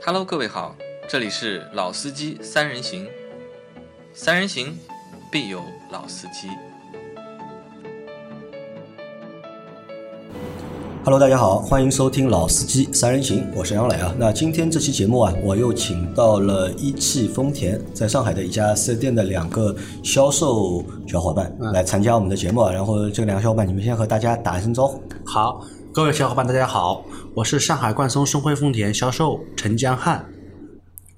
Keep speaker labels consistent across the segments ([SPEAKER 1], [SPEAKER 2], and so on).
[SPEAKER 1] Hello，各位好，这里是老司机三人行，三人行必有老司机。
[SPEAKER 2] Hello，大家好，欢迎收听《老司机三人行》，我是杨磊啊。那今天这期节目啊，我又请到了一汽丰田在上海的一家四 S 店的两个销售小伙伴来参加我们的节目啊。然后这两个小伙伴，你们先和大家打一声招呼。
[SPEAKER 3] 好，各位小伙伴，大家好，我是上海冠松松辉丰田销售陈江汉。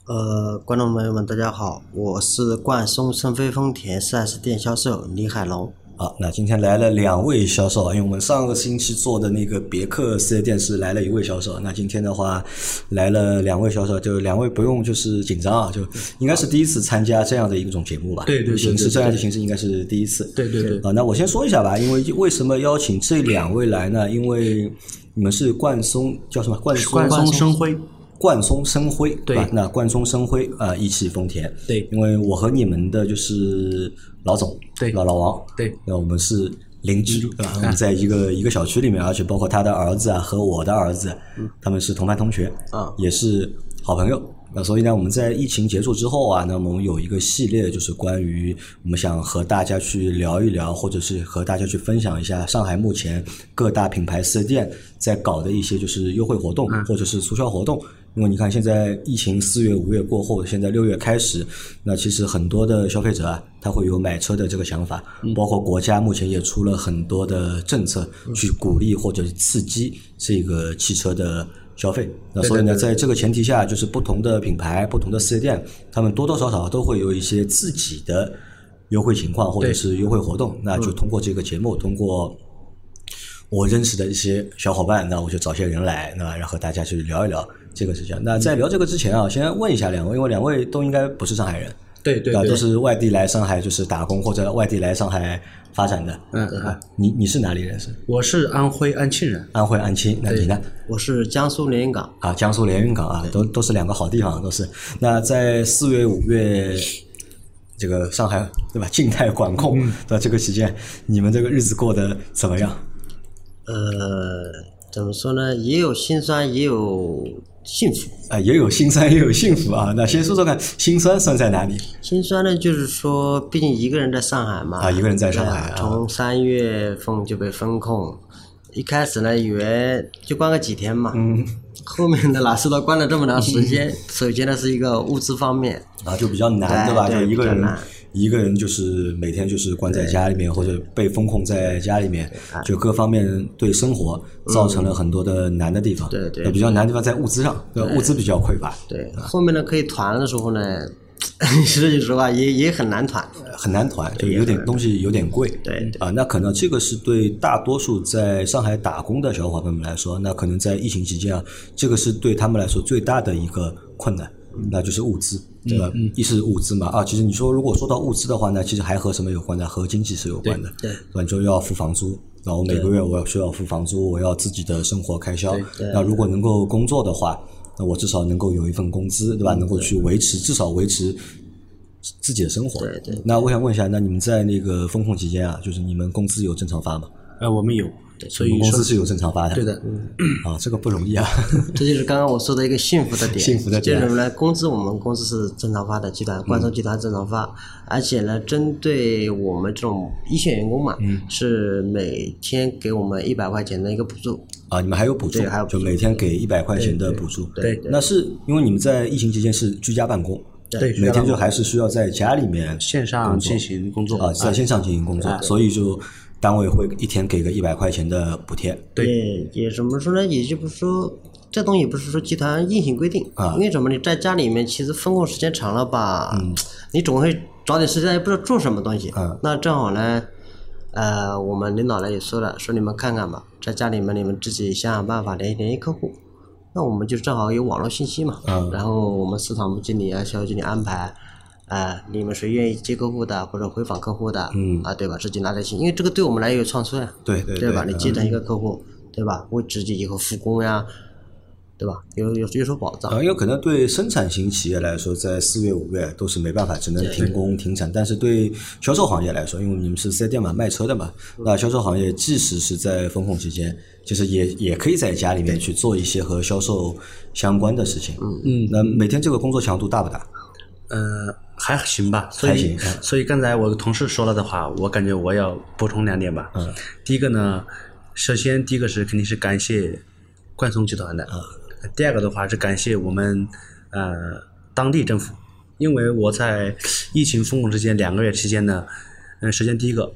[SPEAKER 4] 呃，观众朋友们，大家好，我是冠松圣菲丰田 4S 店销售李海龙。
[SPEAKER 2] 好，那今天来了两位销售啊，因为我们上个星期做的那个别克四 S 店是来了一位销售，那今天的话来了两位销售，就两位不用就是紧张啊，就应该是第一次参加这样的一种节目吧？
[SPEAKER 3] 对对对对
[SPEAKER 2] 形式
[SPEAKER 3] 对
[SPEAKER 2] 这样的形式应该是第一次。
[SPEAKER 3] 对对对，
[SPEAKER 2] 啊，那我先说一下吧，因为为什么邀请这两位来呢？因为你们是冠松叫什么？冠松
[SPEAKER 3] 冠松生辉。
[SPEAKER 2] 冠松生辉，
[SPEAKER 3] 对
[SPEAKER 2] 吧？那冠松生辉啊，一汽丰田，
[SPEAKER 3] 对
[SPEAKER 2] 因为我和你们的就是老总，
[SPEAKER 3] 对
[SPEAKER 2] 老老王，
[SPEAKER 3] 对，
[SPEAKER 2] 那我们是邻居，对吧？我们在一个一个小区里面，而且包括他的儿子啊和我的儿子，他们是同班同学，
[SPEAKER 4] 啊
[SPEAKER 2] 也是好朋友。那所以呢，我们在疫情结束之后啊，那么我们有一个系列，就是关于我们想和大家去聊一聊，或者是和大家去分享一下上海目前各大品牌四 S 店在搞的一些就是优惠活动或者是促销活动。因为你看，现在疫情四月、五月过后，现在六月开始，那其实很多的消费者啊，他会有买车的这个想法，包括国家目前也出了很多的政策去鼓励或者是刺激这个汽车的消费。那所以呢，在这个前提下，就是不同的品牌、不同的四 S 店，他们多多少少都会有一些自己的优惠情况或者
[SPEAKER 3] 对嗯
[SPEAKER 2] 是优惠活动。那就通过这个节目，通过我认识的一些小伙伴，那我就找些人来，那然后大家去聊一聊这个事情。
[SPEAKER 3] 嗯
[SPEAKER 2] 那在聊这个之前啊，先问一下两位，因为两位都应该不是上海人，
[SPEAKER 3] 对对
[SPEAKER 2] 吧？
[SPEAKER 3] 对
[SPEAKER 2] 都，是外地来上海就是打工或者外地来上海发展的。
[SPEAKER 3] 嗯
[SPEAKER 2] 对吧，你你是哪里人？是
[SPEAKER 3] 我是安徽安庆人。
[SPEAKER 2] 安徽安庆，那你呢？
[SPEAKER 4] 我是江苏连云港。
[SPEAKER 2] 啊，江苏连云港啊，都都是两个好地方，都是。那在四月、五月，这个上海对吧？静态管控的这个期间，你们这个日子过得怎么样？
[SPEAKER 4] 呃，怎么说呢？也有心酸，也有幸福。
[SPEAKER 2] 啊，也有心酸，也有幸福啊。那先说说看，心酸酸在哪里？
[SPEAKER 4] 心酸呢，就是说，毕竟一个人在上海嘛，
[SPEAKER 2] 啊一个人在上海
[SPEAKER 4] 对
[SPEAKER 2] 啊
[SPEAKER 4] 从三月份就被封控，一开始呢，以为就关个几天嘛，嗯，后面的哪知道关了这么长时间。首先呢，是一个物资方面，
[SPEAKER 2] 啊，就比较难，对吧？
[SPEAKER 4] 对
[SPEAKER 2] 就一个
[SPEAKER 4] 比较
[SPEAKER 2] 人
[SPEAKER 4] 难，
[SPEAKER 2] 一个人就是每天就是关在家里面，或者被封控在家里面，就各方面对生活造成了很多的难的地方。
[SPEAKER 4] 嗯对对
[SPEAKER 2] 那比较难的地方在物资上，对吧，物资比较匮乏，
[SPEAKER 4] 对，后面呢可以团的时候呢， 说句实话也也很难团。
[SPEAKER 2] 很难团，就有点东西有点贵。
[SPEAKER 4] 对对
[SPEAKER 2] 啊，那可能这个是对大多数在上海打工的小伙伴们来说，那可能在疫情期间啊，这个是对他们来说最大的一个困难，那就是物资，对
[SPEAKER 4] 嗯
[SPEAKER 2] 吧？一是物资嘛，啊，其实你说如果说到物资的话呢，其实还和什么有关呢？和经济是有关的，
[SPEAKER 4] 对对
[SPEAKER 2] 对吧？你说要付房租。那我每个月我要需要付房租，我要自己的生活开销。那如果能够工作的话，那我至少能够有一份工资，对吧？
[SPEAKER 4] 嗯
[SPEAKER 2] 能够去维持，至少维持自己的生活。
[SPEAKER 4] 对对
[SPEAKER 2] 那我想问一下，那你们在那个风控期间啊，就是你们工资有正常发吗？
[SPEAKER 3] 呃，我们有，所以
[SPEAKER 2] 你们公
[SPEAKER 3] 说
[SPEAKER 2] 司是有正常发的。
[SPEAKER 3] 对的，
[SPEAKER 2] 啊，这个不容易啊。
[SPEAKER 4] 这就是刚刚我说的一个幸福的点，
[SPEAKER 2] 幸福的点
[SPEAKER 4] 就是什么呢？工资我们公司是正常发的，集团冠松集团正常发，而且呢，针对我们这种一线员工嘛，
[SPEAKER 2] 嗯
[SPEAKER 4] 是每天给我们一百块钱的一个补助，
[SPEAKER 2] 啊，你们还有补助
[SPEAKER 4] 对还有，补
[SPEAKER 2] 就
[SPEAKER 4] 助
[SPEAKER 2] 每天给一百块钱的补助。
[SPEAKER 3] 对对
[SPEAKER 2] 那是因为你们在疫情期间是居家办公，
[SPEAKER 3] 对居家
[SPEAKER 2] 每
[SPEAKER 3] 办
[SPEAKER 2] 天
[SPEAKER 3] 公
[SPEAKER 2] 就还是需要在家里面
[SPEAKER 3] 线上进行工作
[SPEAKER 2] 啊，在线上进行工作，所以就单位会一天给个一百块钱的补贴。
[SPEAKER 4] 对，也怎么说呢？也就不是说这东西不是说集团硬性规定，
[SPEAKER 2] 啊
[SPEAKER 4] 因为什么？你在家里面其实封控时间长了吧，你总会找点时间也不知道做什么东西。
[SPEAKER 2] 嗯
[SPEAKER 4] 那正好呢，呃，我们领导呢也说了，说你们看看吧，在家里面你们自己想想办法联系联系客户。那我们就正好有网络信息嘛，
[SPEAKER 2] 嗯
[SPEAKER 4] 然后我们市场部经理啊、销售经理安排。啊、你们谁愿意接客户的，或者回访客户的，
[SPEAKER 2] 嗯
[SPEAKER 4] 啊，对吧？自己拿点信，因为这个对我们来也有创收呀、啊
[SPEAKER 2] 对对嗯
[SPEAKER 4] 对吧？
[SPEAKER 2] 对
[SPEAKER 4] 你接待一个客户，对吧？为自己以后复工呀，对吧？有有有所保障。
[SPEAKER 2] 啊，因为可能对生产型企业来说，在四月、五月都是没办法，只能停工停产。但是对销售行业来说，因为你们是四 S 店嘛，卖车的嘛，那销售行业即使是在风控期间，其实也也可以在家里面去做一些和销售相关的事情。嗯嗯，那每天这个工作强度大不大？
[SPEAKER 3] 呃，还行吧，所
[SPEAKER 2] 还
[SPEAKER 3] 以
[SPEAKER 2] 行嗯
[SPEAKER 3] 所以刚才我同事说了的话，我感觉我要补充两点吧。
[SPEAKER 2] 嗯，
[SPEAKER 3] 第一个呢，首先第一个是肯定是感谢冠松集团的，
[SPEAKER 2] 嗯
[SPEAKER 3] 第二个的话是感谢我们呃当地政府，因为我在疫情封控之间两个月期间呢，嗯，首先第一个，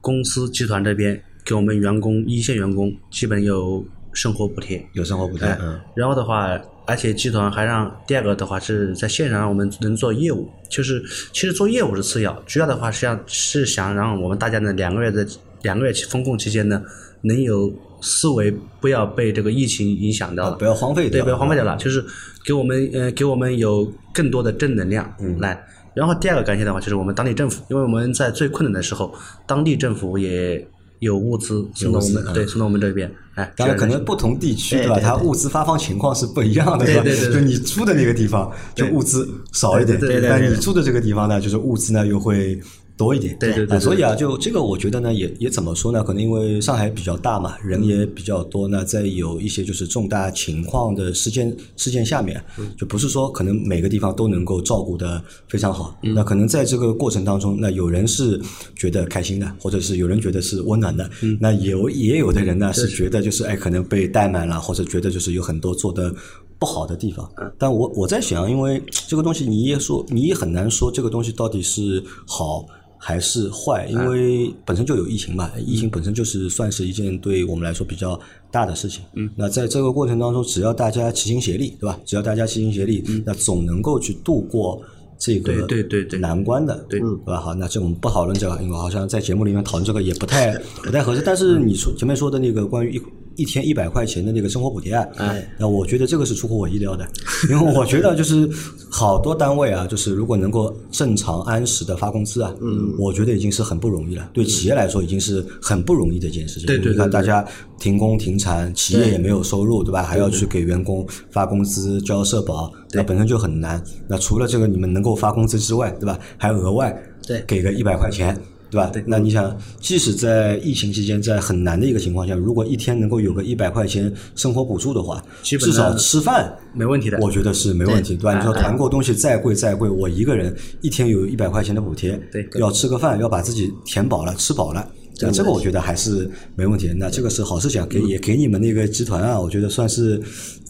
[SPEAKER 3] 公司集团这边给我们员工一线员工基本有生活补贴，
[SPEAKER 2] 有生活不太
[SPEAKER 3] 哎，
[SPEAKER 2] 嗯，
[SPEAKER 3] 然后的话，而且集团还让第二个的话是在线上让我们能做业务，就是其实做业务是次要，主要的话是要是想让我们大家呢两个月的两个月封控期间呢，能有思维不要被这个疫情影响到
[SPEAKER 2] 啊
[SPEAKER 3] 了，
[SPEAKER 2] 不要荒废
[SPEAKER 3] 对，
[SPEAKER 2] 掉，
[SPEAKER 3] 不要荒废掉了，就是给我们呃给我们有更多的正能量、
[SPEAKER 2] 嗯
[SPEAKER 3] 来。然后第二个感谢的话，就是我们当地政府，因为我们在最困难的时候，当地政府也有物资送到我们，对，送到我们这边，哎，
[SPEAKER 2] 啊当然，
[SPEAKER 3] 这
[SPEAKER 2] 可
[SPEAKER 3] 样
[SPEAKER 2] 能不同地区，对吧？
[SPEAKER 3] 对对
[SPEAKER 2] 它物资发放情况是不一样的，对吧？
[SPEAKER 3] 对对对对
[SPEAKER 2] 就你住的那个地方，就物资少一点；
[SPEAKER 3] 对对对对
[SPEAKER 2] 但
[SPEAKER 3] 对
[SPEAKER 2] 你住的这个地方呢，就是物资呢又会多一点。
[SPEAKER 3] 对对对
[SPEAKER 2] 啊
[SPEAKER 3] 对
[SPEAKER 2] 所以啊，就这个，我觉得呢，也也怎么说呢？可能因为上海比较大嘛，人也比较多，那在有一些就是重大情况的事件事件下面，啊就不是说可能每个地方都能够照顾的非常好。那可能在这个过程当中，那有人是觉得开心的，或者是有人觉得是温暖的，那有也有的人呢是觉得就是哎，可能被怠慢了，或者觉得就是有很多做的。不好的地方。但我我在想，啊因为这个东西你也说，你也很难说这个东西到底是好还是坏，因
[SPEAKER 3] 嗯
[SPEAKER 2] 为本身就有疫情嘛，疫情本身就是算是一件对我们来说比较大的事情。嗯，那在这个过程当中，只要大家齐心协力，对吧？只要大家齐心协力，那总能够去度过。这个
[SPEAKER 3] 嗯对对对对
[SPEAKER 2] 难关的，嗯
[SPEAKER 3] 对
[SPEAKER 2] 对吧？好，那这我们不讨论这个，因为好像在节目里面讨论这个也不太 不太合适。但是
[SPEAKER 3] 嗯
[SPEAKER 2] 你说前面说的那个关于一一天一百块钱的那个生活补贴
[SPEAKER 3] 嗯
[SPEAKER 2] 案，那我觉得这个是出乎我意料的， 因为我觉得就是好多单位啊，就是如果能够正常按时的发工资啊，嗯，我觉得已经是很不容易了，对企业来说已经是很不容易的一件事情。
[SPEAKER 3] 嗯对对
[SPEAKER 2] 你看
[SPEAKER 3] 对对
[SPEAKER 2] 大家停工停产，企业也没有收入，对吧？还要去给员工发工资、交社保，那本身就很难。那除了这个你们能够发工资之外，对吧？还额外
[SPEAKER 4] 对
[SPEAKER 2] 给个一百块钱。对吧？那你想，即使在疫情期间，在很难的一个情况下，如果一天能够有个一百块钱生活补助的话，
[SPEAKER 3] 基本
[SPEAKER 2] 至少
[SPEAKER 3] 上
[SPEAKER 2] 吃饭
[SPEAKER 3] 没问题的啊
[SPEAKER 2] 我觉得是没问题，对吧？你说团购东西再贵再贵，我一个人一天有一百块钱的补贴，
[SPEAKER 3] 对
[SPEAKER 2] 要吃个饭，要把自己填饱了，吃饱了。那这个我觉得还是没问题的，那这个是好事情啊，给也给你们那个集团啊，我觉得算是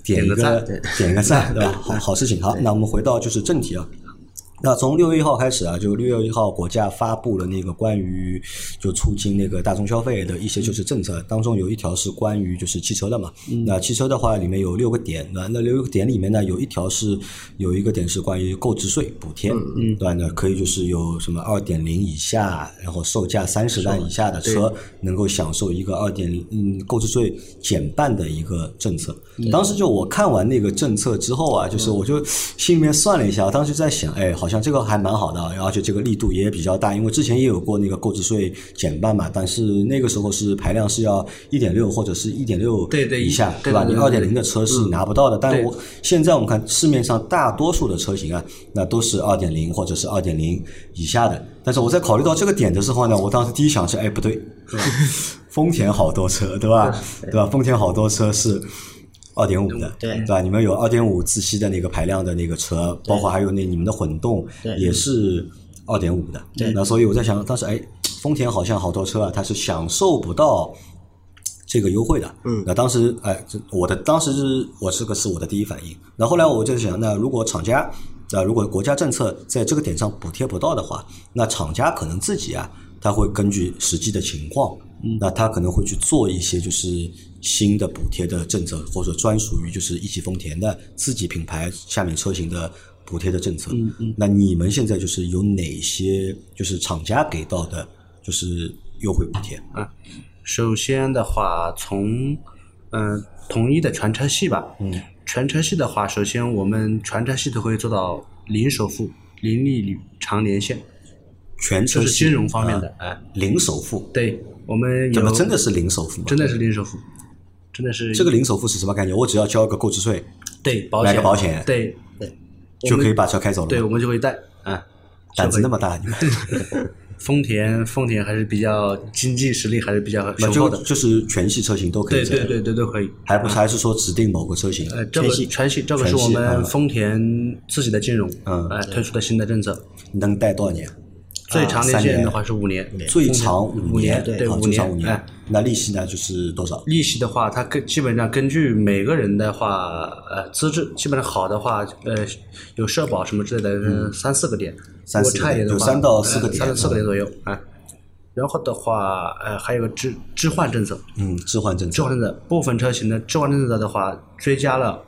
[SPEAKER 2] 点一
[SPEAKER 3] 嗯点个
[SPEAKER 2] 个
[SPEAKER 3] 赞
[SPEAKER 2] 点一个 赞，对吧？好好事情。好，那我们回到就是正题啊，那从六月一号开始啊，就六月一号，国家发布了那个关于就促进那个大众消费的一些就是政策，当中有一条是关于就是汽车的嘛。那汽车的话，里面有六个点，那那六个点里面呢，有一条是有一个点是关于购置税补贴，嗯，对吧？那可以就是有什么二点零以下，然后售价三十万以下的车，能够享受一个二点零嗯购置税减半的一个政策。
[SPEAKER 3] 嗯
[SPEAKER 2] 当时就我看完那个政策之后啊，就是我就心里面算了一下，我当时在想，哎，好像这个还蛮好的，啊而且这个力度也比较大，因为之前也有过那个购置税减半嘛，但是那个时候是排量是要一点六或者是一点六
[SPEAKER 3] 对对
[SPEAKER 2] 以下，
[SPEAKER 3] 对
[SPEAKER 2] 吧？
[SPEAKER 3] 对
[SPEAKER 2] 你
[SPEAKER 3] 对嗯
[SPEAKER 2] 二点零的车是拿不到的，但
[SPEAKER 3] 对
[SPEAKER 2] 我现在我们看市面上大多数的车型啊，那都是二点零或者是二点零以下的。但是我在考虑到这个点的时候呢，我当时第一想是，哎，不对， 丰田好多车，对吧？对吧？丰田好多车是二点五的，
[SPEAKER 4] 对
[SPEAKER 2] 吧？你们有二点五自吸的那个排量的那个车，包括还有那你们的混动
[SPEAKER 4] 对
[SPEAKER 2] 也是二点五的，
[SPEAKER 4] 对
[SPEAKER 2] 那所以我在想，当时哎，丰田好像好多车啊，它是享受不到。这个优惠的，嗯，那当时，哎，这我的当时是我这个是我的第一反应。那后来我就想，那如果厂家，啊，如果国家政策在这个点上补贴不到的话，那厂家可能自己啊，他会根据实际的情况，那他可能会去做一些就是新的补贴的政策，或者专属于就是一汽丰田的自己品牌下面车型的补贴的政策。嗯嗯，那你们现在就是有哪些就是厂家给到的，就是优惠补贴？
[SPEAKER 3] 首先的话，从嗯、呃统一的全车系吧，嗯，全车系的话，首先我们全车系都可以做到零首付、零利率、长年限，
[SPEAKER 2] 全车
[SPEAKER 3] 这是
[SPEAKER 2] 系
[SPEAKER 3] 金融方面
[SPEAKER 2] 啊
[SPEAKER 3] 的，哎、
[SPEAKER 2] 零首付，
[SPEAKER 3] 对我们有
[SPEAKER 2] 怎么真的是零首付吗？
[SPEAKER 3] 真的是零首付，真的是
[SPEAKER 2] 这个零首付是什么概念？我只要交个购置税，
[SPEAKER 3] 对保
[SPEAKER 2] 买
[SPEAKER 3] 险
[SPEAKER 2] 个保险
[SPEAKER 3] 对
[SPEAKER 2] 就可以把车开走了。
[SPEAKER 3] 对，我，们就会带啊。
[SPEAKER 2] 胆子那么大，你们
[SPEAKER 3] 丰田丰田还是比较经济实力还是比较雄厚
[SPEAKER 2] 就
[SPEAKER 3] 的，
[SPEAKER 2] 就是全系车型都可以
[SPEAKER 3] 对
[SPEAKER 2] 这样
[SPEAKER 3] 对，对对都可以。
[SPEAKER 2] 还不是还是说指定某个车型？
[SPEAKER 3] 呃，这个
[SPEAKER 4] 全系
[SPEAKER 3] 全系这啊个是
[SPEAKER 2] 全
[SPEAKER 3] 我
[SPEAKER 2] 系
[SPEAKER 3] 们
[SPEAKER 2] 嗯
[SPEAKER 3] 丰田自己的金融，
[SPEAKER 2] 嗯
[SPEAKER 3] 呃，推出的新的政策，
[SPEAKER 2] 能贷多少年？
[SPEAKER 3] 最长年
[SPEAKER 2] 三
[SPEAKER 3] 限的
[SPEAKER 2] 年
[SPEAKER 3] 话是五年，
[SPEAKER 2] 最长
[SPEAKER 3] 五
[SPEAKER 2] 年，
[SPEAKER 3] 对
[SPEAKER 2] 啊
[SPEAKER 3] 五
[SPEAKER 2] 最长五
[SPEAKER 3] 哎
[SPEAKER 2] 年。那利息呢？就是多少？
[SPEAKER 3] 利息的话，它根基本上根据每个人的话，呃，资质基本上好的话，呃，有社保什么之类的，嗯、三四个点，
[SPEAKER 2] 三
[SPEAKER 3] 如
[SPEAKER 2] 四
[SPEAKER 3] 果
[SPEAKER 2] 个
[SPEAKER 3] 差一
[SPEAKER 2] 点
[SPEAKER 3] 点的
[SPEAKER 2] 就
[SPEAKER 3] 话，
[SPEAKER 2] 三到四个
[SPEAKER 3] 呃
[SPEAKER 2] 点
[SPEAKER 3] 三到四个
[SPEAKER 2] 嗯
[SPEAKER 3] 点左右啊。然后的话，呃，还有个置置换政策，
[SPEAKER 2] 嗯，置换政
[SPEAKER 3] 置
[SPEAKER 2] 策
[SPEAKER 3] 换政策部分车型的置换政策的话，追加了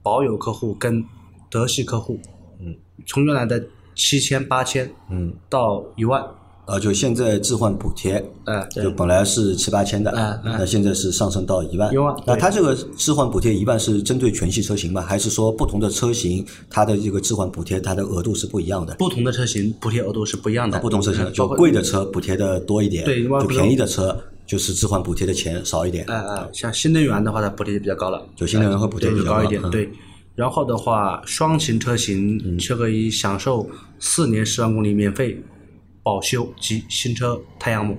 [SPEAKER 3] 保有客户跟德系客户，嗯，从原来的七千八千，
[SPEAKER 2] 嗯，
[SPEAKER 3] 到一万，
[SPEAKER 2] 呃，就现在置换补贴，
[SPEAKER 3] 呃，
[SPEAKER 2] 就本来是七八千的
[SPEAKER 3] 嗯，嗯
[SPEAKER 2] 那现在是上升到一万
[SPEAKER 3] 一万。
[SPEAKER 2] 那
[SPEAKER 3] 对
[SPEAKER 2] 它这个置换补贴一万是针对全系车型吗？还是说不同的车型它的这个置换补贴它的额度是不一样的？
[SPEAKER 3] 不同的车型补贴额度是不一样的，
[SPEAKER 2] 啊不同车型
[SPEAKER 3] 包
[SPEAKER 2] 就
[SPEAKER 3] 括
[SPEAKER 2] 贵的车补贴的多一点，
[SPEAKER 3] 对一万
[SPEAKER 2] 就
[SPEAKER 3] 不同
[SPEAKER 2] 便宜的车就是置换补贴的钱少一点。
[SPEAKER 3] 呃呃，像新能源的话，它补贴就比较高了，
[SPEAKER 2] 就新能源会补贴
[SPEAKER 3] 对
[SPEAKER 2] 比
[SPEAKER 3] 就
[SPEAKER 2] 较高
[SPEAKER 3] 高一点
[SPEAKER 2] 嗯，
[SPEAKER 3] 对。然后的话，双擎车型却可以享受四年十万公里免费保修及新车太阳膜，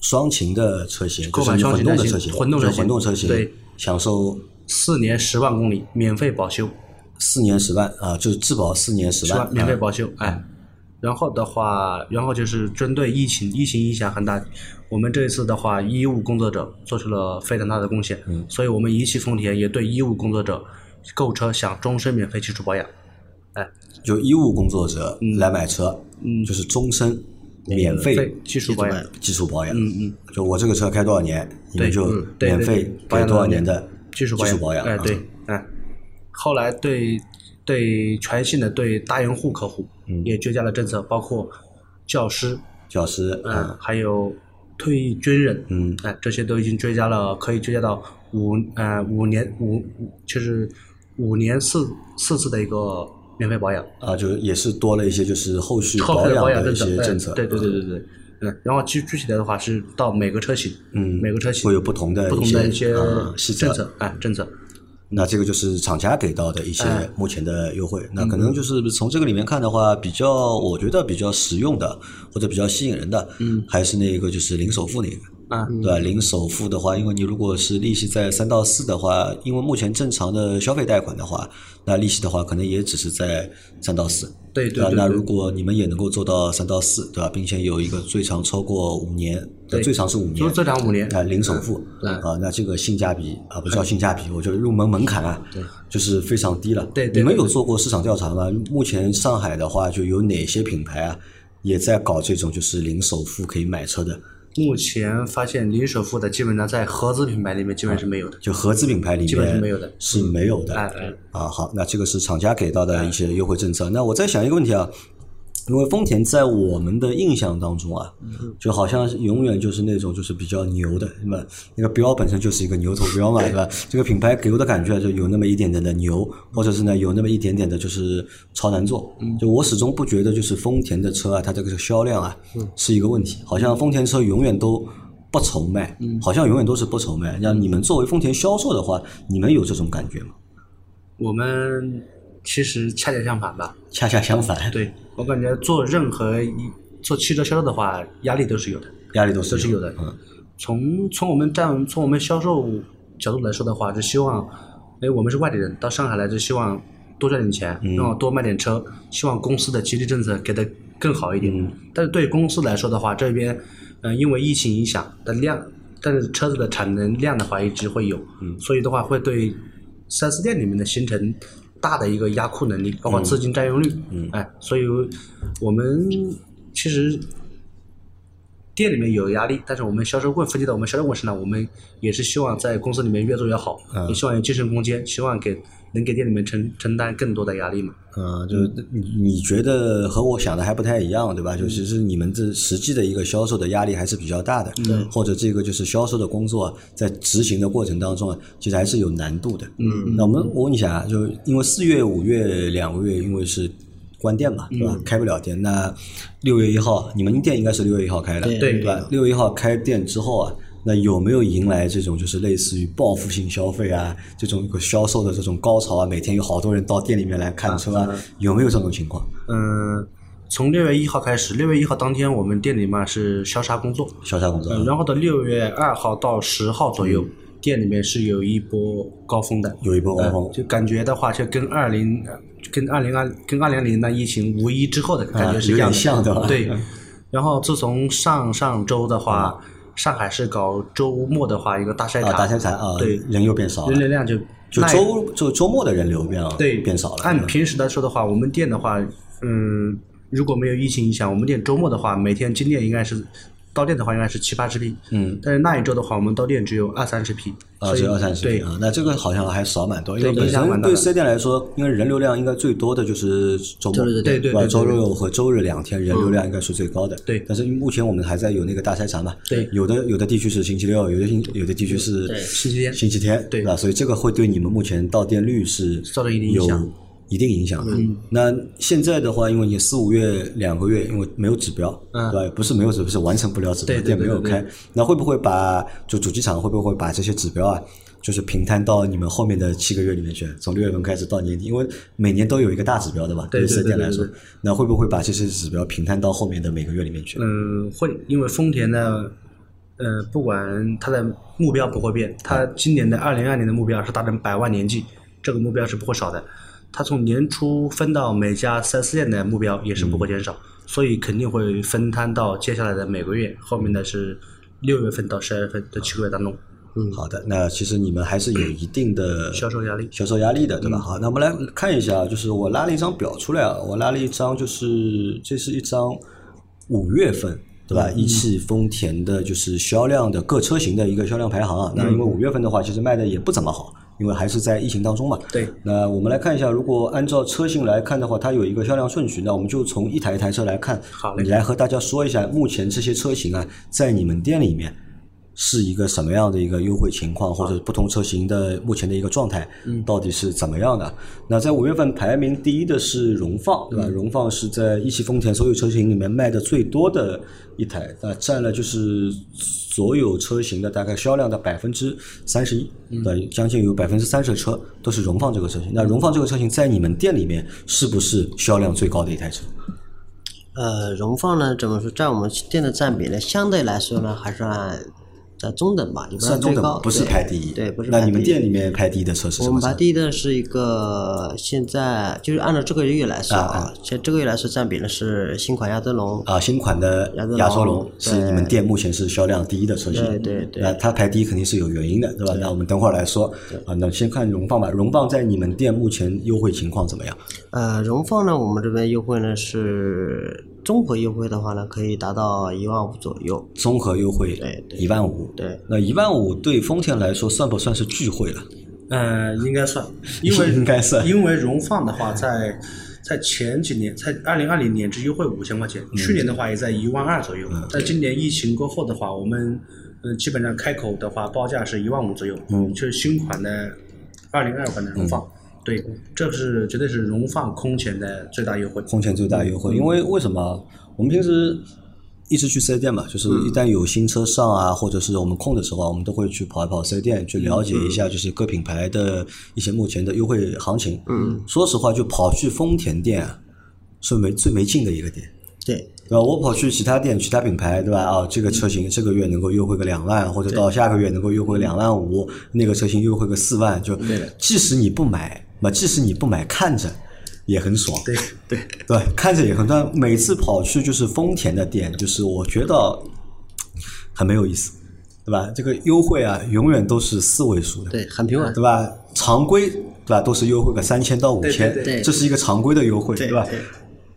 [SPEAKER 2] 双擎的车型，
[SPEAKER 3] 购
[SPEAKER 2] 就
[SPEAKER 3] 买
[SPEAKER 2] 是
[SPEAKER 3] 双
[SPEAKER 2] 混
[SPEAKER 3] 擎
[SPEAKER 2] 动
[SPEAKER 3] 车
[SPEAKER 2] 的
[SPEAKER 3] 型
[SPEAKER 2] 车型，
[SPEAKER 3] 混动
[SPEAKER 2] 就
[SPEAKER 3] 车
[SPEAKER 2] 是混动
[SPEAKER 3] 型
[SPEAKER 2] 车型，
[SPEAKER 3] 对，
[SPEAKER 2] 享受
[SPEAKER 3] 四年十万公里免费保修，
[SPEAKER 2] 四年十万啊，就是质保四年十
[SPEAKER 3] 十万
[SPEAKER 2] 万，
[SPEAKER 3] 免费
[SPEAKER 2] 啊
[SPEAKER 3] 保修，哎。然后的话，然后就是针对疫情，疫情影响很大。我们这一次的话，医务工作者做出了非常大的贡献，
[SPEAKER 2] 嗯
[SPEAKER 3] 所以我们一汽丰田也对医务工作者购车享终身免费基础保养。
[SPEAKER 2] 就医务工作者来买车，就是终身嗯免费
[SPEAKER 3] 嗯费基础保养，
[SPEAKER 2] 基础保养。嗯嗯，就我这个车开多少年，你们
[SPEAKER 3] 对
[SPEAKER 2] 就
[SPEAKER 3] 嗯对
[SPEAKER 2] 免
[SPEAKER 3] 对
[SPEAKER 2] 费
[SPEAKER 3] 对保
[SPEAKER 2] 给
[SPEAKER 3] 养
[SPEAKER 2] 多
[SPEAKER 3] 多
[SPEAKER 2] 少
[SPEAKER 3] 少
[SPEAKER 2] 年
[SPEAKER 3] 年
[SPEAKER 2] 的
[SPEAKER 3] 基础保养，
[SPEAKER 2] 保养。
[SPEAKER 3] 哎、
[SPEAKER 2] 啊
[SPEAKER 3] 对，哎。后来对对全新的对大用户客户、
[SPEAKER 2] 嗯
[SPEAKER 3] 也追加了政策，包括教师，
[SPEAKER 2] 教师，
[SPEAKER 3] 嗯，
[SPEAKER 2] 嗯
[SPEAKER 3] 还有退役军人，
[SPEAKER 2] 嗯，
[SPEAKER 3] 哎、这些都已经追加了，可以追加到五呃五年五五就是五年四四次的一个免费保养，
[SPEAKER 2] 啊，就是也是多了一些，就是后续
[SPEAKER 3] 后续的保
[SPEAKER 2] 养
[SPEAKER 3] 养
[SPEAKER 2] 的一
[SPEAKER 3] 政策，
[SPEAKER 2] 些
[SPEAKER 3] 哎
[SPEAKER 2] 政策。
[SPEAKER 3] 对对对对对。嗯，然后具具体的话是到每个车型，
[SPEAKER 2] 嗯
[SPEAKER 3] 每个车型
[SPEAKER 2] 会有不同的
[SPEAKER 3] 不同的一些
[SPEAKER 2] 呃细
[SPEAKER 3] 政
[SPEAKER 2] 则
[SPEAKER 3] 策，哎，政策，
[SPEAKER 2] 那这个就是厂家给到的一些
[SPEAKER 3] 哎
[SPEAKER 2] 目前的优惠。那可能就是从这个里面看的话，比较我觉得比较实用的或者比较吸引人的，嗯，还是那个就是零首付那个。
[SPEAKER 3] 啊，
[SPEAKER 2] 对吧？零首付的话，因为你如果是利息在三到四的话，因为目前正常的消费贷款的话，那利息的话可能也只是在三到四。吧
[SPEAKER 3] 对对对，
[SPEAKER 2] 那
[SPEAKER 3] 对
[SPEAKER 2] 如果你们也能够做到三到四，对吧？并且有一个最长超过五年，
[SPEAKER 3] 对
[SPEAKER 2] 最长是五
[SPEAKER 3] 就
[SPEAKER 2] 年，
[SPEAKER 3] 是最长五年，
[SPEAKER 2] 啊，零首付
[SPEAKER 3] 嗯
[SPEAKER 2] 啊，那这个性价比啊，不叫性价比，我觉得入门门槛啊，就是非常低了。
[SPEAKER 3] 对对
[SPEAKER 2] 你们
[SPEAKER 3] 对
[SPEAKER 2] 有
[SPEAKER 3] 对
[SPEAKER 2] 做过市场调查吗？目前上海的话，就有哪些品牌啊，也在搞这种就是零首付可以买车的？
[SPEAKER 3] 目前发现零首付的基本上在合资品牌里面基本是没有的，
[SPEAKER 2] 就合资品牌里面
[SPEAKER 3] 基本是没有的
[SPEAKER 2] 是没有的
[SPEAKER 3] 哎哎
[SPEAKER 2] 啊，好，那这个是厂家给到的一些优惠政策。那我在想一个问题啊，因为丰田在我们的印象当中啊，就好像是永远就是那种就是比较牛的，那么 那个标本身就是一个牛头标嘛，对吧？这个品 牌给我的感觉就有那么一点点的牛，或者是呢有那么一点点的就是超难做。就我始终不觉得就是丰田的车啊，它这个销量啊是一个问题，好像丰田车永远都。不愁卖，好像永远都是不愁卖。那你们作为丰田销售的话，你们有这种感觉吗？
[SPEAKER 3] 我们其实恰恰相反吧。
[SPEAKER 2] 恰恰相反，
[SPEAKER 3] 对我感觉做任何一做汽车销售的话，压力都是有的。
[SPEAKER 2] 压力都是
[SPEAKER 3] 都是有的
[SPEAKER 2] 嗯，
[SPEAKER 3] 从从我们站从我们销售角度来说的话，是希望，哎，我们是外地人到上海来，就希望多赚点钱，
[SPEAKER 2] 嗯
[SPEAKER 3] 然后多卖点车，希望公司的激励政策给的更好一点。
[SPEAKER 2] 嗯
[SPEAKER 3] 但是对公司来说的话，这边，嗯、因为疫情影响的量，但是车子的产能量的话一直会有，
[SPEAKER 2] 嗯
[SPEAKER 3] 所以的话会对四 S 店里面的形成。大的一个压库能力，包括资金占用率，
[SPEAKER 2] 嗯
[SPEAKER 3] 哎，所以我们其实店里面有压力，但是我们销售棍分析到我们销售棍身上，我们也是希望在公司里面越做越好，
[SPEAKER 2] 嗯
[SPEAKER 3] 也希望有晋升空间，希望给能给店里面承承担更多的压力嘛。
[SPEAKER 2] 嗯，就是你你觉得和我想的还不太一样，对吧？就其实你们这实际的一个销售的压力还是比较大的，
[SPEAKER 3] 嗯
[SPEAKER 2] 或者这个就是销售的工作在执行的过程当中啊，其实还是有难度的。
[SPEAKER 3] 嗯，
[SPEAKER 2] 那我们我问一下啊，就因为四月、五月两个月，因为是关店嘛，对吧？开不了店。那六月一号，你们店应该是六月一号开的，
[SPEAKER 4] 对
[SPEAKER 2] 对吧？六月一号开店之后啊，那有没有迎来这种就是类似于报复性消费啊，这种个销售的这种高潮啊？每天有好多人到店里面来看车啊，有没有这种情况？
[SPEAKER 3] 嗯，从六月一号开始，六月一号当天我们店里嘛是消杀工作，
[SPEAKER 2] 销售工作
[SPEAKER 3] 嗯，然嗯后到六月二号到十号左右，店里面是有一波高峰的，
[SPEAKER 2] 有一波啊高峰
[SPEAKER 3] 呃，就感觉的话，就跟二零、跟二零二、跟二零零那疫情无一之后的感觉是一样的，
[SPEAKER 2] 啊有点像的吧
[SPEAKER 3] 对。 然后自从上上周的话，上海是搞周末的话一个大筛
[SPEAKER 2] 嗯啊，
[SPEAKER 3] 查，
[SPEAKER 2] 打钱财啊，
[SPEAKER 3] 对，
[SPEAKER 2] 人又变少
[SPEAKER 3] 人
[SPEAKER 2] 了，
[SPEAKER 3] 流量就
[SPEAKER 2] 就
[SPEAKER 3] 那一
[SPEAKER 2] 周就周末的人流变
[SPEAKER 3] 对
[SPEAKER 2] 变少了，嗯
[SPEAKER 3] 按平时来说的话，我们店的话，嗯，如果没有疫情影响，我们店周末的话，每天进店应该是到店的话应该是七八十批，
[SPEAKER 2] 嗯，
[SPEAKER 3] 但是那一周的话，我们到店只有二三十批，
[SPEAKER 2] 啊，
[SPEAKER 3] 所以
[SPEAKER 2] 只有二三十
[SPEAKER 3] 对
[SPEAKER 2] 平啊，那这个好像还少蛮多，因为
[SPEAKER 3] 对
[SPEAKER 2] 本
[SPEAKER 3] 影响
[SPEAKER 2] 身
[SPEAKER 3] 蛮大
[SPEAKER 2] 对
[SPEAKER 3] 的
[SPEAKER 2] 四 S 店来说，因为人流量应该最多的就是周末
[SPEAKER 4] 周，日
[SPEAKER 3] 对对
[SPEAKER 2] 吧
[SPEAKER 3] 对
[SPEAKER 2] 周
[SPEAKER 3] 对
[SPEAKER 2] 六和周日两天人流量应该是最高的。
[SPEAKER 3] 对
[SPEAKER 2] 但是目前我们还在有那个大筛查嘛，
[SPEAKER 3] 对
[SPEAKER 2] 有的有的地区是星期六，有的星有的地区是
[SPEAKER 4] 对
[SPEAKER 3] 星期天
[SPEAKER 2] 星期天，
[SPEAKER 3] 对
[SPEAKER 2] 吧？所以这个会对你们目前到店率是
[SPEAKER 3] 造成一定影
[SPEAKER 2] 有
[SPEAKER 3] 响嗯
[SPEAKER 2] 一定影响的。那现在的话，因为你四五月两个月，因为没有指标，
[SPEAKER 3] 嗯
[SPEAKER 2] 对吧？不是没有指标，是完成不了指标，
[SPEAKER 3] 对对
[SPEAKER 2] 店没
[SPEAKER 3] 对
[SPEAKER 2] 有
[SPEAKER 3] 对
[SPEAKER 2] 开。那会不会把就主机厂会不会把这些指标啊，就是平摊到你们后面的七个月里面去？从六月份开始到年底，因为每年都有一个大指标的吧？
[SPEAKER 3] 对对
[SPEAKER 2] 四
[SPEAKER 3] 对
[SPEAKER 2] 店来
[SPEAKER 3] 对
[SPEAKER 2] 说
[SPEAKER 3] 对，
[SPEAKER 2] 那会不会把这些指标平摊到后面的每个月里面去？
[SPEAKER 3] 嗯，会，因为丰田呢，呃，不管它的目标不会变，它今年的二零二年的目标是达成百万年计，这个目标是不会少的。它从年初分到每家4 S 店的目标也是不会减少，所以肯定会分摊到接下来的每个月，后面的是六月份到十二月份这七个月当中，
[SPEAKER 2] 好的，那其实你们还是有一定的
[SPEAKER 3] 销售压力。
[SPEAKER 2] 销售压力的，对吧？好，那我们来看一下，就是我拉了一张表出来啊，我拉了一张，就是这是一张五月份。对吧？一汽丰田的就是销量的各车型的一个销量排行啊。那因为五月份的话，其实卖的也不怎么好，因为还是在疫情当中嘛。
[SPEAKER 3] 对，
[SPEAKER 2] 那我们来看一下，如果按照车型来看的话，它有一个销量顺序，那我们就从一台一台车来看。
[SPEAKER 3] 好嘞
[SPEAKER 2] 你来和大家说一下，目前这些车型啊，在你们店里面是一个什么样的一个优惠情况，或者不同车型的目前的一个状态，
[SPEAKER 3] 嗯
[SPEAKER 2] 到底是怎么样的？那在五月份排名第一的是荣
[SPEAKER 3] 嗯
[SPEAKER 2] 放，对吧？荣放是在一汽丰田所有车型里面卖的最多的一台，那占了就是所有车型的大概销量的百分之三十一，
[SPEAKER 3] 嗯
[SPEAKER 2] 对，将近有百分之三十的车都是荣放这个车型。那荣放这个车型在你们店里面是不是销量最高的一台车？
[SPEAKER 4] 呃，荣放呢，怎么说，在我们店的占比呢，相对来说呢，还算在中等吧，也不
[SPEAKER 2] 算中
[SPEAKER 4] 最
[SPEAKER 2] 等
[SPEAKER 4] 高，，
[SPEAKER 2] 不是
[SPEAKER 4] 对
[SPEAKER 2] 排第一。
[SPEAKER 4] 对，不是排
[SPEAKER 2] 那
[SPEAKER 4] 第一。
[SPEAKER 2] 你们店里面排第一的车是什
[SPEAKER 4] 我
[SPEAKER 2] 么
[SPEAKER 4] 们
[SPEAKER 2] 车
[SPEAKER 4] 排？第一的是一个现在就是按照这个月来说啊，像这个月来说占比呢是新款亚洲龙，
[SPEAKER 2] 啊，新款的
[SPEAKER 4] 亚洲龙
[SPEAKER 2] 亚洲龙
[SPEAKER 4] 对
[SPEAKER 2] 是你们店目前是销量第一的车型。
[SPEAKER 4] 对对对
[SPEAKER 2] 那它排第一肯定是有原因的，对吧？那我们等会儿来说啊，那先看荣放吧。荣放在你们店目前优惠情况怎么样？
[SPEAKER 4] 呃，荣放呢，我们这边优惠呢是综合优惠的话呢，可以达到一万五左右。
[SPEAKER 2] 综合优惠
[SPEAKER 4] 对对
[SPEAKER 2] 一万五。
[SPEAKER 4] 对，
[SPEAKER 2] 那一万五对丰田来说算不算是巨惠了？
[SPEAKER 3] 呃，应该算，因 为
[SPEAKER 2] 应该算
[SPEAKER 3] 因为荣放的话在。在前几年，在二零二零年只优惠五千块钱，去年的话也在一万二左右。但今年疫情过后的话，我们嗯基本上开口的话报价是一万五左右，
[SPEAKER 2] 嗯
[SPEAKER 3] 就是新款的二零二款的荣放，对，这是绝对是荣放空前的最大优惠。
[SPEAKER 2] 丰田最大优惠，因为为什么？我们平时一直去四 S 店嘛，就是一旦有新车上啊，或者是我们空的时候啊，我们都会去跑一跑四 S 店，去了解一下就是各品牌的一些目前的优惠行情。嗯，说实话，就跑去丰田店啊，是没最没劲的一个店。
[SPEAKER 4] 对，
[SPEAKER 2] 对吧？呃我跑去其他店、其他品牌，对吧？啊，这个车型这个月能够优惠个两万，或者到下个月能够优惠两万五，那个车型优惠个四万，就即使你不买，那即使你不买，看着也很爽。
[SPEAKER 3] 对对，
[SPEAKER 2] 对，看着也很但每次跑去就是丰田的店，就是我觉得很没有意思，对吧？这个优惠啊，永远都是四位数的，
[SPEAKER 4] 对，很平稳。
[SPEAKER 2] 对吧？常规对吧，都是优惠个三千到五千
[SPEAKER 3] 对
[SPEAKER 4] 对，对
[SPEAKER 2] 这是一个常规的优惠，
[SPEAKER 4] 对
[SPEAKER 2] 吧
[SPEAKER 4] 对？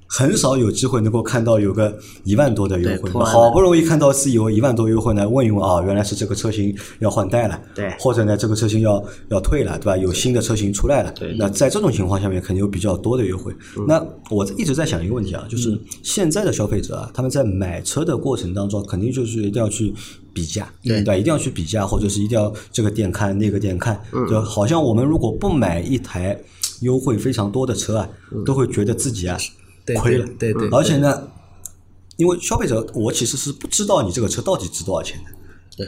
[SPEAKER 2] 很少有机会能够看到有个一万多的优惠
[SPEAKER 4] 对，突然
[SPEAKER 2] 好不容易看到是有一万多优惠呢，问一问啊，原来是这个车型要换代了，
[SPEAKER 4] 对
[SPEAKER 2] 或者呢这个车型要要退了，对吧？有新的车型出来了，
[SPEAKER 4] 对嗯
[SPEAKER 2] 那在这种情况下面肯定有比较多的优惠。那我一直在想一个问题啊，就是现在的消费者啊，他们在买车的过程当中，啊肯定就是一定要去比价，
[SPEAKER 4] 对
[SPEAKER 2] 对吧，一定要去比价，或者是一定要这个店看那个店看，
[SPEAKER 4] 嗯
[SPEAKER 2] 就好像我们如果不买一台优惠非常多的车啊，
[SPEAKER 4] 嗯
[SPEAKER 2] 都会觉得自己啊
[SPEAKER 3] 对
[SPEAKER 2] 亏了，
[SPEAKER 3] 对对对
[SPEAKER 2] 而且呢，因为消费者我其实是不知道你这个车到底值多少钱的。
[SPEAKER 4] 对，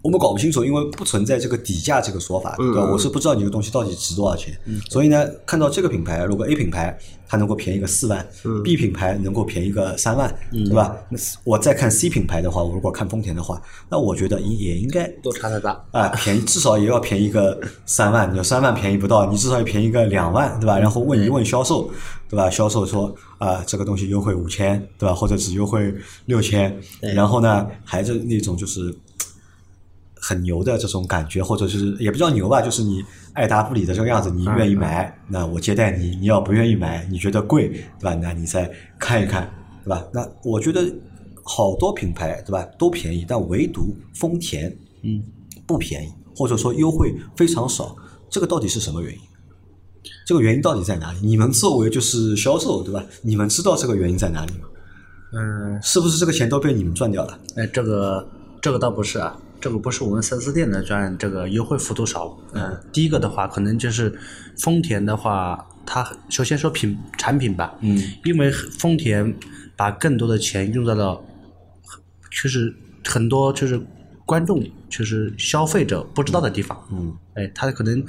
[SPEAKER 2] 我们搞不清楚，因为不存在这个底价这个说法，
[SPEAKER 3] 嗯
[SPEAKER 2] 对吧？我是不知道你这个东西到底值多少钱，所以呢，看到这个品牌，如果 A 品牌它能够便宜个四万、b
[SPEAKER 3] 嗯
[SPEAKER 2] 品牌能够便宜个三万，对吧？那我再看 C 品牌的话，我如果看丰田的话，那我觉得也应该
[SPEAKER 3] 都差太大。
[SPEAKER 2] 啊，便宜至少也要便宜个三万，你有三万便宜不到，你至少也便宜个两万，对吧？然后问一问销售，对吧？销售说啊、这个东西优惠五千，对吧？或者只优惠六千，然后呢，还是那种就是很牛的这种感觉，或者就是也不叫牛吧，就是你爱答不理的这个样子，你愿意买，那我接待你；你要不愿意买，你觉得贵，对吧？那你再看一看，对吧？那我觉得好多品牌，对吧，都便宜，但唯独丰田，嗯，不便宜，或者说优惠非常少，这个到底是什么原因？这个原因到底在哪里？你们作为就是销售，对吧？你们知道这个原因在哪里吗？
[SPEAKER 3] 嗯，
[SPEAKER 2] 是不是这个钱都被你们赚掉了？
[SPEAKER 3] 哎，这个这个倒不是啊，这个不是我们四 S 店的赚这个优惠幅度少。嗯，第一个的话，可能就是丰田的话，它首先说品产品吧，
[SPEAKER 2] 嗯，
[SPEAKER 3] 因为丰田把更多的钱用在了，就是很多就是观众就是消费者不知道的地方，
[SPEAKER 2] 嗯，
[SPEAKER 3] 哎，他可能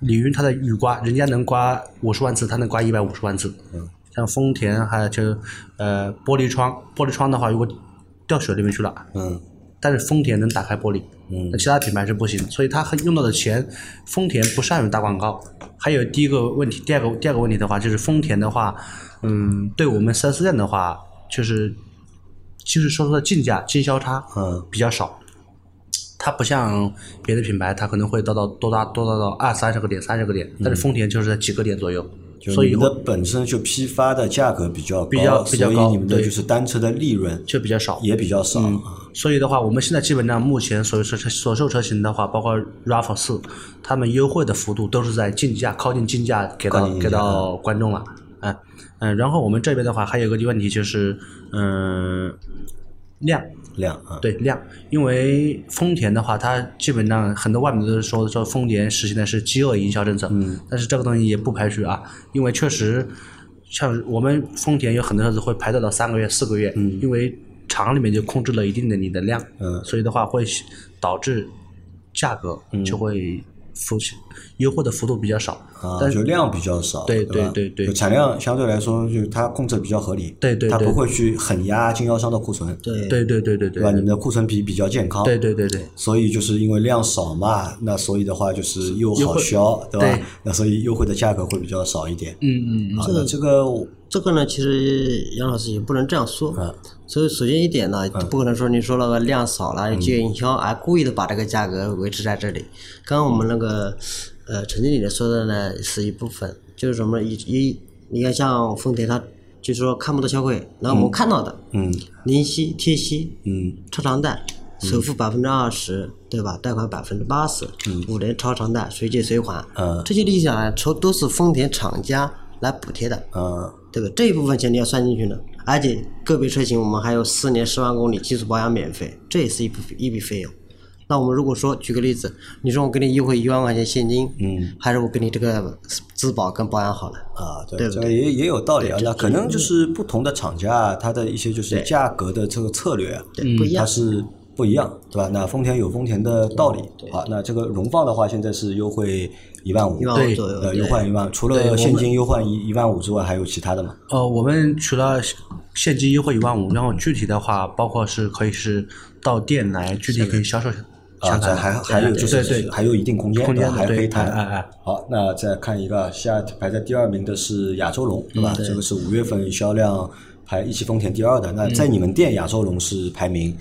[SPEAKER 3] 李云他的雨刮，人家能刮五十万次，他能刮一百五十万次。
[SPEAKER 2] 嗯，
[SPEAKER 3] 像丰田还有就呃玻璃窗，玻璃窗的话，如果掉水里面去了，
[SPEAKER 2] 嗯
[SPEAKER 3] 但是丰田能打开玻璃，
[SPEAKER 2] 嗯
[SPEAKER 3] 那其他品牌是不行，所以它很用到的钱，丰田不善于打广告。还有第一个问题，第二个第二个问题的话，就是丰田的话，嗯，对我们四 S 店的话，就是就是说出的竞价经销差
[SPEAKER 2] 嗯
[SPEAKER 3] 比较少，它不像别的品牌，它可能会到到多达多达到二三十个点、三十个点，但是丰田就是在几个点左右，
[SPEAKER 2] 嗯就
[SPEAKER 3] 所以
[SPEAKER 2] 你们
[SPEAKER 3] 会
[SPEAKER 2] 的本身就批发的价格比较高，
[SPEAKER 3] 比较比较
[SPEAKER 2] 所
[SPEAKER 3] 高
[SPEAKER 2] 以你们的
[SPEAKER 3] 对嗯
[SPEAKER 2] 就是单车的利润
[SPEAKER 3] 就比较少。
[SPEAKER 2] 也比较少。啊
[SPEAKER 3] 所以的话，我们现在基本上目前所有车所售车型的话，包括 RAV 四，他们优惠的幅度都是在竞价靠近竞价给
[SPEAKER 2] 靠
[SPEAKER 3] 到
[SPEAKER 2] 近竞价
[SPEAKER 3] 给到观众了，嗯嗯，然后我们这边的话还有一个问题就是，嗯、量
[SPEAKER 2] 量啊，
[SPEAKER 3] 对量，因为丰田的话，它基本上很多外面都是说说丰田实行的是饥饿营销政策，嗯，但是这个东西也不排除啊，因为确实像我们丰田有很多车子会排队到三个月、四个月，嗯，因为厂里面就控制了一定的你的量，
[SPEAKER 2] 嗯
[SPEAKER 3] 所以的话会导致价格就会幅优惠的幅度比较少，
[SPEAKER 2] 啊，
[SPEAKER 3] 但
[SPEAKER 2] 就量比较少，
[SPEAKER 3] 对
[SPEAKER 2] 吧
[SPEAKER 3] 对对对
[SPEAKER 2] 就产量相对来说，就它控制比较合理，
[SPEAKER 3] 对对
[SPEAKER 2] 它
[SPEAKER 3] 对
[SPEAKER 2] 不会去狠压经销商的库存，
[SPEAKER 4] 对
[SPEAKER 3] 对对对对对
[SPEAKER 2] 对吧？你们的库存比比较健康，
[SPEAKER 3] 对对对对，
[SPEAKER 2] 所以就是因为量少嘛，那所以的话就是又
[SPEAKER 3] 优
[SPEAKER 2] 好
[SPEAKER 3] 惠
[SPEAKER 2] 销，对吧？
[SPEAKER 3] 对
[SPEAKER 2] 那所以优惠的价格会比较少一点。
[SPEAKER 3] 嗯嗯嗯，
[SPEAKER 2] 啊，那这个我
[SPEAKER 4] 这个呢，其实杨老师也不能这样说。所以首先一点呢，不可能说你说那个量少了，饥饿营销，而哎故意的把这个价格维持在这里。刚刚我们那个呃陈经理的说的呢是一部分，就是什么一一你看像丰田它就是说看不到消费，然后我们看到的，
[SPEAKER 2] 嗯
[SPEAKER 4] 零息、贴息、
[SPEAKER 2] 嗯
[SPEAKER 4] 超长贷，首付百分之二十，对吧？贷款百分之八十，五年超长贷，随借随还，
[SPEAKER 2] 嗯
[SPEAKER 4] 这些利息啊，都都是丰田厂家来补贴的，
[SPEAKER 2] 呃
[SPEAKER 4] 对吧？这一部分钱你要算进去的，而且个别车型我们还有四年十万公里基础保养免费，这也是一部一笔费用。那我们如果说举个例子，你说我给你优惠一万块钱现金，嗯，还是我给你这个质保跟保养好了，
[SPEAKER 2] 啊，
[SPEAKER 4] 对
[SPEAKER 2] 对，
[SPEAKER 4] 不
[SPEAKER 2] 这
[SPEAKER 4] 对
[SPEAKER 2] 个也也有道理啊。那可能就是不同的厂家啊，它的一些就是价格的这个策略啊，
[SPEAKER 4] 对，不一
[SPEAKER 2] 它
[SPEAKER 4] 样，
[SPEAKER 2] 是不一样，对吧？那丰田有丰田的道理啊。那这个荣放的话，现在是优惠一万五，
[SPEAKER 4] 一万五左右，
[SPEAKER 2] 呃，
[SPEAKER 4] 对
[SPEAKER 2] 优惠一万，除了现金优惠一一万五之外，还有其他的吗？
[SPEAKER 3] 呃，我们除了现金优惠一万五，然后具体的话，包括是可以是到店来，具体可以销售
[SPEAKER 2] 啊，
[SPEAKER 3] 相
[SPEAKER 2] 这
[SPEAKER 3] 关
[SPEAKER 2] 还
[SPEAKER 3] 的。
[SPEAKER 2] 还有就
[SPEAKER 3] 对对
[SPEAKER 2] 是
[SPEAKER 3] 对
[SPEAKER 2] 还有一定空间，
[SPEAKER 3] 空间
[SPEAKER 2] 对吧
[SPEAKER 3] 的
[SPEAKER 2] 还可以
[SPEAKER 3] 对
[SPEAKER 2] 谈。
[SPEAKER 3] 哎哎哎
[SPEAKER 2] 好，那再看一个，下排在第二名的是亚洲龙，对吧？这个是五月份销量排一汽丰田第二的。那在你们店，亚洲龙是排名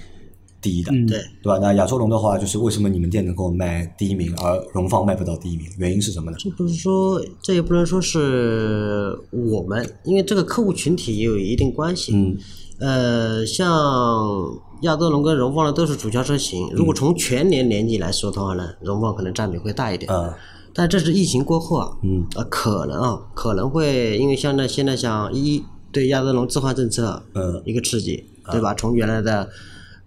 [SPEAKER 2] 第一的，
[SPEAKER 4] 对。
[SPEAKER 2] 对吧？那亚洲龙的话，就是为什么你们店能够卖第一名，而荣放卖不到第一名？原因是什么呢？
[SPEAKER 4] 这不是说，这也不能说是我们，因为这个客户群体也有一定关系。
[SPEAKER 2] 嗯，
[SPEAKER 4] 呃，像亚洲龙跟荣放呢都是主销车
[SPEAKER 2] 嗯
[SPEAKER 4] 型，如果从全年年纪来说的话呢，荣放可能占比会大一点。
[SPEAKER 2] 啊，
[SPEAKER 4] 但这是疫情过后啊，
[SPEAKER 2] 嗯，
[SPEAKER 4] 呃，可能啊，可能会因为像那现在像一对亚洲龙置换政策，啊
[SPEAKER 2] 嗯
[SPEAKER 4] 一个刺激，对吧？从原来的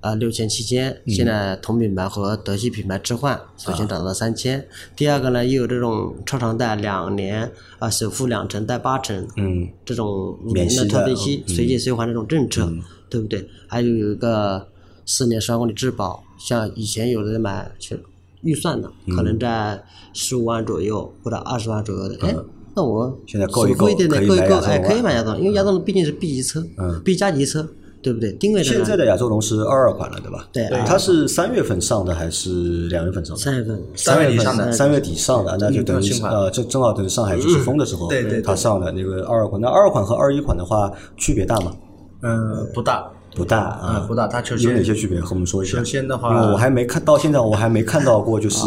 [SPEAKER 4] 呃六千七千，
[SPEAKER 2] 嗯
[SPEAKER 4] 现在同品牌和德系品牌置换，
[SPEAKER 2] 啊
[SPEAKER 4] 首先涨到三千。第二个呢，又有这种超长贷两年啊，首付两成贷八成，
[SPEAKER 2] 嗯，
[SPEAKER 4] 这种五
[SPEAKER 2] 免
[SPEAKER 4] 年
[SPEAKER 2] 息
[SPEAKER 4] 的
[SPEAKER 2] 的嗯
[SPEAKER 4] 特别息随借随还这种政策，对不对？还有一个四年十万公里质保，像以前有的人买去预算的，可
[SPEAKER 2] 嗯
[SPEAKER 4] 能在十五万左右或者二十万左右的，哎。那我
[SPEAKER 2] 现在够一
[SPEAKER 4] 首付
[SPEAKER 2] 够
[SPEAKER 4] 一点点，
[SPEAKER 2] 可以
[SPEAKER 4] 够一
[SPEAKER 2] 买
[SPEAKER 4] 够，
[SPEAKER 2] 亚洲
[SPEAKER 4] 哎，
[SPEAKER 2] 了嗯
[SPEAKER 4] 可以买亚洲龙，因为亚洲龙毕竟是 B 级车，B 加级车，对不对？定位
[SPEAKER 2] 现在
[SPEAKER 4] 的
[SPEAKER 2] 的亚洲龙是二二款了，对吧？
[SPEAKER 4] 对对
[SPEAKER 2] 它是三月份上的还是两月份上的？
[SPEAKER 4] 三月份，
[SPEAKER 2] 三
[SPEAKER 3] 月底
[SPEAKER 2] 份
[SPEAKER 3] 上
[SPEAKER 4] 的
[SPEAKER 2] 三月底上的，那就等于
[SPEAKER 3] 嗯
[SPEAKER 2] 呃，正正好等于上海就是封的时候，
[SPEAKER 3] 对对对
[SPEAKER 2] 它上的那个二二款。那二二款和二一款的话，区别大吗？
[SPEAKER 3] 嗯，不大，
[SPEAKER 2] 不大啊，
[SPEAKER 3] 嗯不大它就是
[SPEAKER 2] 有哪些区别？和我们说一下。
[SPEAKER 3] 首先的话啊
[SPEAKER 2] 因为我还没看到现在，我还没看到过就是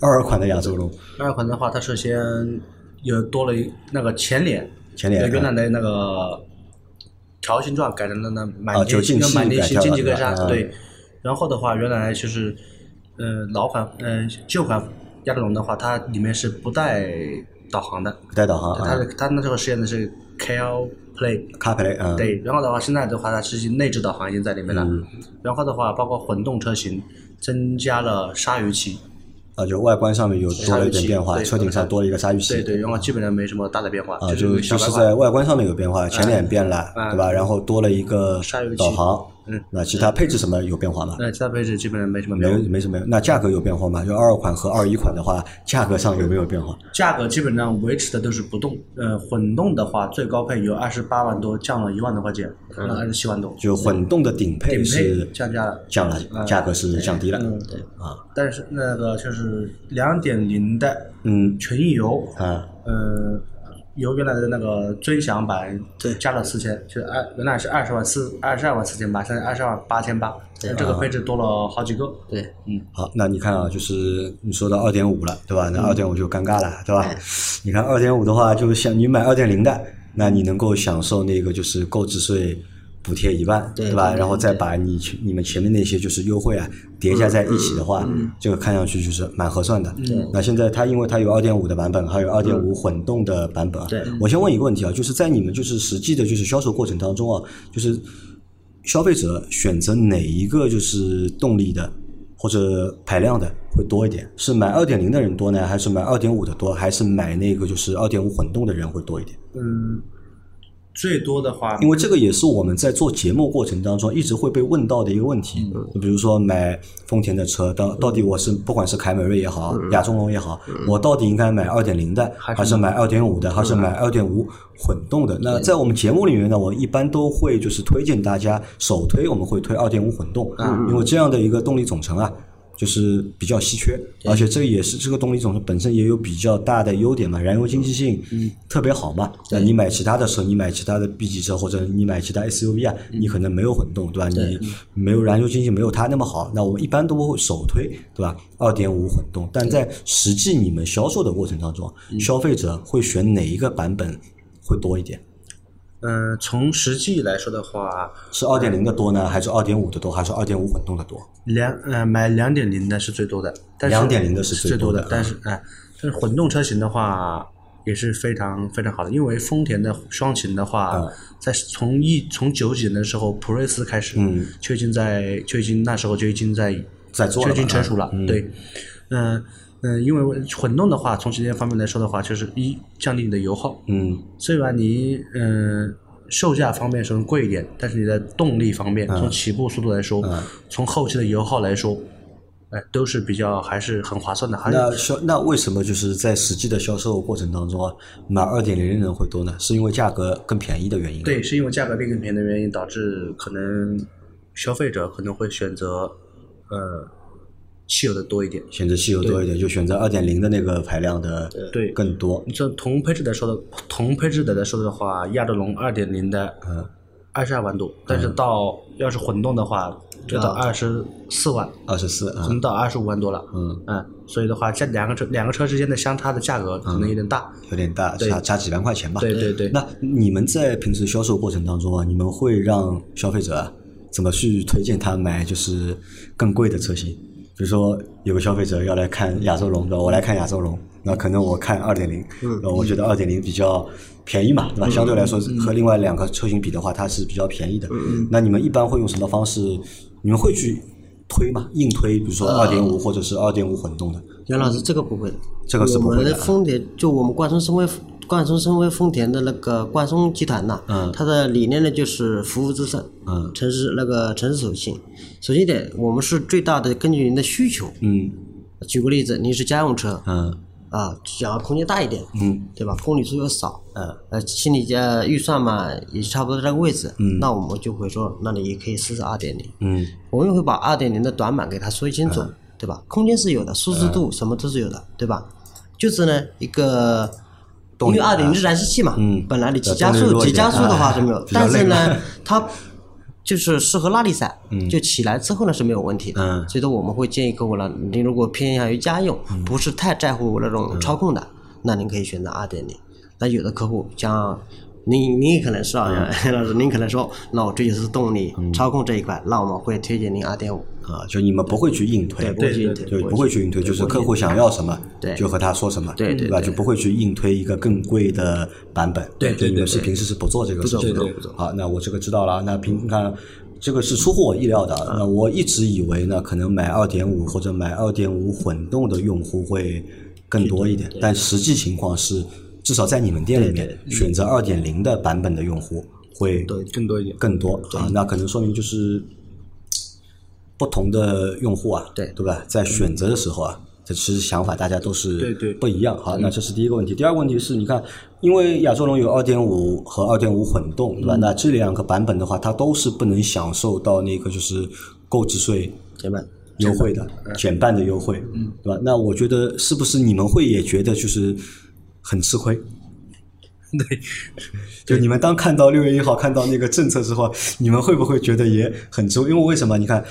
[SPEAKER 2] 二二款的亚洲龙。
[SPEAKER 3] 二款的话，它首先有多了一那个前脸，
[SPEAKER 2] 前脸嗯啊
[SPEAKER 3] 呃原来的那个条形状改成了那
[SPEAKER 2] 啊
[SPEAKER 3] 满
[SPEAKER 2] 九
[SPEAKER 3] 年
[SPEAKER 2] 进
[SPEAKER 3] 用
[SPEAKER 2] 气
[SPEAKER 3] 满年
[SPEAKER 2] 改
[SPEAKER 3] 型
[SPEAKER 2] 掉
[SPEAKER 3] 进
[SPEAKER 2] 了
[SPEAKER 3] 气
[SPEAKER 2] 对
[SPEAKER 3] 格
[SPEAKER 2] 吧
[SPEAKER 3] 栅
[SPEAKER 2] 啊
[SPEAKER 3] 对。然后的话，原来就是呃老款呃旧款亚洲龙的话，它里面是不带导航的，
[SPEAKER 2] 不带导航
[SPEAKER 3] 它
[SPEAKER 2] 啊
[SPEAKER 3] 是它那时候实验的是 KL Play。
[SPEAKER 2] ，CarPlay 啊，
[SPEAKER 3] 对，然后的话，现在的话，它实际内置导航已经在里面了。
[SPEAKER 2] 嗯
[SPEAKER 3] 然后的话，包括混动车型增加了鲨鱼鳍，
[SPEAKER 2] 啊，就外观上面有多了一点变
[SPEAKER 3] 鲨
[SPEAKER 2] 化，
[SPEAKER 3] 鱼鳍
[SPEAKER 2] 车顶上多了一个鲨鱼
[SPEAKER 3] 对
[SPEAKER 2] 鳍，
[SPEAKER 3] 对，然后基本上没什么大的变化，
[SPEAKER 2] 啊，
[SPEAKER 3] 是
[SPEAKER 2] 就
[SPEAKER 3] 小
[SPEAKER 2] 就是
[SPEAKER 3] 白款
[SPEAKER 2] 在外观上面有变化，前脸变了，
[SPEAKER 3] 嗯
[SPEAKER 2] 对吧？然后多了一个
[SPEAKER 3] 鲨鱼鳍
[SPEAKER 2] 导航，
[SPEAKER 3] 嗯，
[SPEAKER 2] 那其他配置什么有变化吗？
[SPEAKER 3] 那其他配置基本上没什么
[SPEAKER 2] 没
[SPEAKER 3] 变化。
[SPEAKER 2] 没什么，那价格有变化吗？就二二款和二一款的话，价格上有没有变化？
[SPEAKER 3] 价格基本上维持的都是不动。呃，混动的话，最高配由二十八万多降了一万多块钱，二十七万多。
[SPEAKER 2] 嗯就混动的顶配
[SPEAKER 3] 顶
[SPEAKER 2] 是
[SPEAKER 3] 配降价了，
[SPEAKER 2] 降了，价格是降低了。啊
[SPEAKER 3] 嗯，
[SPEAKER 4] 对，
[SPEAKER 3] 但是那个就是两点零的
[SPEAKER 2] 嗯
[SPEAKER 3] 全液油，
[SPEAKER 2] 啊，
[SPEAKER 3] 呃，由原来的那个尊享版
[SPEAKER 4] 对
[SPEAKER 3] 加了四千，就是二原来是二十万四二十二万四千八，现在二十二万八千八，
[SPEAKER 4] 对
[SPEAKER 3] 这个
[SPEAKER 2] 啊
[SPEAKER 3] 配置多了好几个。
[SPEAKER 4] 对，
[SPEAKER 2] 好，那你看啊，就是你说到二点五了，对吧？那二点五就尴尬了，对吧？你看二点五的话，就是想你买二点零的，那你能够享受那个就是购置税。补贴一万，
[SPEAKER 4] 对
[SPEAKER 2] 吧？
[SPEAKER 4] 对对
[SPEAKER 2] 然后再把你前你们前面那些就是优惠啊叠加在一起的话，这个看上去就是蛮合算的。
[SPEAKER 4] 嗯
[SPEAKER 2] 那现在它因为它有二点五的版本，还有二点五混动的版本啊。
[SPEAKER 4] 对
[SPEAKER 2] 我先问一个问题啊，就是在你们就是实际的就是销售过程当中啊，就是消费者选择哪一个就是动力的或者排量的会多一点？是买二点零的人多呢，还是买二点五的多，还是买那个就是二点五混动的人会多一点？
[SPEAKER 3] 嗯，最多的话，
[SPEAKER 2] 因为这个也是我们在做节目过程当中一直会被问到的一个问题。就比如说买丰田的车，到到底我是不管是凯美瑞也好，亚洲龙也好，我到底应该买二点零的，嗯还是买二嗯点五的，还是买二点五混动的？那在我们节目里面呢，我一般都会就是推荐大家首推我们会推二点五混动，因为这样的一个动力总成啊。就是比较稀缺，而且这也是这个动力总成本身也有比较大的优点嘛，燃油经济性特别好嘛。那你买其他的车，你买其他的 B 级车或者你买其他 SUV 啊，
[SPEAKER 3] 嗯
[SPEAKER 2] 你可能没有混动，对吧？你没有燃油经济性没有它那么好。那我们一般都会首推，对吧？二点五混动，但在实际你们销售的过程当中，
[SPEAKER 3] 嗯
[SPEAKER 2] 消费者会选哪一个版本会多一点？
[SPEAKER 3] 嗯、从实际来说的话，
[SPEAKER 2] 是二点零的多呢，还是二点五的多，还是二点五混动的多？
[SPEAKER 3] 两呃买两点零的是最多的，但是
[SPEAKER 2] 2.0的是
[SPEAKER 3] 是
[SPEAKER 2] 最多的
[SPEAKER 3] 多
[SPEAKER 2] 嗯
[SPEAKER 3] 的，但是哎、但是混动车型的话也是非常非常好的，因为丰田的双擎的话，
[SPEAKER 2] 嗯
[SPEAKER 3] 在从一从九几年的时候，普锐斯开始，
[SPEAKER 2] 嗯
[SPEAKER 3] 就已经在就已经那时候就已经在
[SPEAKER 2] 在做了
[SPEAKER 3] 就已经
[SPEAKER 2] 吧
[SPEAKER 3] 成熟了，
[SPEAKER 2] 嗯
[SPEAKER 3] 对，嗯、嗯、因为混动的话，从这些方面来说的话，就是一降低你的油耗，
[SPEAKER 2] 嗯，
[SPEAKER 3] 虽然你嗯、呃售价方面是贵一点，但是你在动力方面，
[SPEAKER 2] 嗯
[SPEAKER 3] 从起步速度来说，从后期的油耗来说，哎，都是比较还是很划算的。还
[SPEAKER 2] 那
[SPEAKER 3] 有
[SPEAKER 2] 销那为什么就是在实际的销售过程当中啊，买二点零的人会多呢？是因为价格更便宜的原因？
[SPEAKER 3] 对，，是因为价格变更便宜的原因，导致可能消费者可能会选择呃汽油的多一点。
[SPEAKER 2] 选择汽油多一点，就选择二点零的那个排量的
[SPEAKER 3] 对
[SPEAKER 2] 更多。
[SPEAKER 3] 你像同配置来说的，同配置的来说的话，亚洲龙二点零的，
[SPEAKER 2] 嗯，
[SPEAKER 3] 二十二万多，但是到要是混动的话，就
[SPEAKER 2] 嗯
[SPEAKER 3] 到二十四万。
[SPEAKER 2] 二十四啊
[SPEAKER 3] 可，能到二十五万多了。
[SPEAKER 2] 嗯
[SPEAKER 3] 所以的话，这两个车两个车之间的相差的价格可能有点大。
[SPEAKER 2] 有点大，
[SPEAKER 3] 对
[SPEAKER 2] 差差几万块钱吧。
[SPEAKER 3] 对对对，
[SPEAKER 2] 嗯那你们在平时销售过程当中啊，你们会让消费者啊怎么去推荐他买就是更贵的车型？比如说有个消费者要来看亚洲龙，对吧？我来看亚洲龙，那可能我看二点零，然后我觉得二点零比较便宜嘛，对吧？相对来说和另外两个车型比的话，它是比较便宜的。那你们一般会用什么方式？你们会去推吗？硬推，比如说二点五或者是二点五混动的，
[SPEAKER 4] 杨老师这个不会的，
[SPEAKER 2] 这个是不
[SPEAKER 4] 我
[SPEAKER 2] 会的啊
[SPEAKER 4] 们的丰田就我们冠村生辉冠松生辉丰田的那个 冠松集团呐，
[SPEAKER 2] 嗯
[SPEAKER 4] 它的理念呢就是服务至上，
[SPEAKER 2] 嗯，
[SPEAKER 4] 城市那个城市属性。首先一点，我们是最大的根据您的需求。
[SPEAKER 2] 嗯
[SPEAKER 4] 举个例子，你是家用车，
[SPEAKER 2] 嗯
[SPEAKER 4] 啊，想要空间大一点，
[SPEAKER 2] 嗯，
[SPEAKER 4] 对吧？公里数又少，
[SPEAKER 2] 嗯，
[SPEAKER 4] 呃，心里呃预算嘛也差不多在这个位置，嗯，那我们就会说，那你可以试试二点零，
[SPEAKER 2] 嗯，
[SPEAKER 4] 我们也会把二点零的短板给他说清楚，对吧？空间是有的，舒适度什么都是有的，对吧？就是呢一个。因为二点零是燃气器嘛，
[SPEAKER 2] 嗯
[SPEAKER 4] 本来你急
[SPEAKER 2] 呃
[SPEAKER 4] 加
[SPEAKER 2] 动力
[SPEAKER 4] 速，
[SPEAKER 2] 弱一
[SPEAKER 4] 急加
[SPEAKER 2] 点
[SPEAKER 4] 速的话
[SPEAKER 2] 哎
[SPEAKER 4] 是没有，
[SPEAKER 2] 比较
[SPEAKER 4] 但是
[SPEAKER 2] 累
[SPEAKER 4] 呢，它就是适合拉力赛，就起来之后呢是没有问题的。
[SPEAKER 2] 嗯
[SPEAKER 4] 所以说我们会建议客户呢，您如果偏向于家用，不是太在乎那
[SPEAKER 2] 嗯
[SPEAKER 4] 种操控的，那您可以选择二点零。那有的客户像您，您也可能是啊，
[SPEAKER 2] 嗯
[SPEAKER 4] 老师，您可能说，那我追求是动力、操控这一块，那我们会推荐您二点五。
[SPEAKER 2] 啊，就你们不会去硬推，
[SPEAKER 4] 对不会去硬推
[SPEAKER 2] 对，
[SPEAKER 4] 不会
[SPEAKER 2] 不会去硬推，就是客户想要什么，
[SPEAKER 4] 对
[SPEAKER 2] 就和他说什么，
[SPEAKER 4] 对对
[SPEAKER 2] 对吧？就不会去硬推一个更贵的版本，
[SPEAKER 3] 对对
[SPEAKER 2] 就你们
[SPEAKER 3] 对
[SPEAKER 2] 是平时是不做这个事情的
[SPEAKER 3] 不做不做不。
[SPEAKER 2] 好，那我这个知道了，那平看。这个是出乎我意料的。那我一直以为呢，可能买二点五或者买二点五混动的用户会更多一点，但实际情况是，至少在你们店里面，选择二点零的版本的用户会
[SPEAKER 3] 对，更多一点。
[SPEAKER 2] 更多啊，那可能说明就是不同的用户啊，
[SPEAKER 4] 对
[SPEAKER 2] 对吧？在选择的时候啊，这其实想法大家都是
[SPEAKER 3] 对对
[SPEAKER 2] 不一样。好，那这是第一个问题。第二个问题是，你看，因为亚洲龙有二点五和二点五混动，对吧？那这两个版本的话，它都是不能享受到那个就是购置税
[SPEAKER 4] 对吧？
[SPEAKER 2] 优惠的减半的优惠，对吧？那我觉得是不是你们会也觉得就是很吃亏？
[SPEAKER 3] 对，
[SPEAKER 2] 就你们当看到六月一号看到那个政策之后，你们会不会觉得也很吃亏？因为为什么？你看，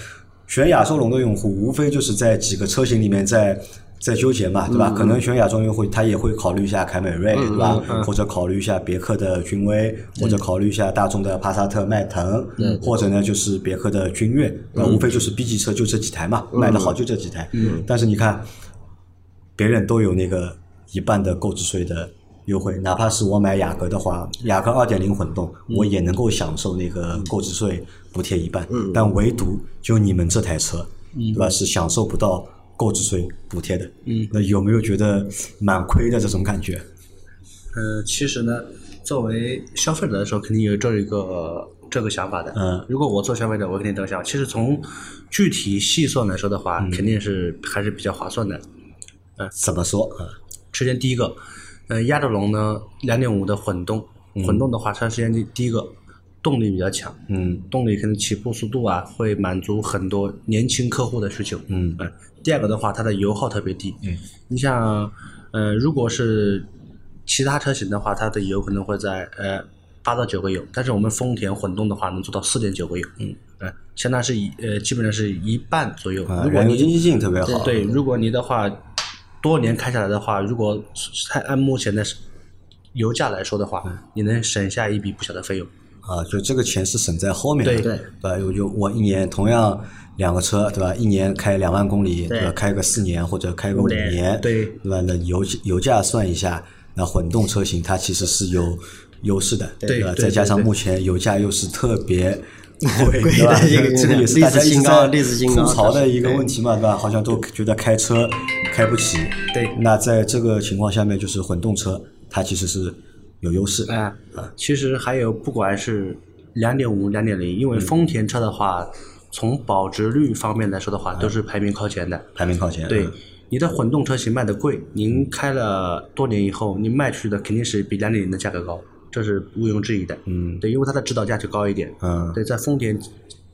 [SPEAKER 2] 选亚洲龙的用户，无非就是在几个车型里面在在纠结嘛，对吧？可能选亚洲龙用户，他也会考虑一下凯美瑞，对吧？或者考虑一下别克的君威，或者考虑一下大众的帕萨特、迈腾，或者呢就是别克的君越，那无非就是 B 级车就这几台嘛，卖得好就这几台。但是你看，别人都有那个一半的购置税的优惠，哪怕是我买雅阁的话，雅阁二点零混动，
[SPEAKER 3] 嗯
[SPEAKER 2] 我也能够享受那个购置税补贴一半，
[SPEAKER 3] 嗯
[SPEAKER 2] 但唯独就你们这台车，对吧？是享受不到购置税补贴的，嗯，那有没有觉得蛮亏的这种感觉？
[SPEAKER 3] 呃，其实呢，作为消费者来说，肯定有这一个、这个想法的。
[SPEAKER 2] 嗯
[SPEAKER 3] 如果我做消费者，我肯定这个想法。其实从具体细算来说的
[SPEAKER 2] 嗯
[SPEAKER 3] 话，肯定是还是比较划算的。
[SPEAKER 2] 怎么说啊？
[SPEAKER 3] 首先第一个，呃，亚洲龙呢，两点五的混动，混动的话，它首先第第一个动力比较强，
[SPEAKER 2] 嗯
[SPEAKER 3] 动力可能起步速度啊，会满足很多年轻客户的需求。
[SPEAKER 2] 嗯
[SPEAKER 3] 呃第二个的话，它的油耗特别低。
[SPEAKER 2] 嗯，
[SPEAKER 3] 你像，呃，如果是其他车型的话，它的油可能会在呃八到九个油，但是我们丰田混动的话，能做到四点九个油。嗯，呃，相当是一呃，基本上是一半左右。
[SPEAKER 2] 啊，
[SPEAKER 3] 如果
[SPEAKER 2] 燃油
[SPEAKER 3] 你
[SPEAKER 2] 经济性特别好，
[SPEAKER 3] 对，如果你的话，多年开下来的话，如果按按目前的油价来说的话，
[SPEAKER 2] 嗯
[SPEAKER 3] 你能省下一笔不小的费用。
[SPEAKER 2] 啊，就这个钱是省在后面的，
[SPEAKER 3] 对
[SPEAKER 4] 对
[SPEAKER 2] 吧？我就我一年同样两个车，对吧？一年开两万公里，
[SPEAKER 4] 对
[SPEAKER 2] 对吧？开个四年或者开个五
[SPEAKER 4] 年
[SPEAKER 2] 年，
[SPEAKER 3] 对
[SPEAKER 2] 对吧？那油油价算一下，那混动车型它其实是有优势的，
[SPEAKER 3] 对
[SPEAKER 2] 吧？
[SPEAKER 3] 对
[SPEAKER 2] 再加
[SPEAKER 3] 对
[SPEAKER 2] 上
[SPEAKER 3] 对
[SPEAKER 2] 目前油价又是特别。贵
[SPEAKER 4] 贵
[SPEAKER 2] 对吧
[SPEAKER 4] 的一个？
[SPEAKER 2] 这个也是
[SPEAKER 4] 历
[SPEAKER 2] 大
[SPEAKER 4] 史
[SPEAKER 2] 家一直
[SPEAKER 4] 新高
[SPEAKER 2] 在
[SPEAKER 4] 历史新
[SPEAKER 2] 吐
[SPEAKER 4] 高
[SPEAKER 2] 槽的
[SPEAKER 4] 这是
[SPEAKER 2] 一个
[SPEAKER 4] 对
[SPEAKER 2] 问题嘛，对吧？好像都觉得开车开不起。
[SPEAKER 3] 对
[SPEAKER 2] 那在这个情况下面，就是混动车它其实是有优势。
[SPEAKER 3] 哎、其实还有不管是两点五、两点零，
[SPEAKER 2] 嗯
[SPEAKER 3] 因为丰田车的话，从保值率方面来说的话，都是排名靠前的。
[SPEAKER 2] 排名靠前。
[SPEAKER 3] 对，你的混动车型卖的贵，您开了多年以后，你卖出去的肯定是比两点零的价格高，这是毋庸置疑的。
[SPEAKER 2] 嗯
[SPEAKER 3] 对，因为它的指导价就高一点。
[SPEAKER 2] 嗯，
[SPEAKER 3] 对，在丰田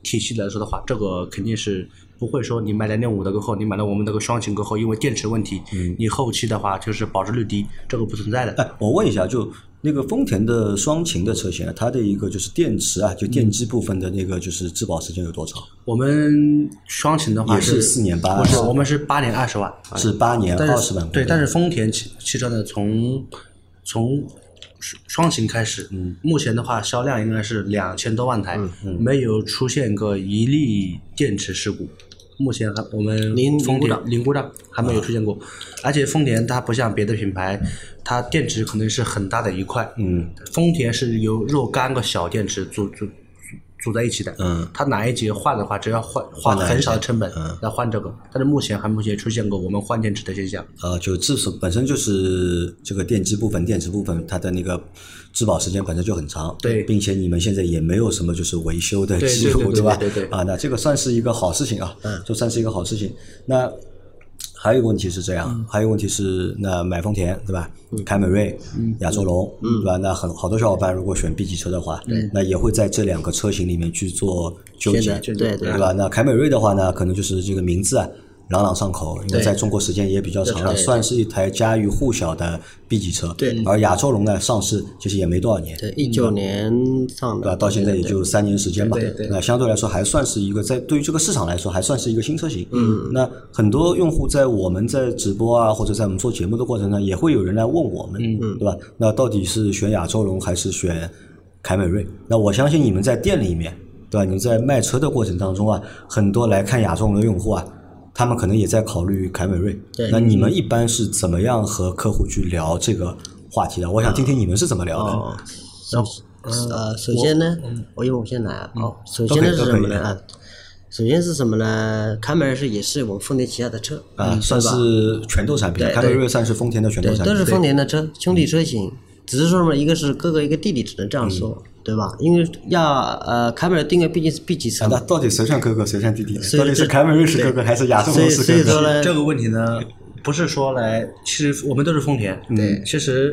[SPEAKER 3] 体系来说的话，这个肯定是不会说你买两点五的过后，你买了我们那个双擎过后，因为电池问题，
[SPEAKER 2] 嗯
[SPEAKER 3] 你后期的话就是保值率低，这个不存在的。
[SPEAKER 2] 哎，我问一下，就那个丰田的双擎的车型啊，它的一个就是电池啊，就
[SPEAKER 3] 嗯
[SPEAKER 2] 电机部分的那个就是质保时间有多长？
[SPEAKER 3] 我们双擎的话
[SPEAKER 2] 也是
[SPEAKER 3] 是
[SPEAKER 2] 四年八
[SPEAKER 3] 不是，我们是八年二十万，啊
[SPEAKER 2] 是八年
[SPEAKER 3] 但
[SPEAKER 2] 二十
[SPEAKER 3] 是
[SPEAKER 2] 万公里。
[SPEAKER 3] 对，但是丰田汽汽车呢，从从双双擎开始，
[SPEAKER 2] 嗯
[SPEAKER 3] 目前的话销量应该是两千多万台，没有出现过一例电池事故。目前还我们
[SPEAKER 4] 零
[SPEAKER 3] 丰
[SPEAKER 4] 零故
[SPEAKER 3] 田
[SPEAKER 4] 障
[SPEAKER 3] 零故障还没有
[SPEAKER 2] 啊
[SPEAKER 3] 出现过，而且丰田它不像别的品牌，它电池可能是很大的一块，
[SPEAKER 2] 嗯，
[SPEAKER 3] 丰田是由若干个小电池组组组组在一起的，
[SPEAKER 2] 嗯，
[SPEAKER 3] 它哪一节换的话，只要换花
[SPEAKER 2] 哪一
[SPEAKER 3] 很少的
[SPEAKER 2] 节
[SPEAKER 3] 成本
[SPEAKER 2] 嗯
[SPEAKER 3] 来换这个，但是目前还没有出现过我们换电池的现象。
[SPEAKER 2] 呃，就至少本身就是这个电机部分、电池部分，它的那个质保时间本身就很长，
[SPEAKER 3] 对
[SPEAKER 2] 并且你们现在也没有什么就是维修的
[SPEAKER 3] 对
[SPEAKER 2] 记
[SPEAKER 3] 对对
[SPEAKER 2] 录，
[SPEAKER 3] 对
[SPEAKER 2] 吧？
[SPEAKER 3] 对对对
[SPEAKER 2] 啊，那这个算是一个好事情啊，嗯，这算是一个好事情。那还有一个问题是这样，
[SPEAKER 3] 嗯
[SPEAKER 2] 还有一个问题是，那买丰田对吧？凯美瑞、
[SPEAKER 3] 嗯
[SPEAKER 2] 亚洲龙，对吧？那很好多小伙伴如果选 B 级车的话，那也会在这两个车型里面去做纠
[SPEAKER 4] 选
[SPEAKER 2] 结
[SPEAKER 4] 择，对对
[SPEAKER 2] 对吧？那凯美瑞的话呢，可能就是这个名字啊。朗朗上口，因为
[SPEAKER 3] 对
[SPEAKER 2] 在中国时间也比较长了，
[SPEAKER 4] 对
[SPEAKER 2] 算是一台家喻户晓的 B 级车。
[SPEAKER 4] 对
[SPEAKER 2] 而亚洲龙呢，上市其实也没多少年，
[SPEAKER 4] 对，一九年上
[SPEAKER 2] 嗯对吧？
[SPEAKER 4] 的，
[SPEAKER 2] 到现在也就三年时间吧
[SPEAKER 3] 对对。
[SPEAKER 2] 那相对来说还算是一个在对于这个市场来说还算是一个新车型。嗯。那很多用户在我们在直播啊，或者在我们做节目的过程中，也会有人来问我们，嗯，对吧？那到底是选亚洲龙还是选凯美瑞？那我相信你们在店里面，对吧？你们在卖车的过程当中啊，很多来看亚洲龙的用户啊。他们可能也在考虑凯美瑞，
[SPEAKER 4] 对
[SPEAKER 2] 那你们一般是怎么样和客户去聊这个话题的？我想听听你们是怎么聊的。
[SPEAKER 4] 哦，
[SPEAKER 3] 然后
[SPEAKER 4] 呃，首先呢，
[SPEAKER 2] 嗯
[SPEAKER 4] 我因为我先来啊，哦，首
[SPEAKER 2] 都
[SPEAKER 4] 先
[SPEAKER 2] 可以
[SPEAKER 4] 呢
[SPEAKER 2] 都
[SPEAKER 4] 是
[SPEAKER 2] 可
[SPEAKER 4] 什么
[SPEAKER 2] 以
[SPEAKER 4] 呢？啊，首先是什么呢？凯美瑞是也是我们丰田旗下的车
[SPEAKER 2] 啊，算
[SPEAKER 4] 嗯吧
[SPEAKER 2] 是拳头产品，
[SPEAKER 4] 对
[SPEAKER 2] 凯美
[SPEAKER 4] 对
[SPEAKER 2] 瑞算是丰田的拳头
[SPEAKER 4] 对，
[SPEAKER 2] 产
[SPEAKER 4] 都
[SPEAKER 2] 品，
[SPEAKER 4] 是丰田的车，兄弟车型，
[SPEAKER 2] 嗯
[SPEAKER 4] 只是说什么，一个是哥哥，一个弟弟，只能这样说，对吧？因为要呃，凯美瑞定位毕竟是 B 级车
[SPEAKER 2] 啊那
[SPEAKER 4] 嘛，
[SPEAKER 2] 到底谁算哥哥，谁算弟弟呢？
[SPEAKER 4] 所以
[SPEAKER 2] 到底是
[SPEAKER 4] 这
[SPEAKER 2] 凯美瑞是哥哥，还是亚洲
[SPEAKER 4] 所以
[SPEAKER 2] 龙是
[SPEAKER 4] 所以
[SPEAKER 2] 哥
[SPEAKER 4] 说
[SPEAKER 2] 哥？
[SPEAKER 4] 呢，
[SPEAKER 3] 呃这个问题呢，不是说来，其实我们都是丰田。
[SPEAKER 2] 对
[SPEAKER 3] 其实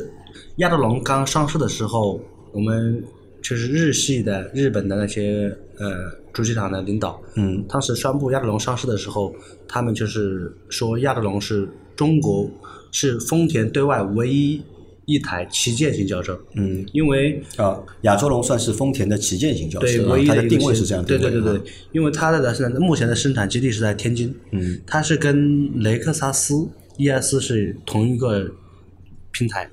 [SPEAKER 3] 亚洲龙刚上市的时候，我们就是日系的日本的那些呃主机厂的领导，
[SPEAKER 2] 嗯，
[SPEAKER 3] 当时宣布亚洲龙上市的时候，他们就是说亚洲龙是中国是丰田对外唯一一台旗舰型轿车，
[SPEAKER 2] 嗯，
[SPEAKER 3] 因为
[SPEAKER 2] 啊，亚洲龙算是丰田的旗舰型轿车，
[SPEAKER 3] 对，
[SPEAKER 2] 啊
[SPEAKER 3] 唯一
[SPEAKER 2] 它
[SPEAKER 3] 的
[SPEAKER 2] 的
[SPEAKER 3] 一个
[SPEAKER 2] 定位
[SPEAKER 3] 新
[SPEAKER 2] 是这样定
[SPEAKER 3] 对
[SPEAKER 2] 位的
[SPEAKER 3] 对
[SPEAKER 2] 啊，
[SPEAKER 3] 对对，因为它的现在目前的生产基地是在天津，
[SPEAKER 2] 嗯，
[SPEAKER 3] 它是跟雷克萨斯 ES 是同一个平台，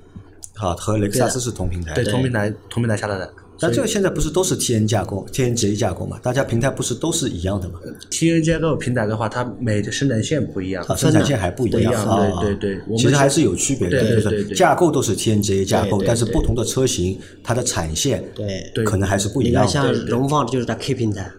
[SPEAKER 2] 好，和雷克萨斯是同平台，
[SPEAKER 3] 对，同平台同平台下来的。
[SPEAKER 2] 但这个现在不是都是 TN 架构、TNGA 架构嘛？大家平台不是都是一样的嘛？
[SPEAKER 3] T N 架构平台的话，它每个生产线不一样，
[SPEAKER 2] 啊，生产线还不一
[SPEAKER 3] 不一
[SPEAKER 2] 样
[SPEAKER 3] 样
[SPEAKER 2] 啊，
[SPEAKER 3] 对对对我们
[SPEAKER 2] 其实
[SPEAKER 3] 是
[SPEAKER 2] 还是有区别的，
[SPEAKER 3] 对
[SPEAKER 2] 就
[SPEAKER 3] 对
[SPEAKER 2] 是
[SPEAKER 3] 对对
[SPEAKER 2] 架构都是 TNGA 架构，
[SPEAKER 4] 对对
[SPEAKER 2] 但是
[SPEAKER 4] 对
[SPEAKER 2] 不同的车型它的产线
[SPEAKER 4] 对
[SPEAKER 3] 对
[SPEAKER 2] 可能还是不一
[SPEAKER 4] 你
[SPEAKER 2] 样
[SPEAKER 4] 看
[SPEAKER 2] 的
[SPEAKER 4] 像荣放就是在 K 平台，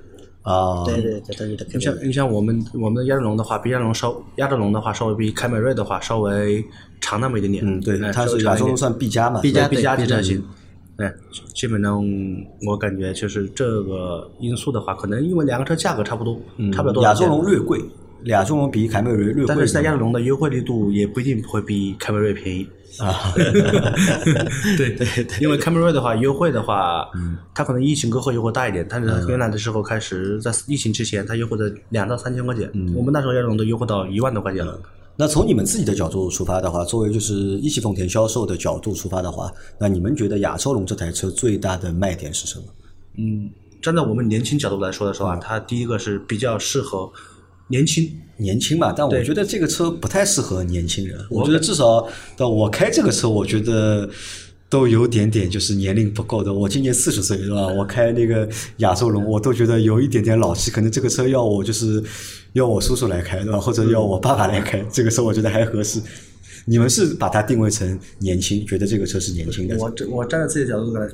[SPEAKER 2] 啊。
[SPEAKER 4] 对对对，它就是在
[SPEAKER 3] 你
[SPEAKER 4] K 平
[SPEAKER 3] 像
[SPEAKER 4] 台，
[SPEAKER 3] 你像我们我们的亚洲龙的话，比亚洲龙稍亚洲龙的话稍微比凯美瑞的话稍微长那么一点点，
[SPEAKER 2] 嗯，对，
[SPEAKER 3] 哎
[SPEAKER 2] 它
[SPEAKER 3] 稍
[SPEAKER 2] 是
[SPEAKER 3] 微长
[SPEAKER 2] 亚
[SPEAKER 3] 一
[SPEAKER 2] 洲
[SPEAKER 3] 点
[SPEAKER 2] 龙算 B 加嘛
[SPEAKER 4] B 加
[SPEAKER 3] 对
[SPEAKER 4] 对
[SPEAKER 3] B 加
[SPEAKER 4] 对
[SPEAKER 3] 集成型。哎，基本上我感觉就是这个因素的话，可能因为两个车价格差不多，差不了多
[SPEAKER 2] 嗯
[SPEAKER 3] 少
[SPEAKER 2] 亚
[SPEAKER 3] 钱
[SPEAKER 2] 洲龙略贵，亚洲龙比凯美瑞略
[SPEAKER 3] 嗯但
[SPEAKER 2] 贵
[SPEAKER 3] 是
[SPEAKER 2] 一
[SPEAKER 3] 在亚
[SPEAKER 2] 点。
[SPEAKER 3] 洲龙的优惠力度也不一定会比凯美瑞便宜
[SPEAKER 2] 啊。
[SPEAKER 3] 对对对，因为凯美瑞的话，优惠的话，它可能疫情过后优惠大一点，但是它原来的时候开始在疫情之前，它优惠的两到三千块钱，我们那时候亚洲龙都优惠到一万多块钱了。
[SPEAKER 2] 那从你们自己的角度出发的话，作为就是一汽丰田销售的角度出发的话，那你们觉得亚洲龙这台车最大的卖点是什么？
[SPEAKER 3] 嗯，站在我们年轻角度来说的时候啊，它第一个是比较适合年轻，
[SPEAKER 2] 年轻嘛，但我
[SPEAKER 3] 对
[SPEAKER 2] 觉得这个车不太适合年轻人。我觉得至少到我开这个车，我觉得都有点点就是年龄不够的。我今年四十岁是 吧？我开那个亚洲龙，我都觉得有一点点老气。可能这个车要我就是要我叔叔来开对吧？或者
[SPEAKER 3] 嗯
[SPEAKER 2] 要我爸爸来开，这个车我觉得还合适。你们是把它定位成年轻，觉得这个车是年轻的车？
[SPEAKER 3] 我这我站在自己的角度来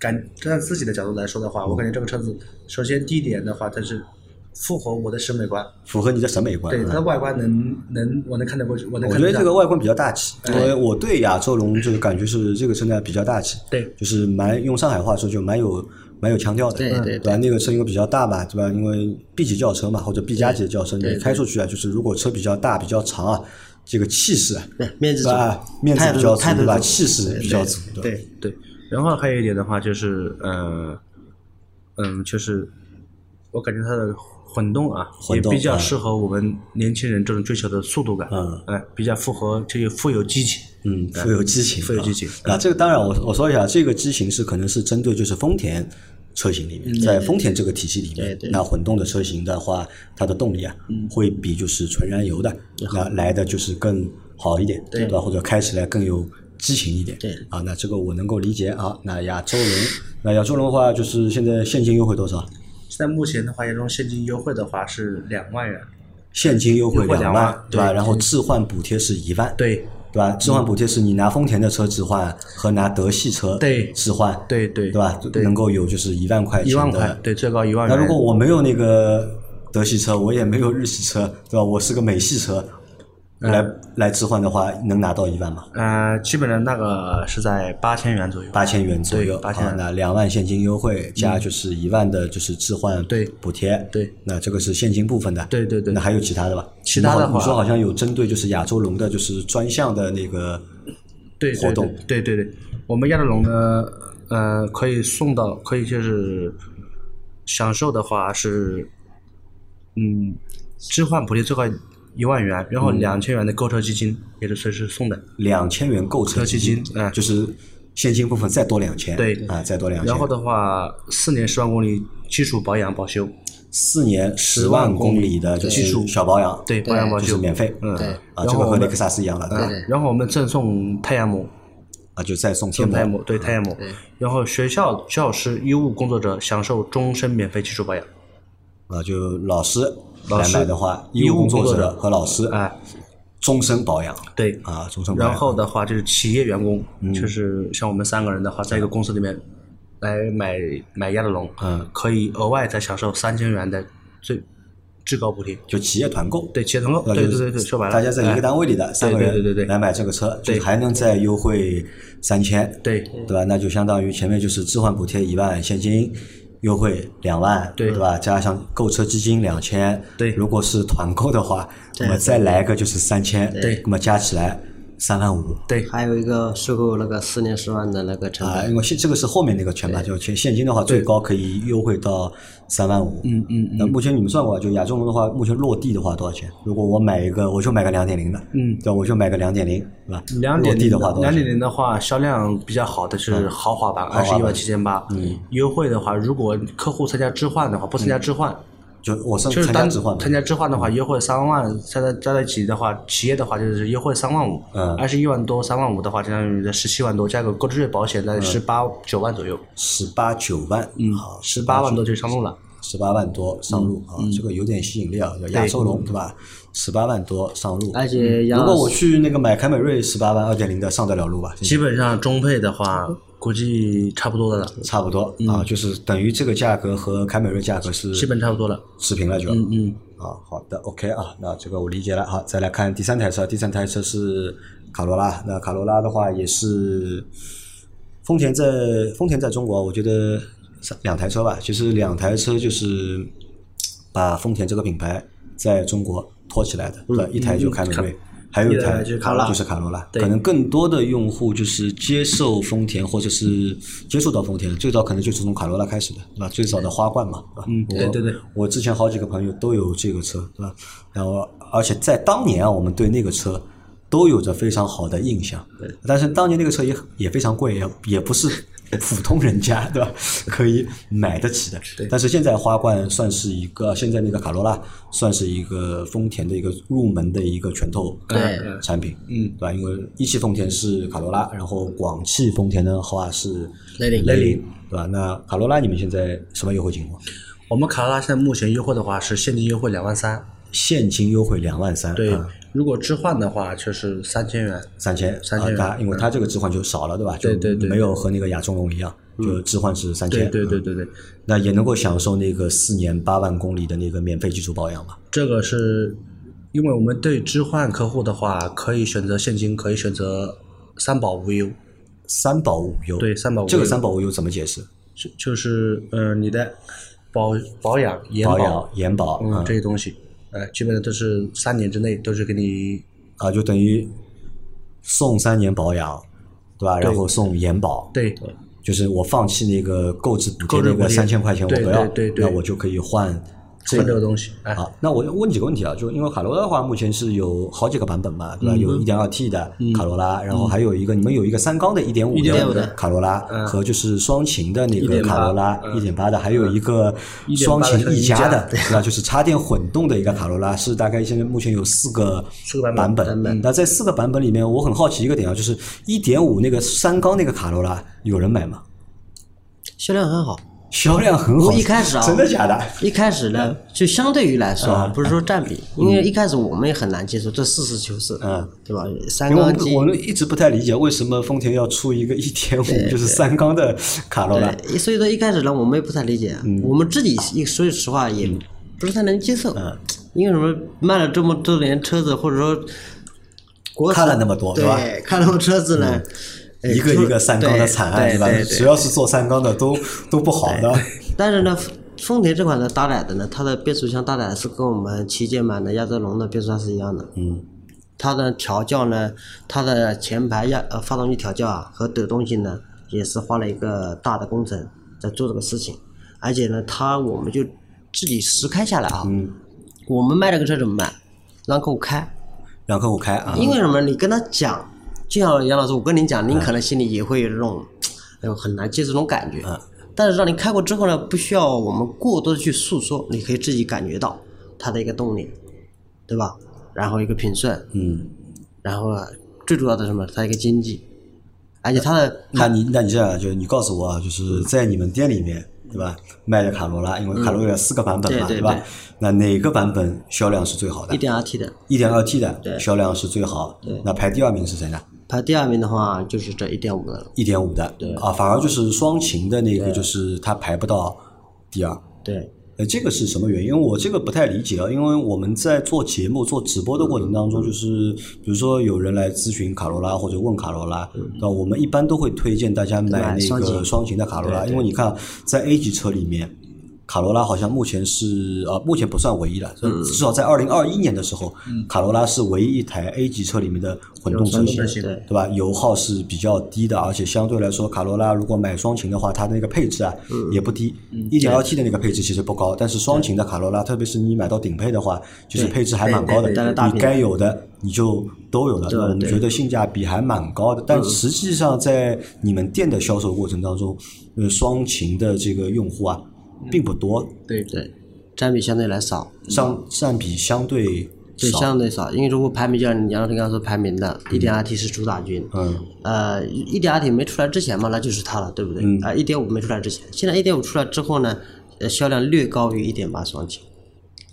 [SPEAKER 3] 感，站在自己的角度来说的话，我感觉这个车子，首先第一点的话，它是符合我的审美观，
[SPEAKER 2] 符合你的审美观。
[SPEAKER 3] 对它的
[SPEAKER 2] 嗯
[SPEAKER 3] 外观能能我能看得过去，我能
[SPEAKER 2] 我
[SPEAKER 3] 看
[SPEAKER 2] 觉得
[SPEAKER 3] 得上
[SPEAKER 2] 这个外观比较大气，因为我对亚洲龙这个感觉是这个车呢比较大气，
[SPEAKER 3] 对
[SPEAKER 2] 就是蛮用上海话说就蛮有蛮有腔调的，
[SPEAKER 4] 对
[SPEAKER 2] 嗯
[SPEAKER 4] 对
[SPEAKER 2] 吧？那个车因为比较大嘛，对吧？因为 B 级轿车嘛，或者 B 加级的轿车，你开出去啊，就是如果车比较大、比较长啊，这个气势啊，
[SPEAKER 4] 对，面
[SPEAKER 2] 对
[SPEAKER 4] 子足
[SPEAKER 2] 吧？，面子
[SPEAKER 4] 态度
[SPEAKER 2] 比较
[SPEAKER 4] 态
[SPEAKER 2] 足，
[SPEAKER 4] 度
[SPEAKER 2] 对吧？
[SPEAKER 4] 足
[SPEAKER 2] 气势比较足，对吧
[SPEAKER 4] 对，
[SPEAKER 3] 对，然后还有一点的话就是，呃，嗯，就是我感觉它的混动啊，
[SPEAKER 2] 混动
[SPEAKER 3] 也比较
[SPEAKER 2] 嗯
[SPEAKER 3] 适合我们年轻人这种追求的速度感，
[SPEAKER 2] 嗯
[SPEAKER 3] 哎，比较符合这个富有激情，
[SPEAKER 2] 嗯，富有激情，
[SPEAKER 3] 富有激情
[SPEAKER 2] 啊！这个当然我，我说一下，这个激情是可能是针对就是丰田车型里
[SPEAKER 3] 嗯
[SPEAKER 2] 面，在丰田这个体系里面
[SPEAKER 4] 对，对
[SPEAKER 2] 那混动的车型的话，它的动力啊，
[SPEAKER 3] 嗯
[SPEAKER 2] 会比就是纯燃油的那来的就是更好一点，对吧？或者开起来更有激情一点，
[SPEAKER 4] 对
[SPEAKER 2] 啊，那这个我能够理解啊。那亚洲龙，那亚洲龙的话，就是现在现金优惠多少？
[SPEAKER 3] 现在目前的话，这种现金优惠的话是两万元，
[SPEAKER 2] 现金优惠
[SPEAKER 3] 优惠
[SPEAKER 2] 两
[SPEAKER 3] 两万
[SPEAKER 2] 对吧？
[SPEAKER 3] 对
[SPEAKER 2] 然后置换补贴是一万，
[SPEAKER 3] 对，
[SPEAKER 2] 对吧？置换补贴是你拿丰田的车置换和拿德系车
[SPEAKER 3] 对
[SPEAKER 2] 置换，
[SPEAKER 3] 对对
[SPEAKER 2] 对吧？
[SPEAKER 3] 对
[SPEAKER 2] 能够有就是一万块钱
[SPEAKER 3] 一万
[SPEAKER 2] 的
[SPEAKER 3] 块，对，最高一万
[SPEAKER 2] 那
[SPEAKER 3] 元。
[SPEAKER 2] 如果我没有那个德系车，我也没有日系车，对吧？我是个美系车，
[SPEAKER 3] 嗯
[SPEAKER 2] 来、来置换的话，能拿到一万吗？
[SPEAKER 3] 呃，基本上那个是在八千元左右。
[SPEAKER 2] 八千元左右，
[SPEAKER 3] 对8000
[SPEAKER 2] 啊那两万现金优惠加就是一万的，就是置换
[SPEAKER 3] 对
[SPEAKER 2] 补贴，
[SPEAKER 3] 对
[SPEAKER 2] 那这个是现金部分的，
[SPEAKER 3] 对对对
[SPEAKER 2] 那还有其他的吧？
[SPEAKER 3] 其他
[SPEAKER 2] 你
[SPEAKER 3] 的
[SPEAKER 2] 好你
[SPEAKER 3] 话
[SPEAKER 2] 说好像有针对就是亚洲龙的，就是专项的那个
[SPEAKER 3] 对
[SPEAKER 2] 活动，
[SPEAKER 3] 对对对对，我们亚德龙呢，呃，可以送到，可以就是享受的话是，嗯，置换补贴最高一万元，然
[SPEAKER 2] 嗯
[SPEAKER 3] 后两千元的购车基金也是随时送的。
[SPEAKER 2] 两千元购车
[SPEAKER 3] 车基
[SPEAKER 2] 金
[SPEAKER 3] 金，嗯
[SPEAKER 2] 就是现金部分再多两千，
[SPEAKER 3] 对
[SPEAKER 2] 啊，再多两千，
[SPEAKER 3] 然后的话，四年十万公里基础保养保修，
[SPEAKER 2] 四年十万公里的就
[SPEAKER 3] 基
[SPEAKER 2] 是
[SPEAKER 3] 础
[SPEAKER 2] 小保养，
[SPEAKER 3] 对，
[SPEAKER 4] 对
[SPEAKER 3] 保养
[SPEAKER 2] 就
[SPEAKER 3] 保
[SPEAKER 2] 是
[SPEAKER 3] 修，
[SPEAKER 2] 免费，
[SPEAKER 3] 嗯，
[SPEAKER 4] 对
[SPEAKER 2] 啊，
[SPEAKER 3] 然
[SPEAKER 2] 这
[SPEAKER 3] 后
[SPEAKER 2] 个
[SPEAKER 3] 我
[SPEAKER 2] 和
[SPEAKER 3] 们
[SPEAKER 2] 雷克萨斯一样的，对吧
[SPEAKER 4] 对
[SPEAKER 3] 然后我们赠送太阳膜，
[SPEAKER 2] 啊，就再送贴
[SPEAKER 3] 赠
[SPEAKER 2] 膜
[SPEAKER 3] 太阳膜，对太阳膜。然后学校教师、医务工作者享受终身免费基础保养。
[SPEAKER 2] 啊，就老师
[SPEAKER 3] 老
[SPEAKER 2] 来
[SPEAKER 3] 师
[SPEAKER 2] 买的话，医
[SPEAKER 3] 医
[SPEAKER 2] 务
[SPEAKER 3] 务
[SPEAKER 2] 工
[SPEAKER 3] 工
[SPEAKER 2] 作
[SPEAKER 3] 作
[SPEAKER 2] 者
[SPEAKER 3] 者
[SPEAKER 2] 和老师
[SPEAKER 3] 哎，
[SPEAKER 2] 终身保养
[SPEAKER 3] 对。
[SPEAKER 2] 啊，终身保养。
[SPEAKER 3] 然后的话就是企业员工，
[SPEAKER 2] 嗯
[SPEAKER 3] 就是像我们三个人的话，在一个公司里面来买买亚德龙，
[SPEAKER 2] 嗯，
[SPEAKER 3] 可以额外再享受三千元的最至高补贴。
[SPEAKER 2] 就企业团购，
[SPEAKER 3] 对，企业团购，
[SPEAKER 2] 那
[SPEAKER 3] 对
[SPEAKER 2] 就
[SPEAKER 3] 对
[SPEAKER 2] 是
[SPEAKER 3] 对对，说白了，
[SPEAKER 2] 大家在一个
[SPEAKER 3] 哎
[SPEAKER 2] 单位里的三个
[SPEAKER 3] 对对对
[SPEAKER 2] 人
[SPEAKER 3] 对
[SPEAKER 2] 来买这个车，就
[SPEAKER 3] 对
[SPEAKER 2] 还能再优惠三千，
[SPEAKER 3] 哎对
[SPEAKER 2] 对吧？那就相当于前面就是置换补贴一万，现金优惠两万，
[SPEAKER 3] 对
[SPEAKER 2] 吧？加上购车基金两千，
[SPEAKER 3] 对
[SPEAKER 2] 如果是团购的话，那么再来个就是三千，
[SPEAKER 3] 对
[SPEAKER 2] 那么加起来三万五。
[SPEAKER 3] 对
[SPEAKER 4] 还有一个收购那个四年十万的那个成
[SPEAKER 2] 啊，
[SPEAKER 4] 本，
[SPEAKER 2] 因为现这个是后面那个全吧，就全现金的话，最高可以优惠到三万五。嗯嗯。那目前你们算过啊，就亚洲龙的话，目前落地的话多少钱？如果我买一个，我就买个两点零的，
[SPEAKER 3] 嗯
[SPEAKER 2] 对吧，我就买个两点零，对吧？
[SPEAKER 3] 两
[SPEAKER 2] 落
[SPEAKER 3] 点
[SPEAKER 2] 地
[SPEAKER 3] 零
[SPEAKER 2] 的话多少
[SPEAKER 3] 两
[SPEAKER 2] 钱嗯
[SPEAKER 3] 点？零的话，销量比较好的是豪华版，
[SPEAKER 2] 豪华
[SPEAKER 3] 二十
[SPEAKER 2] 版
[SPEAKER 3] 一万七千八。
[SPEAKER 2] 嗯
[SPEAKER 3] 优惠的话，如果客户参加置换的话，不参加
[SPEAKER 2] 嗯
[SPEAKER 3] 置换，
[SPEAKER 2] 就我上
[SPEAKER 3] 就是
[SPEAKER 2] 参加
[SPEAKER 3] 单
[SPEAKER 2] 置换嘛嗯
[SPEAKER 3] 参加置换的话，优惠三万，加在加在一起的话，企业的话就是优惠三万五
[SPEAKER 2] 嗯，
[SPEAKER 3] 二十一万多，三万五的话，相当于在十七万多，加个购置税保险
[SPEAKER 2] 嗯
[SPEAKER 3] 在十八九万左右，
[SPEAKER 2] 十八九万，嗯好，
[SPEAKER 3] 十八万多就上路了。
[SPEAKER 2] 十八万多上路
[SPEAKER 3] 嗯
[SPEAKER 2] 啊，这个有点吸引力啊，叫亚洲龙对吧？十八万多上路，
[SPEAKER 3] 哎
[SPEAKER 4] 而且
[SPEAKER 2] 嗯
[SPEAKER 4] 杨
[SPEAKER 2] 如
[SPEAKER 4] 老
[SPEAKER 2] 果
[SPEAKER 4] 师
[SPEAKER 2] 我去那个买凯美瑞十八万二点零的，上得了路吧？
[SPEAKER 3] 基本上中配的话，估计差不多的了，
[SPEAKER 2] 差不多啊，就是等于这个价格和凯美瑞价格是
[SPEAKER 3] 嗯基本差不多了。
[SPEAKER 2] 持平了就。
[SPEAKER 3] 嗯嗯，
[SPEAKER 2] 啊，好的，OK 啊，那这个我理解了。好，再来看第三台车，第三台车是卡罗拉。那卡罗拉的话也是丰田在丰田在中国，我觉得三两台车吧，其实两台车就是把丰田这个品牌在中国拖起来的，对
[SPEAKER 3] 嗯
[SPEAKER 2] 吧，一台就凯美瑞。还有一台
[SPEAKER 3] 一台就是卡罗拉
[SPEAKER 2] 就是卡罗拉，
[SPEAKER 3] 对
[SPEAKER 2] 可能更多的用户就是接受丰田，或者是接触到丰田，最早可能就是从卡罗拉开始的，对吧？最早的花冠嘛，对吧？
[SPEAKER 3] 嗯对
[SPEAKER 2] 我
[SPEAKER 3] 对对
[SPEAKER 2] 我之前好几个朋友都有这个车，对吧？然后，而且在当年啊，我们对那个车都有着非常好的印象。但是当年那个车也也非常贵，也也不是普通人家，对吧？可以买得起的。但是现在花冠算是一个，现在那个卡罗拉算是一个丰田的一个入门的一个拳头
[SPEAKER 4] 对
[SPEAKER 2] 产品，嗯，对吧？因为一汽丰田是卡罗拉，然后广汽丰田的话是
[SPEAKER 4] 雷凌
[SPEAKER 2] 雷凌，对吧？那卡罗拉你们现在什么优惠情况？
[SPEAKER 3] 我们卡罗拉现在目前优惠的话是现金优惠两万三，
[SPEAKER 2] 嗯现金优惠两万三，啊
[SPEAKER 3] 对，如果置换的话就是三千元。
[SPEAKER 2] 嗯三千，
[SPEAKER 3] 3000
[SPEAKER 2] 啊它因为它这个置换就少了，对吧？就
[SPEAKER 3] 嗯对对对
[SPEAKER 2] 没有和那个亚中龙一样，就置换是三
[SPEAKER 3] 对
[SPEAKER 2] 千，
[SPEAKER 3] 对对
[SPEAKER 2] 嗯，
[SPEAKER 3] 对对，
[SPEAKER 2] 那也能够享受那个四年八万公里的那个免费基础保养嘛？
[SPEAKER 3] 这个是因为我们对置换客户的话，可以选择现金，可以选择三保无忧。
[SPEAKER 2] 三保五优，
[SPEAKER 3] 对，三保无忧
[SPEAKER 2] 这个三保五优怎么解释？
[SPEAKER 3] 就就是呃你的保保养、延
[SPEAKER 2] 保养、延保，
[SPEAKER 3] 嗯
[SPEAKER 2] 嗯
[SPEAKER 3] 这些东西，呃基本上都是三年之内都是给你
[SPEAKER 2] 啊，就等于送三年保养，对吧？然
[SPEAKER 3] 对
[SPEAKER 2] 后送延保，
[SPEAKER 3] 对
[SPEAKER 2] 就是我放弃那个购置补贴
[SPEAKER 3] 购置
[SPEAKER 2] 那个
[SPEAKER 3] 补贴
[SPEAKER 2] 三千块钱，我
[SPEAKER 3] 对
[SPEAKER 2] 不要，
[SPEAKER 3] 对对对
[SPEAKER 2] 那我就可以换这
[SPEAKER 3] 换这
[SPEAKER 2] 个
[SPEAKER 3] 个东西。哎，
[SPEAKER 2] 好，那我就问几个问题啊，就因为卡罗拉的话，目前是有好几个版本嘛，对吧？有 1.2T 的卡罗拉，然后还有一个你们有一个三缸的1.5
[SPEAKER 3] 1.5
[SPEAKER 2] 的
[SPEAKER 3] 的
[SPEAKER 2] 卡罗拉，和就是双擎的那个
[SPEAKER 3] 1.8
[SPEAKER 2] 卡罗拉1.8的，还有一个
[SPEAKER 3] 1.8
[SPEAKER 2] 双擎
[SPEAKER 3] 的
[SPEAKER 2] 一
[SPEAKER 3] 一
[SPEAKER 2] 家
[SPEAKER 3] 家
[SPEAKER 2] 的，对吧？就是插电混动的一个卡罗拉，是大概现在目前有四个
[SPEAKER 3] 四个
[SPEAKER 2] 版
[SPEAKER 3] 版
[SPEAKER 2] 本。嗯那在四个版本里面，我很好奇一个点啊，就是1.5那个三缸那个卡罗拉有人买吗？
[SPEAKER 4] 销量很好，
[SPEAKER 2] 销量很好。
[SPEAKER 4] 我一开始啊
[SPEAKER 2] 真的假的？
[SPEAKER 4] 一开始呢，
[SPEAKER 2] 嗯
[SPEAKER 4] 就相对于来说啊，不是说占比，因为一开始我们也很难接受这实事求是，
[SPEAKER 2] 嗯，
[SPEAKER 4] 对吧？三
[SPEAKER 2] 因为我
[SPEAKER 4] 缸
[SPEAKER 2] 们
[SPEAKER 4] 机，
[SPEAKER 2] 我们一直不太理解为什么丰田要出一个一点五就是三缸的卡罗拉。
[SPEAKER 4] 对，所以说一开始呢，我们也不太理解，啊
[SPEAKER 2] 嗯
[SPEAKER 4] 我们自己一说句实话也不是太能接受，
[SPEAKER 2] 嗯
[SPEAKER 4] 因为什么卖了这么多年车子，或者说国产
[SPEAKER 2] 看了那么多
[SPEAKER 4] 对
[SPEAKER 2] 是吧？嗯
[SPEAKER 4] 看了那么多车子呢，哎
[SPEAKER 2] 一个一个三缸的惨案，
[SPEAKER 4] 对
[SPEAKER 2] 吧？
[SPEAKER 4] 对对
[SPEAKER 2] 只要是做三缸的 都都不好的，
[SPEAKER 4] 但是呢，丰丰田这款的搭载的呢，它的变速箱搭载是跟我们旗舰版的亚洲龙的变速箱是一样的。嗯。它的调教呢，它的前排压呃发动机调教啊和抖动性呢，也是花了一个大的工程在做这个事情。而且呢，它我们就自己实开下来啊。嗯。我们卖这个车怎么卖？让客户开。
[SPEAKER 2] 让客户开啊。
[SPEAKER 4] 因为什么？你跟他讲，就像杨老师，我跟你讲，您可能心里也会有这种，哎呦很难接受这种感觉。但是让你开过之后呢，不需要我们过多的去诉说，你可以自己感觉到它的一个动力，对吧？然后一个平顺，
[SPEAKER 2] 嗯，
[SPEAKER 4] 然后啊最主要的是什么？它一个经济，而且它的
[SPEAKER 2] 那你那你这样，就你告诉我啊，就是在你们店里面，对吧？卖的卡罗拉，因为卡罗拉有四个版本嘛，
[SPEAKER 4] 嗯对对
[SPEAKER 2] 吧
[SPEAKER 4] 对？
[SPEAKER 2] 那哪个版本销量是最好的
[SPEAKER 4] 一？点 R T 的
[SPEAKER 2] 一点二 T 的销量是最好，那排第二名是谁呢？
[SPEAKER 4] 排第二名的话，就是这一点五的了。
[SPEAKER 2] 一点五的，啊，反而就是双擎的那个，就是它排不到第二。
[SPEAKER 4] 对，
[SPEAKER 2] 呃，这个是什么原因？因为我这个不太理解啊，因为我们在做节目、做直播的过程当中，就是比如说有人来咨询卡罗拉或者问卡罗拉，那我们一般都会推荐大家买
[SPEAKER 4] 嗯
[SPEAKER 2] 那
[SPEAKER 4] 对双
[SPEAKER 2] 个
[SPEAKER 4] 擎
[SPEAKER 2] 双擎的卡罗拉，因为你看在 A 级车里面。卡罗拉好像目前是呃，目前不算唯一了，至少在二零二一年的时候，卡罗拉是唯一一台 A 级车里面的混嗯动车型，
[SPEAKER 3] 混动车型
[SPEAKER 2] 对吧？油耗是比较低的，而且相对来说，卡罗拉如果买双擎的话，它的那个配置啊也不低，一点二 T 的那个配置其实不高，但是双擎的卡罗拉，特别是你买到顶配的话，就是配置还蛮高的
[SPEAKER 4] 对对对对，对
[SPEAKER 2] 你该有的你就都有了。
[SPEAKER 4] 对
[SPEAKER 2] 我们
[SPEAKER 4] 对
[SPEAKER 2] 觉得性价比还蛮高的，
[SPEAKER 3] 嗯
[SPEAKER 2] 但实际上在你们店的销售过程当中，呃，双擎的这个用户啊
[SPEAKER 3] 嗯
[SPEAKER 2] 并不多，
[SPEAKER 3] 对，
[SPEAKER 4] 对，占比相对来少。
[SPEAKER 3] 嗯
[SPEAKER 2] 占占比相对
[SPEAKER 4] 对，
[SPEAKER 2] 少。
[SPEAKER 4] 相对少，因为如果排名，就像你杨老师刚刚说排名的，一点二 T 是主打军，
[SPEAKER 2] 嗯，
[SPEAKER 4] 呃，一点二 T 没出来之前嘛，那就是它了，对不对？
[SPEAKER 2] 嗯
[SPEAKER 4] 啊、一点五没出来之前，现在一点五出来之后呢，呃，销量略高于一点八双擎，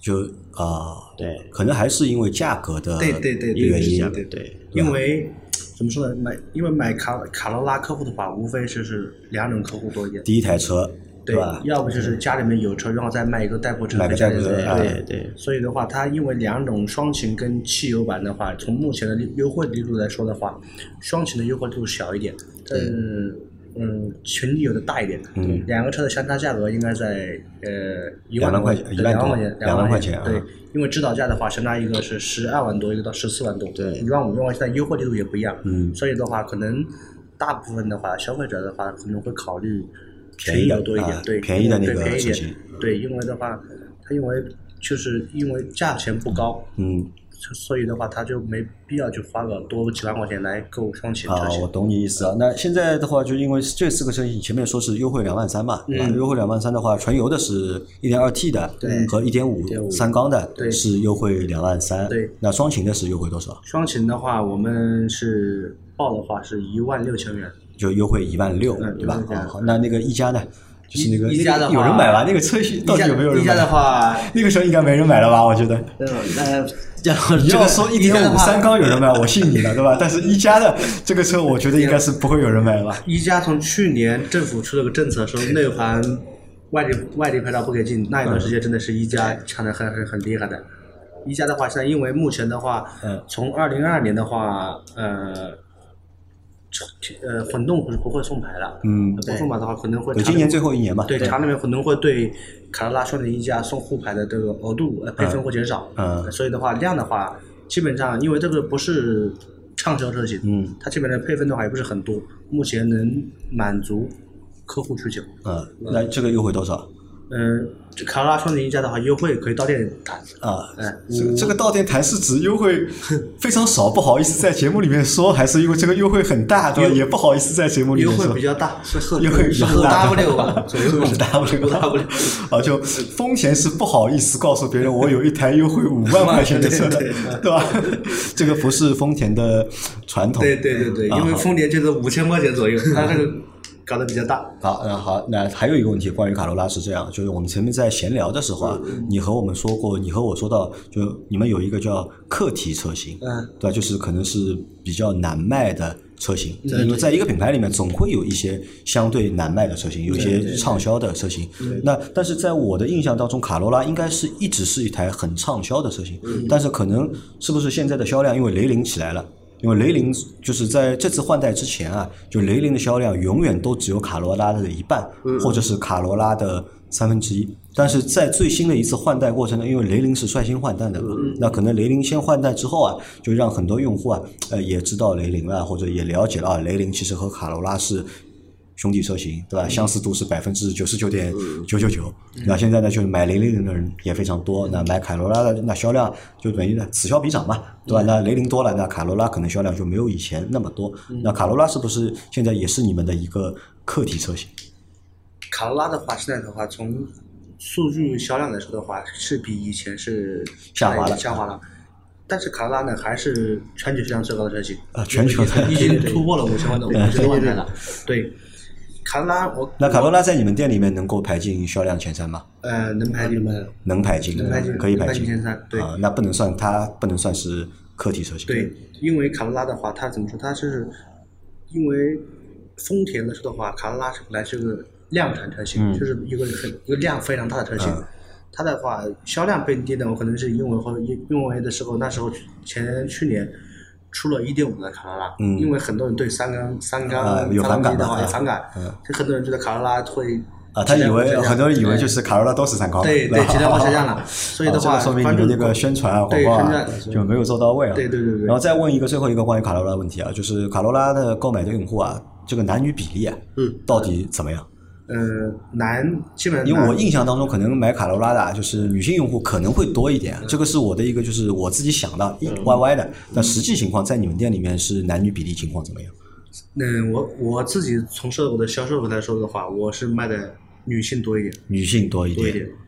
[SPEAKER 2] 就啊，
[SPEAKER 4] 对，
[SPEAKER 2] 可能还是因为价格的
[SPEAKER 3] 对对对对
[SPEAKER 2] 原因
[SPEAKER 4] 对
[SPEAKER 3] 对
[SPEAKER 4] 对，
[SPEAKER 3] 因为怎么说呢，买因为买卡卡罗拉客户的话，无非就是两种客户多一点，
[SPEAKER 2] 第一台车
[SPEAKER 3] 对
[SPEAKER 2] 吧？嗯
[SPEAKER 3] 要不就是家里面有车，然后再卖一个代步车
[SPEAKER 2] 买
[SPEAKER 3] 给
[SPEAKER 2] 个
[SPEAKER 3] 家
[SPEAKER 2] 代
[SPEAKER 3] 里
[SPEAKER 2] 步
[SPEAKER 3] 人，
[SPEAKER 2] 车，啊
[SPEAKER 4] 对对，
[SPEAKER 3] 所以的话，它因为两种双擎跟汽油版的话，从目前的利优惠力度来说的话，双擎的优惠力度小一点，但是嗯，群力有的大一点。
[SPEAKER 2] 嗯
[SPEAKER 3] 两个车的相差价格应该在呃一
[SPEAKER 2] 两万
[SPEAKER 3] 万
[SPEAKER 2] 块
[SPEAKER 3] 钱，
[SPEAKER 2] 钱
[SPEAKER 3] 对
[SPEAKER 2] 一万
[SPEAKER 3] 两
[SPEAKER 2] 多
[SPEAKER 3] 万块钱，
[SPEAKER 2] 两万
[SPEAKER 3] 万
[SPEAKER 2] 块
[SPEAKER 3] 钱
[SPEAKER 2] 钱啊
[SPEAKER 3] 对，因为指导价的话，相当于一个是十二万多，一个到十四万多，
[SPEAKER 4] 对
[SPEAKER 3] 一万五、一万现在优惠力度也不一样，
[SPEAKER 2] 嗯
[SPEAKER 3] 所以的话，可能大部分的话，消费者的话可能会考虑
[SPEAKER 2] 便宜的
[SPEAKER 3] 群力有多一点
[SPEAKER 2] 啊，
[SPEAKER 3] 对，
[SPEAKER 2] 便宜的那
[SPEAKER 3] 对
[SPEAKER 2] 个
[SPEAKER 3] 便宜一
[SPEAKER 2] 车
[SPEAKER 3] 点
[SPEAKER 2] 型
[SPEAKER 3] 对，因为的话，它因为就是因为价钱不高，
[SPEAKER 2] 嗯。
[SPEAKER 3] 所所以的话，它就没必要去花个多几万块钱来购双擎车
[SPEAKER 2] 啊，
[SPEAKER 3] 型。
[SPEAKER 2] 我懂你意思啊。那现在的话，就因为这四个车型，前面说是优惠两万三嘛，对吧？优惠两万三的话，纯油的是一点二 T 的嗯和一点五三缸的，
[SPEAKER 3] 对
[SPEAKER 2] 是优惠两万三。
[SPEAKER 3] 对，
[SPEAKER 2] 那双擎的是优惠多少？
[SPEAKER 3] 双擎的话，我们是报的话是一万六千元，
[SPEAKER 2] 就优惠一万六，
[SPEAKER 3] 嗯
[SPEAKER 2] 对吧
[SPEAKER 3] 一万？六
[SPEAKER 2] 啊好，那那个一加呢？就是那个
[SPEAKER 4] 一一加的
[SPEAKER 2] 那
[SPEAKER 4] 话
[SPEAKER 2] 个有人买吧？那个车型到底有没有人买？
[SPEAKER 4] 话，
[SPEAKER 2] 那个时候应该没人买了吧？我觉得。
[SPEAKER 4] 呃，那杨老师
[SPEAKER 2] 你
[SPEAKER 4] 这
[SPEAKER 2] 要
[SPEAKER 4] 个
[SPEAKER 2] 说一点五三缸有人买，我信你了，对吧？但是一加的这个车，我觉得应该是不会有人买了吧？
[SPEAKER 3] 一加从去年政府出了个政策，说内环外地外地牌照不给进，那一段时间真的是一加抢的很很很厉害的。一加的话，现在因为目前的话，
[SPEAKER 2] 嗯
[SPEAKER 3] 从二零二二年的话，呃，呃，混动不是不会送牌了，
[SPEAKER 2] 嗯
[SPEAKER 3] 不送牌的话可能会
[SPEAKER 2] 对，
[SPEAKER 3] 查
[SPEAKER 2] 今年最后一年嘛。
[SPEAKER 3] 对，厂里面可能会对卡罗拉双擎一加送护牌的这个额度呃配分会减少，呃
[SPEAKER 2] 嗯嗯
[SPEAKER 3] 所以的话量的话，基本上因为这个不是畅销车型，
[SPEAKER 2] 嗯，
[SPEAKER 3] 它基本上配分的话也不是很多，目前能满足客户需求。
[SPEAKER 2] 嗯，那这个优惠多少？
[SPEAKER 3] 嗯、这卡罗拉双擎一加的话，优惠可以到店谈，
[SPEAKER 2] 啊，
[SPEAKER 3] 哎，
[SPEAKER 2] 这个这个到店谈是指优惠 非常少，不好意思在节目里面说，还是因为这个优惠很大，对吧？也不好意思在节目里
[SPEAKER 3] 优
[SPEAKER 2] 面
[SPEAKER 3] 惠
[SPEAKER 2] 说
[SPEAKER 3] 比。较大，是后
[SPEAKER 2] 优惠比较
[SPEAKER 3] 是后
[SPEAKER 2] 大
[SPEAKER 3] W 吧， 左右
[SPEAKER 2] 是 W
[SPEAKER 3] W，
[SPEAKER 2] 啊，就丰田是不好意思告诉别人，我有一台优 惠五万块钱的车的，
[SPEAKER 3] 对对
[SPEAKER 2] 对吧？ 这个不是丰田的传统，啊
[SPEAKER 3] 对对对对，因为丰田就是五千块钱左右，它这个搞得比较大。
[SPEAKER 2] 好，那好，那还有一个问题关于卡罗拉是这样，就是我们前面在闲聊的时候啊，
[SPEAKER 3] 嗯
[SPEAKER 2] 你和我们说过，你和我说到，就你们有一个叫课题车型，
[SPEAKER 3] 嗯，
[SPEAKER 2] 对吧？就是可能是比较难卖的车型，因为在一个品牌里面总会有一些相对难卖的车型，有一些畅销的车型。那但是在我的印象当中，卡罗拉应该是一直是一台很畅销的车型，但是可能是不是现在的销量因为雷凌起来了？因为雷凌就是在这次换代之前啊，就雷凌的销量永远都只有卡罗拉的一半，或者是卡罗拉的三分之一。但是在最新的一次换代过程中，因为雷凌是率先换代的嘛，那可能雷凌先换代之后啊，就让很多用户啊，呃，也知道雷凌了，或者也了解了啊，雷凌其实和卡罗拉是兄弟车型，对吧？相
[SPEAKER 3] 嗯
[SPEAKER 2] 似度是百分之九十九点九九九。那现在呢，就是买雷凌的人也非常
[SPEAKER 3] 嗯
[SPEAKER 2] 多，那买卡罗拉的那销量就等于呢此消彼长嘛，对
[SPEAKER 3] 嗯
[SPEAKER 2] 吧？那雷凌多了，那卡罗拉可能销量就没有以前那么多。
[SPEAKER 3] 嗯
[SPEAKER 2] 那卡罗拉是不是现在也是你们的一个课题车型？
[SPEAKER 3] 卡罗拉的话，现在的话，从数据销量来说的话，是比以前是
[SPEAKER 2] 下滑了
[SPEAKER 3] 下滑了。但是卡罗拉呢，还是全球销量最高的车型
[SPEAKER 2] 啊全球的
[SPEAKER 3] 已经突破了五 千万的五千万台了。对，卡罗拉我
[SPEAKER 2] 那卡罗拉在你们店里面能够排进销量前三吗？
[SPEAKER 3] 呃能排进吗？
[SPEAKER 2] 能排进，
[SPEAKER 3] 能排进
[SPEAKER 2] 可以
[SPEAKER 3] 能排
[SPEAKER 2] 进
[SPEAKER 3] 进前三对
[SPEAKER 2] 啊，那不能算它不能算是课题车型。
[SPEAKER 3] 对，因为卡罗拉的话，它怎么说？它是因为丰田来说的话，卡罗拉是本来是个量产车型，
[SPEAKER 2] 嗯
[SPEAKER 3] 就是一个很一个量非常大的车型。
[SPEAKER 2] 嗯
[SPEAKER 3] 它的话销量被低呢，我可能是因为或者因因为的时候，那时候前去年出了一点五的卡罗拉，
[SPEAKER 2] 嗯
[SPEAKER 3] 因为很多人对三缸三
[SPEAKER 2] 啊
[SPEAKER 3] 缸
[SPEAKER 2] 有反
[SPEAKER 3] 三缸
[SPEAKER 2] 感
[SPEAKER 3] 机的
[SPEAKER 2] 嘛
[SPEAKER 3] 话有
[SPEAKER 2] 啊
[SPEAKER 3] 反感
[SPEAKER 2] 嗯，
[SPEAKER 3] 就很多人觉得卡罗拉会
[SPEAKER 2] 啊，他以
[SPEAKER 3] 质
[SPEAKER 2] 为
[SPEAKER 3] 量会下降
[SPEAKER 2] 很多人以为就是卡罗拉都是三缸，
[SPEAKER 3] 对对，质量往下 降了，所以的
[SPEAKER 2] 啊这
[SPEAKER 3] 话，
[SPEAKER 2] 个说明
[SPEAKER 3] 关
[SPEAKER 2] 你
[SPEAKER 3] 注
[SPEAKER 2] 们那个宣传啊、广
[SPEAKER 3] 对
[SPEAKER 2] 告
[SPEAKER 3] 宣
[SPEAKER 2] 啊
[SPEAKER 3] 传
[SPEAKER 2] 就没有做到位啊。
[SPEAKER 3] 对对对对对
[SPEAKER 2] 然后再问一个最后一个关于卡罗拉的问题啊，就是卡罗拉的购买的用户啊，这个男女比例啊，
[SPEAKER 4] 嗯，
[SPEAKER 2] 到底怎么样？
[SPEAKER 3] 呃男基本上
[SPEAKER 2] 因为
[SPEAKER 3] 男
[SPEAKER 2] 我印象当中，可能买卡罗拉的啊，就是女性用户可能会多一
[SPEAKER 3] 嗯
[SPEAKER 2] 点，啊这个是我的一个就是我自己想的一歪歪的。但实际情况在你们店里面是男女比例情况怎么样？
[SPEAKER 3] 嗯，我我自己从售楼的销售来说的话，我是卖的女性多一点，
[SPEAKER 2] 女性多一
[SPEAKER 3] 多一
[SPEAKER 2] 点
[SPEAKER 3] 点，。哦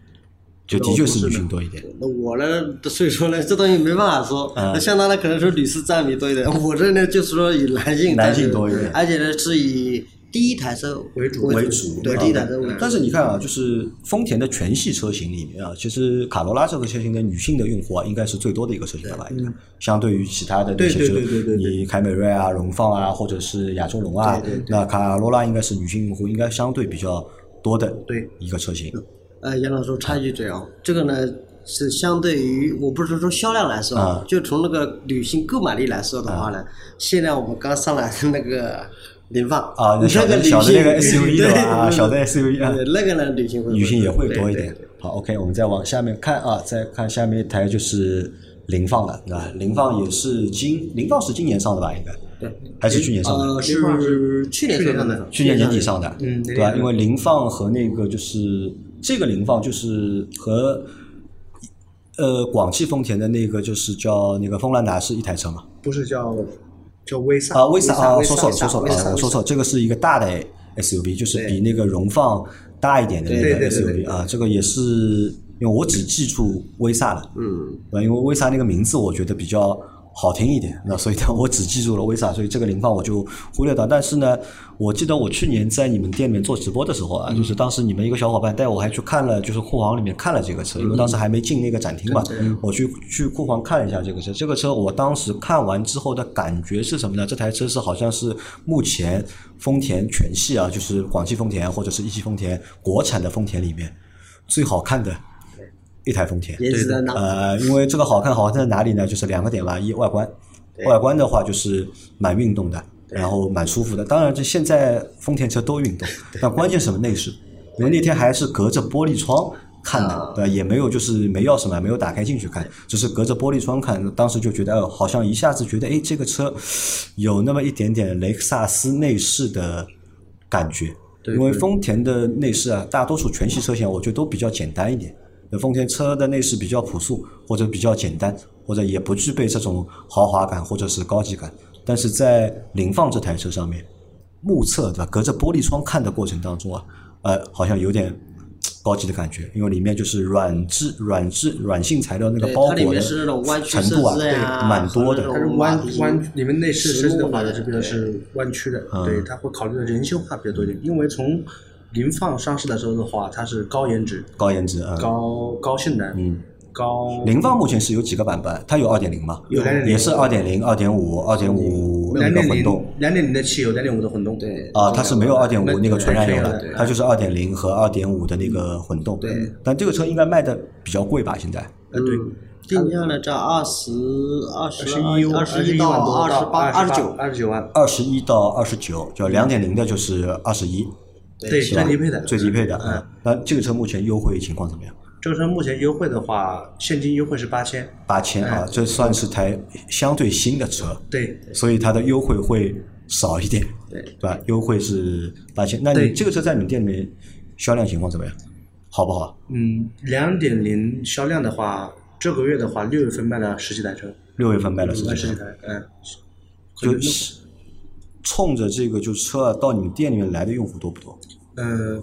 [SPEAKER 2] 就的确是女性多一点。
[SPEAKER 4] 那我呢，所以说呢，这东西没办法说。
[SPEAKER 2] 嗯
[SPEAKER 4] 那像他呢，可能说女士占比多一点，我这呢就是说以男性
[SPEAKER 2] 男性
[SPEAKER 4] 占比
[SPEAKER 2] 多一点
[SPEAKER 4] 而且呢是以第一台车
[SPEAKER 3] 为主
[SPEAKER 2] 为主啊
[SPEAKER 4] 主，对第一台车为主。
[SPEAKER 2] 但是你看啊，就是丰田的全系车型里面啊，其实卡罗拉这个车型的女性的用户啊，应该是最多的一个车型了吧？应
[SPEAKER 4] 嗯
[SPEAKER 2] 该相对于其他的那些
[SPEAKER 3] 对
[SPEAKER 2] 车
[SPEAKER 3] 对对对对，对
[SPEAKER 2] 你凯美瑞啊、荣放啊，或者是亚洲龙啊，那卡罗拉应该是女性用户应该相对比较多的
[SPEAKER 3] 对
[SPEAKER 2] 一个车型。
[SPEAKER 4] 呃，杨老师，我插一句嘴啊，这个呢是相对于我不是说销量来说，
[SPEAKER 2] 啊
[SPEAKER 4] 就从那个女性购买力来说的话呢，现在我们刚上来的那个凌放
[SPEAKER 2] 啊那
[SPEAKER 4] 那
[SPEAKER 2] 小的
[SPEAKER 4] 个女性
[SPEAKER 2] 小的那个
[SPEAKER 4] 对
[SPEAKER 2] SUV 的吧啊小的 SUV 啊
[SPEAKER 4] 对那个呢女性会
[SPEAKER 2] 女性也会
[SPEAKER 4] 对
[SPEAKER 2] 多一
[SPEAKER 4] 对
[SPEAKER 2] 点。好，OK，我们再往下面看啊，再看下面一台就是凌放了，对吧？凌放也是今凌放是今年上的吧？应该
[SPEAKER 4] 对，
[SPEAKER 2] 还是去年上的？
[SPEAKER 4] 呃，
[SPEAKER 3] 凌放
[SPEAKER 4] 是去年
[SPEAKER 3] 去年上
[SPEAKER 4] 上的
[SPEAKER 3] 的，
[SPEAKER 2] 去年年底上的，
[SPEAKER 3] 嗯
[SPEAKER 2] 对吧？
[SPEAKER 3] 年底上的
[SPEAKER 2] 因为凌放和那个就是这个凌放就是和呃广汽丰田的那个就是叫那个锋兰达是一台车嘛？
[SPEAKER 3] 不是叫叫威飒
[SPEAKER 2] 啊，威飒啊，
[SPEAKER 4] 威
[SPEAKER 2] 说
[SPEAKER 4] 飒
[SPEAKER 2] 错了，说错了，
[SPEAKER 4] 威飒威飒
[SPEAKER 2] 啊
[SPEAKER 4] 威
[SPEAKER 2] 我
[SPEAKER 4] 飒
[SPEAKER 2] 说错，了，这个是一个大的 SUV，就是比那个荣放大一点的那
[SPEAKER 3] 对
[SPEAKER 2] 个
[SPEAKER 3] 对对对
[SPEAKER 2] SUV 啊，这个也是因为我只记住威飒了，
[SPEAKER 4] 嗯，
[SPEAKER 2] 对吧？因为威飒那个名字我觉得比较好听一点，那所以呢，我只记住了威飒，所以这个凌放我就忽略掉。但是呢，我记得我去年在你们店里面做直播的时候啊，就是当时你们一个小伙伴带我还去看了，就是库房里面看了这个车，因为当时还没进那个展厅嘛，我去去库房看了一下这个车。这个车我当时看完之后的感觉是什么呢？这台车是好像是目前丰田全系啊，就是广汽丰田或者是一汽丰田国产的丰田里面最好看的一台丰田。
[SPEAKER 4] 颜值担当，
[SPEAKER 2] 呃，因为这个好看好看在哪里呢？就是两个点吧，一外观，外观的话就是蛮运动的，然后蛮舒服的。当然，这现在丰田车都运动，但关键是什么内饰？因为那天还是隔着玻璃窗看的
[SPEAKER 4] 啊，
[SPEAKER 2] 对吧，也没有就是没钥匙嘛，没有打开进去看，只是隔着玻璃窗看。当时就觉得，哦，好像一下子觉得，哎，这个车有那么一点点雷克萨斯内饰的感觉。
[SPEAKER 3] 对
[SPEAKER 2] 因为
[SPEAKER 3] 对
[SPEAKER 2] 丰田的内饰啊，大多数全系车型啊我觉得都比较简单一点。那丰田车的内饰比较朴素，或者比较简单，或者也不具备这种豪华感或者是高级感。但是在凌放这台车上面，目测对吧？隔着玻璃窗看的过程当中啊，呃，好像有点嘖高级的感觉，因为里面就是软质、软质、软性材料那个
[SPEAKER 4] 对
[SPEAKER 2] 包
[SPEAKER 4] 它里
[SPEAKER 2] 裹
[SPEAKER 4] 面
[SPEAKER 2] 的
[SPEAKER 4] 是那种弯曲
[SPEAKER 2] 程度啊，
[SPEAKER 4] 设置
[SPEAKER 2] 对
[SPEAKER 4] 呀，
[SPEAKER 2] 蛮多的
[SPEAKER 4] 和。
[SPEAKER 3] 它
[SPEAKER 4] 那
[SPEAKER 3] 是
[SPEAKER 4] 种
[SPEAKER 3] 弯
[SPEAKER 2] 啊
[SPEAKER 4] 马蹄
[SPEAKER 3] 弯，你们内饰设计的话
[SPEAKER 4] 实木
[SPEAKER 3] 呢，
[SPEAKER 4] 的
[SPEAKER 3] 是比较是弯曲的，
[SPEAKER 2] 嗯
[SPEAKER 3] 对，它会考虑的人性化比较多一点。因为从零放上市的时候的话，它是高颜值、
[SPEAKER 2] 高颜值，嗯，
[SPEAKER 3] 高高性能、高
[SPEAKER 2] 凌放目前是有几个版本？它有二点零吗？
[SPEAKER 3] 有2.0
[SPEAKER 2] 也是二点零、二点五、二点五那
[SPEAKER 3] 两
[SPEAKER 2] 个
[SPEAKER 3] 点
[SPEAKER 2] 混
[SPEAKER 3] 零
[SPEAKER 2] 动。
[SPEAKER 3] 两点零的汽油，两点五的混动，
[SPEAKER 4] 对
[SPEAKER 2] 啊，它是没有二点五
[SPEAKER 3] 那
[SPEAKER 2] 那个纯燃油
[SPEAKER 3] 对啊
[SPEAKER 2] 的，嗯它就是二点零和二点五的那个混动。
[SPEAKER 4] 对，
[SPEAKER 2] 但这个车应该卖的比较贵吧？现在
[SPEAKER 3] 呃对，
[SPEAKER 4] 嗯定价呢在二十二十
[SPEAKER 3] 十一
[SPEAKER 4] 二
[SPEAKER 3] 十
[SPEAKER 4] 十一
[SPEAKER 3] 一万
[SPEAKER 4] 到
[SPEAKER 3] 多，
[SPEAKER 4] 二十八
[SPEAKER 3] 二
[SPEAKER 4] 二十九，
[SPEAKER 3] 二十九万，
[SPEAKER 2] 二十一到二十九，就两点零的就是二十一，
[SPEAKER 3] 对，
[SPEAKER 2] 对吧
[SPEAKER 3] 最低配的，
[SPEAKER 2] 最低配的。嗯，那这个车目前优惠情况怎么样？
[SPEAKER 3] 这个车目前优惠的话，现金优惠是八千，
[SPEAKER 2] 八千
[SPEAKER 3] 哎
[SPEAKER 2] 啊，这算是台相对新的车，
[SPEAKER 3] 对，
[SPEAKER 2] 所以它的优惠会少一点，
[SPEAKER 4] 对
[SPEAKER 2] 吧？优惠是八千，那你
[SPEAKER 3] 对
[SPEAKER 2] 这个车在你们店里面销量情况怎么样？好啊不好？
[SPEAKER 3] 嗯，两点零销量的话，这个月的话，六月份卖了十几台车，
[SPEAKER 2] 六月份卖了十
[SPEAKER 3] 卖十
[SPEAKER 2] 几
[SPEAKER 3] 几
[SPEAKER 2] 台，
[SPEAKER 3] 台，嗯，
[SPEAKER 2] 就是冲着这个就车啊到你们店里面来的用户多不多？
[SPEAKER 3] 呃，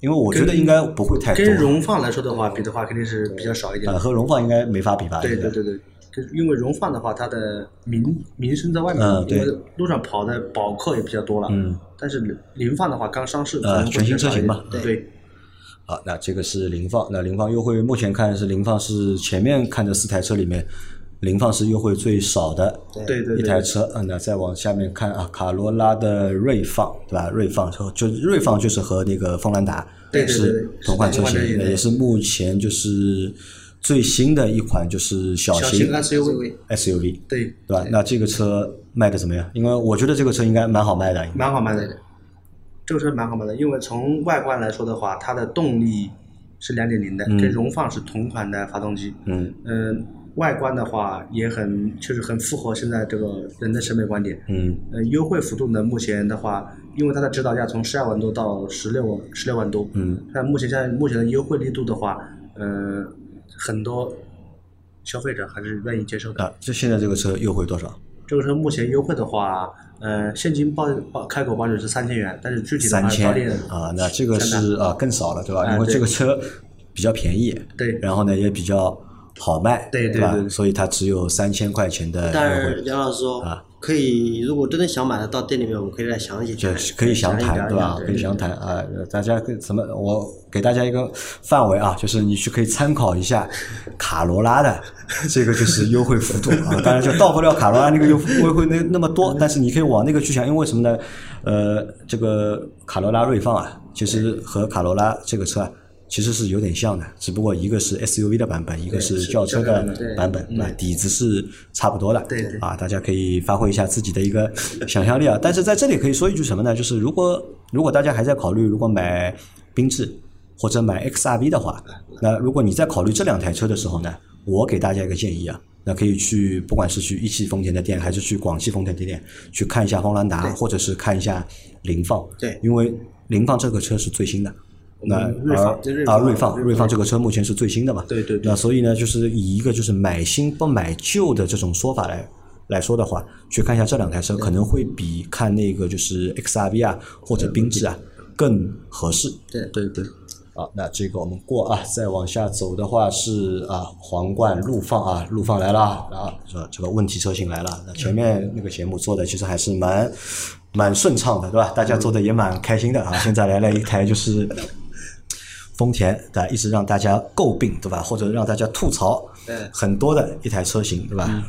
[SPEAKER 2] 因为我觉得
[SPEAKER 3] 跟
[SPEAKER 2] 应该不会太多
[SPEAKER 3] 跟，荣放来说的话，比的话肯定是比较少一点
[SPEAKER 2] 呃，
[SPEAKER 3] 的。
[SPEAKER 2] 和荣放应该没法比吧？
[SPEAKER 3] 对
[SPEAKER 2] 应该
[SPEAKER 3] 对对对，跟因为荣放的话，它的名名声在外面，
[SPEAKER 2] 嗯嗯对
[SPEAKER 3] 因为路上跑的保客也比较多了。
[SPEAKER 2] 嗯，
[SPEAKER 3] 但是凌放的话，刚上市，
[SPEAKER 2] 呃
[SPEAKER 3] 可能会
[SPEAKER 2] 全新
[SPEAKER 3] 比较
[SPEAKER 2] 车型
[SPEAKER 3] 少一
[SPEAKER 2] 吧
[SPEAKER 3] 点对，
[SPEAKER 2] 好，那这个是凌放，那凌放优惠目前看是凌放是前面看的四台车里面，凌放是优惠最少的
[SPEAKER 3] 对对
[SPEAKER 2] 一
[SPEAKER 3] 对
[SPEAKER 2] 台车。嗯，那再往下面看啊，卡罗拉的锐放，对吧？锐放就就锐放就是和那个锋兰达
[SPEAKER 3] 对对对对
[SPEAKER 2] 是同款车
[SPEAKER 3] 是同
[SPEAKER 2] 型
[SPEAKER 3] 款车，型
[SPEAKER 2] 也是目前就是最新的一款就是小
[SPEAKER 3] 小型
[SPEAKER 2] 型
[SPEAKER 3] SUV，
[SPEAKER 2] SUV，
[SPEAKER 3] 对，
[SPEAKER 2] 对吧？那这个车卖的怎么样？因为我觉得这个车应该蛮好卖的，应该
[SPEAKER 3] 蛮好卖的，这个车蛮好卖的，因为从外观来说的话，它的动力是两点零的，跟荣放是同款的发动机。
[SPEAKER 2] 嗯
[SPEAKER 3] 嗯，外观的话也很，就是很符合现在这个人的审美观点。
[SPEAKER 2] 嗯。
[SPEAKER 3] 呃，优惠幅度呢，目前的话，因为它的指导价从十二万多到十六万十六万多，
[SPEAKER 2] 嗯，
[SPEAKER 3] 但目前现在目前的优惠力度的话，呃，很多消费者还是愿意接受的。
[SPEAKER 2] 啊，这现在这个车优惠多少？
[SPEAKER 3] 这个车目前优惠的话，呃，现金报报开口报价是三千元，但是具体的
[SPEAKER 2] 三
[SPEAKER 3] 话
[SPEAKER 2] 千
[SPEAKER 3] 到店
[SPEAKER 2] 啊，那这个是啊更少了，对吧？
[SPEAKER 3] 啊
[SPEAKER 2] 因为
[SPEAKER 3] 对
[SPEAKER 2] 这个车比较便宜，
[SPEAKER 3] 对
[SPEAKER 2] 然后呢也比较好卖，
[SPEAKER 3] 对对
[SPEAKER 2] 吧
[SPEAKER 3] 对？对
[SPEAKER 2] 所以它只有三千块钱的
[SPEAKER 4] 但
[SPEAKER 2] 呃优
[SPEAKER 4] 是
[SPEAKER 2] 惠，
[SPEAKER 4] 杨老师说
[SPEAKER 2] 啊，
[SPEAKER 4] 可以，如果真的想买的，到店里面我们可以来详细
[SPEAKER 2] 这
[SPEAKER 4] 讲，
[SPEAKER 2] 可以详
[SPEAKER 4] 详细
[SPEAKER 2] 谈，
[SPEAKER 4] 聊一
[SPEAKER 2] 对吧
[SPEAKER 4] 聊？对
[SPEAKER 2] 可以详谈啊，呃大家可以怎么？我给大家一个范围啊，就是你去可以参考一下卡罗拉的这个就是优惠幅度啊， 当然就到不了卡罗拉那个优惠优惠那那么多，但是你可以往那个去想，因为什么呢？呃，这个卡罗拉锐放啊，其实和卡罗拉这个车啊。其实是有点像的，只不过一个是 SUV 的版本，一个是轿车的版本，那底子是差不多的。
[SPEAKER 3] 对对
[SPEAKER 2] 啊，大家可以发挥一下自己的一个想象力啊。但是在这里可以说一句什么呢？就是如果如果大家还在考虑如果买缤智或者买 XRV 的话，那如果你在考虑这两台车的时候呢，我给大家一个建议啊。那可以去，不管是去一汽丰田的店，还是去广汽丰田的店，去看一下锋兰达，或者是看一下凌放。
[SPEAKER 4] 对
[SPEAKER 2] 因为凌放这个车是最新的，那
[SPEAKER 3] 锐放
[SPEAKER 2] 而
[SPEAKER 4] 对锐
[SPEAKER 2] 啊，
[SPEAKER 4] 放
[SPEAKER 2] 锐放，锐放这个车目前是最新的嘛？
[SPEAKER 3] 对对对
[SPEAKER 2] 那所以呢，就是以一个就是买新不买旧的这种说法来来说的话，去看一下这两台车，可能会比看那个就是 XRV 啊或者缤智啊更合适。
[SPEAKER 4] 对
[SPEAKER 3] 对对，
[SPEAKER 2] 啊，那这个我们过啊，再往下走的话是啊，皇冠陆放啊，陆放来了啊，这这个问题车型来了。那前面那个节目做的其实还是蛮蛮顺畅的，对吧？大家做的也蛮开心的啊。现在来了一台就是丰田，对吧？一直让大家诟病，对吧？或者让大家吐槽，
[SPEAKER 4] 对
[SPEAKER 2] 很多的一台车型，对吧？
[SPEAKER 3] 嗯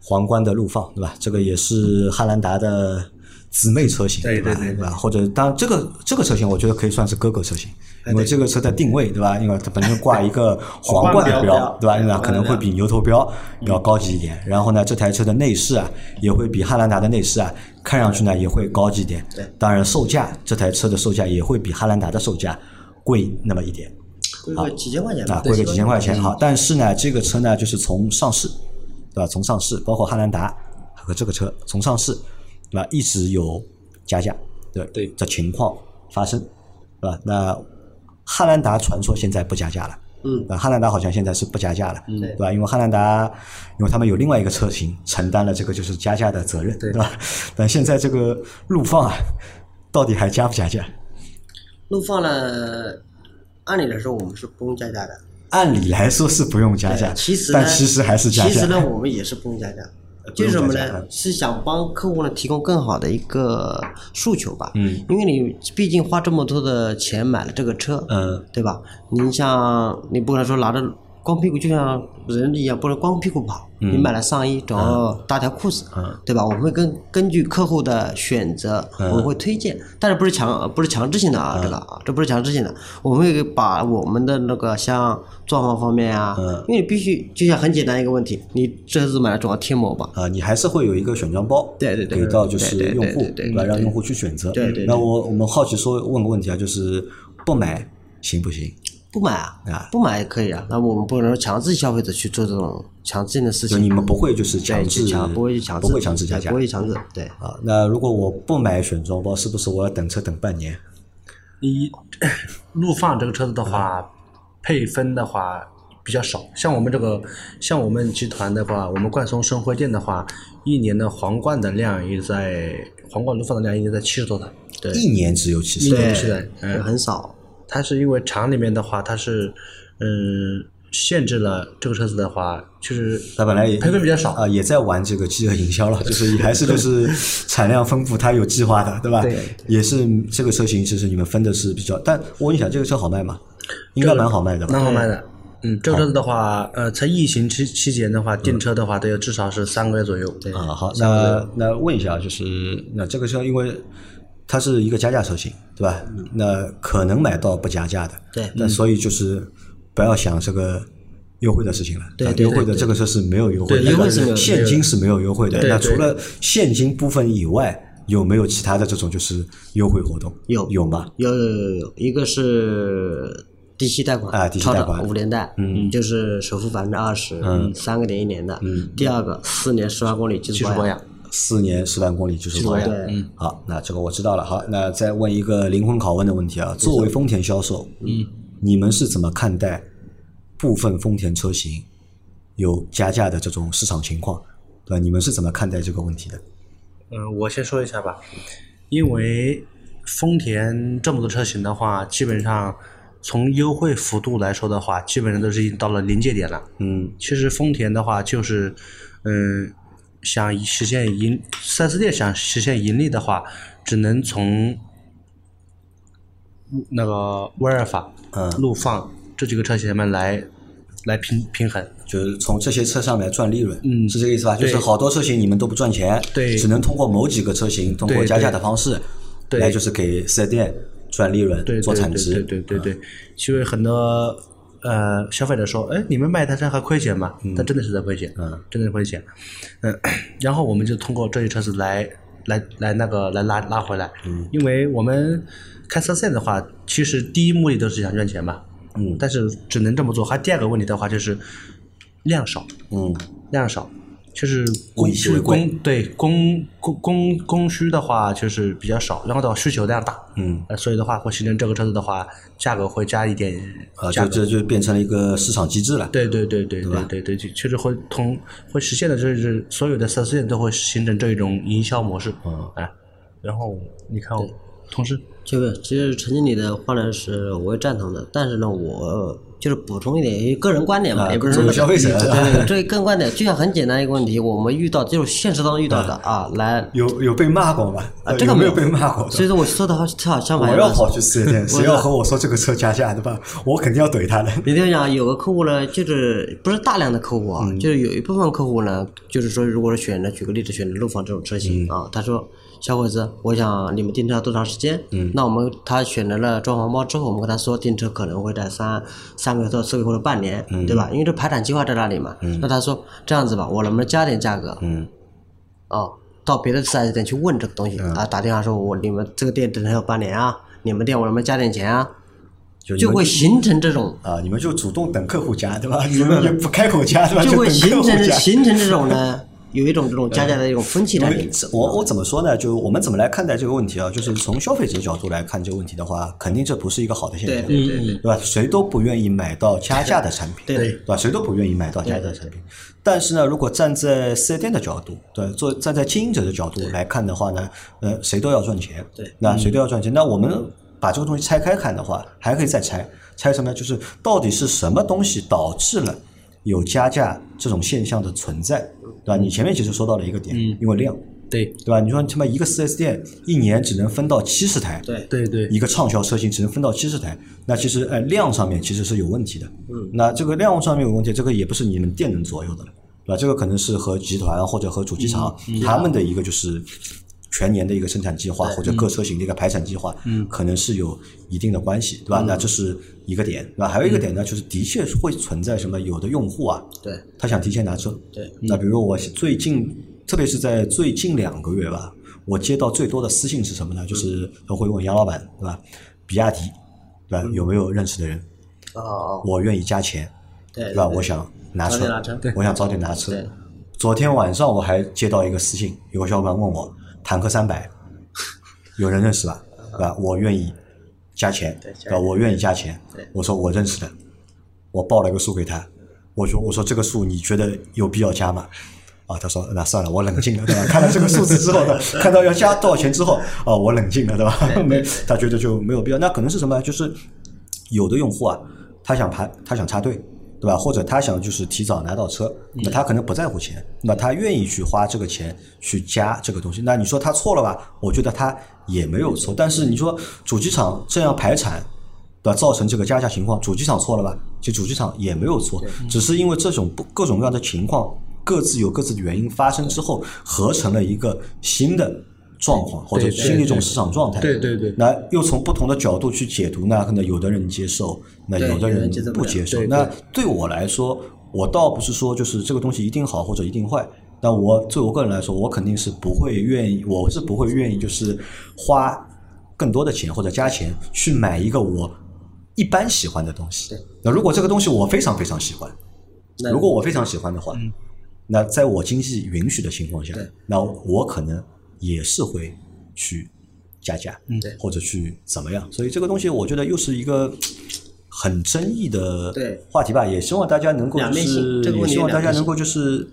[SPEAKER 2] 皇冠的陆放，对吧？这个也是汉兰达的姊妹车型，
[SPEAKER 3] 对
[SPEAKER 2] 吧？
[SPEAKER 3] 对对对
[SPEAKER 2] 吧？或者当然这个这个车型，我觉得可以算是哥哥车型，
[SPEAKER 3] 哎
[SPEAKER 2] 因为这个车的定位，对吧？因为它本身挂一 个皇冠的标
[SPEAKER 3] 皇冠嗯标，
[SPEAKER 2] 对吧？那可能会比牛头标要高级一点。然后呢，这台车的内饰啊，也会比汉兰达的内饰啊，看上去呢也会高级一点。
[SPEAKER 4] 对
[SPEAKER 2] 当然售价，这台车的售价也会比汉兰达的售价贵那么一点。
[SPEAKER 4] 贵个几千块钱
[SPEAKER 2] 啊
[SPEAKER 4] 吧，，
[SPEAKER 2] 贵个
[SPEAKER 4] 对
[SPEAKER 2] 几千块钱哈。但是呢，这个车呢，就是从上市，对吧？从上市，包括汉兰达和这个车从上市，对吧？一直有加价，对吧
[SPEAKER 3] 对
[SPEAKER 2] 的情况发生，对吧？那汉兰达传说现在不加价了。
[SPEAKER 4] 嗯
[SPEAKER 2] 呃，汉兰达好像现在是不加价了，
[SPEAKER 4] 嗯
[SPEAKER 2] 对吧？因为汉兰达，因为他们有另外一个车型承担了这个就是加价的责任，对吧？但现在这个陆放啊，到底还加不加价？
[SPEAKER 4] 陆放呢，按理来说我们是不用加价的，
[SPEAKER 2] 按理来说是不用加价，
[SPEAKER 4] 其实呢
[SPEAKER 2] 但其实还是加价。呃
[SPEAKER 4] 其实呢，我们也是不用加价，就是什么呢？是想帮客户呢提供更好的一个诉求吧。
[SPEAKER 2] 嗯，
[SPEAKER 4] 因为你毕竟花这么多的钱买了这个车，
[SPEAKER 2] 嗯，
[SPEAKER 4] 对吧？你像你不可能说拿着光屁股就像人一样，不能光屁股跑。
[SPEAKER 2] 嗯
[SPEAKER 4] 你买了上衣，然后搭条裤子，
[SPEAKER 2] 啊
[SPEAKER 4] 对吧？我们会根根据客户的选择，
[SPEAKER 2] 嗯
[SPEAKER 4] 我们会推荐，但是不是强不是强制性的啊，这个啊，这不是强制性的，我们会把我们的那个像装潢方面啊，
[SPEAKER 2] 嗯
[SPEAKER 4] 因为你必须就像很简单一个问题，你这次买了总要贴膜吧？
[SPEAKER 2] 啊，你还是会有一个选装包，
[SPEAKER 4] 对对对
[SPEAKER 2] 给到就是
[SPEAKER 4] 对对对
[SPEAKER 2] 用户，
[SPEAKER 4] 对对对
[SPEAKER 2] 吧？
[SPEAKER 4] 对
[SPEAKER 2] 让用户去选择。
[SPEAKER 4] 对对对
[SPEAKER 2] 那我我们好奇说问个问题啊，就是不买行不行？
[SPEAKER 4] 不买啊
[SPEAKER 2] 啊，
[SPEAKER 4] 不买也可以啊，那我们不能说强制消费者去做这种强制性的事
[SPEAKER 2] 就
[SPEAKER 4] 情，啊
[SPEAKER 2] 你们不会就是
[SPEAKER 4] 对
[SPEAKER 2] 强制，
[SPEAKER 4] 去强不会去强制，
[SPEAKER 2] 不会强制加
[SPEAKER 4] 对
[SPEAKER 2] 价
[SPEAKER 4] 不会强制，对。
[SPEAKER 2] 啊？那如果我不买选装包，是不是我要等车等半年？
[SPEAKER 3] 你陆放这个车子的话，配分的话比较少。像我们这个，像我们集团的话，我们冠松生辉店的话，一年的皇冠的量也在皇冠陆放的量也在七十多台。对
[SPEAKER 2] 一年只有七十
[SPEAKER 3] 对
[SPEAKER 2] 台，
[SPEAKER 3] 是的嗯
[SPEAKER 4] 很少，
[SPEAKER 3] 它是因为厂里面的话，它是嗯限制了这个车子的话，就是
[SPEAKER 2] 它本来也
[SPEAKER 3] 嗯配分比较少
[SPEAKER 2] 啊、也在玩这个饥饿营销 了，就是还是就是产量分布，它有计划的，对吧？
[SPEAKER 3] 对
[SPEAKER 2] 也是这个车型，其实你们分的是比较，但我问一下，这个车好卖吗？应该蛮好卖的吧？
[SPEAKER 3] 蛮好卖的。嗯，这个车子的话，呃，在疫情期期间的话，订车的话得有至少是三个月左右。对
[SPEAKER 2] 啊，好，那那问一下，就是那这个车，因为它是一个加价车型，对吧？
[SPEAKER 3] 嗯
[SPEAKER 2] 那可能买到不加价的，
[SPEAKER 4] 对
[SPEAKER 2] 那所以就是不要想这个优惠的事情了。
[SPEAKER 4] 对
[SPEAKER 2] 啊
[SPEAKER 4] 对
[SPEAKER 2] 优惠的这个车是没有优惠的，
[SPEAKER 3] 对
[SPEAKER 4] 优惠是没有
[SPEAKER 2] 现金是没有优惠的。
[SPEAKER 3] 对
[SPEAKER 2] 那
[SPEAKER 3] 对
[SPEAKER 2] 除了现金部分以外，有没有其他的这种就是优惠活动？
[SPEAKER 4] 有
[SPEAKER 2] 有吗？
[SPEAKER 4] 有有有有，一个是低息贷款
[SPEAKER 2] 啊低息
[SPEAKER 4] 超
[SPEAKER 2] 贷
[SPEAKER 4] 的
[SPEAKER 2] 款
[SPEAKER 4] 五年贷，嗯，就是首付百分之二十，三个点一年的，嗯，第二个四年十万公里基
[SPEAKER 3] 技
[SPEAKER 4] 础
[SPEAKER 3] 术保
[SPEAKER 4] 保
[SPEAKER 3] 养
[SPEAKER 4] 养，，
[SPEAKER 2] 四年十万公里就是保养
[SPEAKER 4] 对。
[SPEAKER 2] 嗯，好，那这个我知道了。好，那再问一个灵魂拷问的问题啊，
[SPEAKER 4] 嗯
[SPEAKER 2] 作为丰田销售，嗯，你们是怎么看待部分丰田车型有加价的这种市场情况？对吧？你们是怎么看待这个问题的？
[SPEAKER 3] 嗯，我先说一下吧，因为丰田这么多车型的话，基本上从优惠幅度来说的话，基本上都是已经到了临界点了。
[SPEAKER 2] 嗯
[SPEAKER 3] 其实丰田的话，就是嗯，想实现盈四 S 店想实现盈利的话，只能从那个威尔法、
[SPEAKER 2] 嗯
[SPEAKER 3] 陆放这几个车型上面来来平平衡。
[SPEAKER 2] 就是从这些车上面赚利润，
[SPEAKER 3] 嗯
[SPEAKER 2] 是这个意思吧？就
[SPEAKER 3] 对
[SPEAKER 2] 是好多车型你们都不赚钱，
[SPEAKER 3] 对
[SPEAKER 2] 只能通过某几个车型通过
[SPEAKER 3] 对
[SPEAKER 2] 加价
[SPEAKER 3] 对
[SPEAKER 2] 的方式，
[SPEAKER 3] 对
[SPEAKER 2] 来就是给四 S 店赚利润，
[SPEAKER 3] 对
[SPEAKER 2] 做
[SPEAKER 3] 对
[SPEAKER 2] 产
[SPEAKER 3] 对
[SPEAKER 2] 值，嗯
[SPEAKER 3] 对对对对，因为很多呃消费者说，哎，你们卖一台车还亏钱吗？但真的是在亏钱，
[SPEAKER 2] 嗯，
[SPEAKER 3] 真的是亏钱。嗯， 然后我们就通过这些车子来来来那个来拉拉回来，嗯，因为我们开四 S 店的话，其实第一目的都是想赚钱嘛，
[SPEAKER 2] 嗯
[SPEAKER 3] 但是只能这么做。还第二个问题的话就是量少，
[SPEAKER 2] 嗯，
[SPEAKER 3] 量少，就是
[SPEAKER 2] 物
[SPEAKER 3] 供
[SPEAKER 2] 以稀为贵
[SPEAKER 3] 供对供供供供需的话就是比较少，然后的话需求量大，
[SPEAKER 2] 嗯
[SPEAKER 3] 呃，所以的话会形成这个车子的话价格会加一点
[SPEAKER 2] 啊，
[SPEAKER 3] 价
[SPEAKER 2] 就
[SPEAKER 3] 格。
[SPEAKER 2] 这就变成了一个市场机制了。
[SPEAKER 3] 对对对对
[SPEAKER 2] 对吧
[SPEAKER 3] 对对对，就确实会同会实现的，就是所有的四 S 店都会形成这种营销模式，
[SPEAKER 2] 嗯
[SPEAKER 3] 哎，然后你看我同事，
[SPEAKER 4] 就是其实陈经理的话呢是我也赞同的，但是呢我就是补充一点因为个人观点嘛，
[SPEAKER 2] 啊
[SPEAKER 4] 也不是
[SPEAKER 2] 作
[SPEAKER 4] 说
[SPEAKER 2] 为消费者
[SPEAKER 4] 对对对，这个人观点就像很简单一个问题，我们遇到就是现实当中遇到的啊，来
[SPEAKER 2] 有有被骂过吗？
[SPEAKER 4] 啊
[SPEAKER 2] 呃
[SPEAKER 4] 这个
[SPEAKER 2] 有没
[SPEAKER 4] 没
[SPEAKER 2] 有
[SPEAKER 4] 有
[SPEAKER 2] 被骂过的？
[SPEAKER 4] 所以说我说的话正好相
[SPEAKER 2] 我
[SPEAKER 4] 反，
[SPEAKER 2] 要跑去四 S 店，谁要和我说这个车加价，对吧？我肯定要怼他的。
[SPEAKER 4] 你这样有个客户呢，就是不是大量的客户啊，
[SPEAKER 2] 嗯
[SPEAKER 4] 就是有一部分客户呢，就是说，如果是选了，举个例子，选了陆放这种车
[SPEAKER 2] 嗯
[SPEAKER 4] 型、啊，他说，小伙子，我想你们订车多长时间？嗯，那我们他选择了装潢包之后，我们跟他说订车可能会在三三个月到四个月或者半年，
[SPEAKER 2] 嗯
[SPEAKER 4] 对吧？因为这排产计划在那里嘛。那他说这样子吧，我能不能加点价格？
[SPEAKER 2] 嗯，
[SPEAKER 4] 哦，到别的四 S 店去问这个东西、啊，打电话说我你们这个店等还有半年啊，你们店我能不能加点钱啊？
[SPEAKER 2] 就你
[SPEAKER 4] 就
[SPEAKER 2] 们
[SPEAKER 4] 会形成这种。
[SPEAKER 2] 啊，你们就主动等客户加，对吧？你们也不开口加，对吧？
[SPEAKER 4] 就会
[SPEAKER 2] 等客
[SPEAKER 4] 形
[SPEAKER 2] 户
[SPEAKER 4] 成
[SPEAKER 2] 加。
[SPEAKER 4] 形成这种呢，有一种这种加价的一种分歧
[SPEAKER 2] 嗯
[SPEAKER 4] 在里面。
[SPEAKER 2] 我我怎么说呢？就我们怎么来看待这个问题啊？就是从消费者角度来看这个问题的话，肯定这不是一个好的现象，
[SPEAKER 4] 对对
[SPEAKER 2] 对吧？谁都不愿意买到加价的产品，
[SPEAKER 4] 对
[SPEAKER 2] 对吧？谁都不愿意买到加价的产品。但是呢，如果站在四 S 店的角度，对，做站在经营者的角度来看的话呢，呃，谁都要赚钱，
[SPEAKER 4] 对，
[SPEAKER 2] 那谁都要赚钱。那我们把这个东西拆开看的话，还可以再拆，拆什么呢？就是到底是什么东西导致了有加价这种现象的存在，对吧？你前面其实说到了一个点，因为量，
[SPEAKER 3] 对
[SPEAKER 2] 对吧？你说他妈一个 4S 店一年只能分到七十台，
[SPEAKER 4] 对
[SPEAKER 3] 对对，
[SPEAKER 2] 一个畅销车型只能分到七十台，那其实呃量上面其实是有问题的。嗯，那这个量上面有问题，这个也不是你们店能左右的了，对吧？这个可能是和集团或者和主机厂、他们的一个就是全年的一个生产计划或者各车型的一个排产计划，嗯，可能是有一定的关系，对吧？那这是一个点，对吧？还有一个点呢，就是的确是会存在什么有的用户啊，
[SPEAKER 4] 对
[SPEAKER 2] 他想提前拿车，
[SPEAKER 4] 对，
[SPEAKER 2] 那比如我最近，特别是在最近两个月吧，我接到最多的私信是什么呢？就是他会问杨老板，对吧？比亚迪，对吧？有没有认识的人？
[SPEAKER 4] 哦哦，
[SPEAKER 2] 我愿意加钱，
[SPEAKER 4] 对
[SPEAKER 2] 吧？
[SPEAKER 4] 对
[SPEAKER 2] 我想拿
[SPEAKER 4] 早
[SPEAKER 2] 车
[SPEAKER 4] 点拿车对，
[SPEAKER 2] 我想早点拿车
[SPEAKER 4] 对。
[SPEAKER 2] 昨天晚上我还接到一个私信，有个小伙伴问我，坦克三百，有人认识吧？对吧？我愿意加钱，
[SPEAKER 4] 对
[SPEAKER 2] 对吧？我愿意加钱
[SPEAKER 4] 对。
[SPEAKER 2] 我说我认识的，我报了个数给他，我说我说这个数你觉得有必要加吗？啊，他说那算了，我冷静了，对吧？看到这个数字之 后呢，看到要加多少钱之后，啊，我冷静了，对吧？没，他觉得就没有必要。那可能是什么？就是有的用户啊，他想排，他想插队，对吧？或者他想就是提早拿到车，那他可能不在乎钱，那他愿意去花这个钱去加这个东西。那你说他错了吧？我觉得他也没有错。但是你说主机厂这样排产，对吧？造成这个加价情况，主机厂错了吧？其实主机厂也没有错，只是因为这种不各种各样的情况，各自有各自的原因发生之后，合成了一个新的状况或者
[SPEAKER 3] 对
[SPEAKER 2] 新的一种
[SPEAKER 3] 对
[SPEAKER 2] 市场状态。
[SPEAKER 3] 对对对
[SPEAKER 2] 那又从不同的角度去解读，那可能有的人接受，那
[SPEAKER 4] 对
[SPEAKER 2] 有的
[SPEAKER 4] 有人
[SPEAKER 2] 人
[SPEAKER 4] 接受不
[SPEAKER 2] 不
[SPEAKER 4] 了
[SPEAKER 2] 接受
[SPEAKER 3] 对。
[SPEAKER 2] 那对我来说，我倒不是说就是这个东西一定好或者一定坏。那我对我个人来说，我肯定是不会愿意，我是不会愿意就是花更多的钱或者加钱去买一个我一般喜欢的东西
[SPEAKER 4] 对。
[SPEAKER 2] 那如果这个东西我非常非常喜欢，
[SPEAKER 4] 那嗯
[SPEAKER 2] 如果我非常喜欢的话，那在我经济允许的情况下
[SPEAKER 4] 对，
[SPEAKER 2] 那我可能也是会去加价，
[SPEAKER 3] 嗯
[SPEAKER 4] 对
[SPEAKER 2] 或者去怎么样。所以这个东西，我觉得又是一个很争议的
[SPEAKER 4] 对
[SPEAKER 2] 话题吧。也希望大家能够
[SPEAKER 4] 两
[SPEAKER 2] 就
[SPEAKER 4] 面性
[SPEAKER 2] 是，
[SPEAKER 4] 这个
[SPEAKER 2] 也
[SPEAKER 4] 问题
[SPEAKER 2] 希望大家
[SPEAKER 4] 两面性
[SPEAKER 2] 能够就是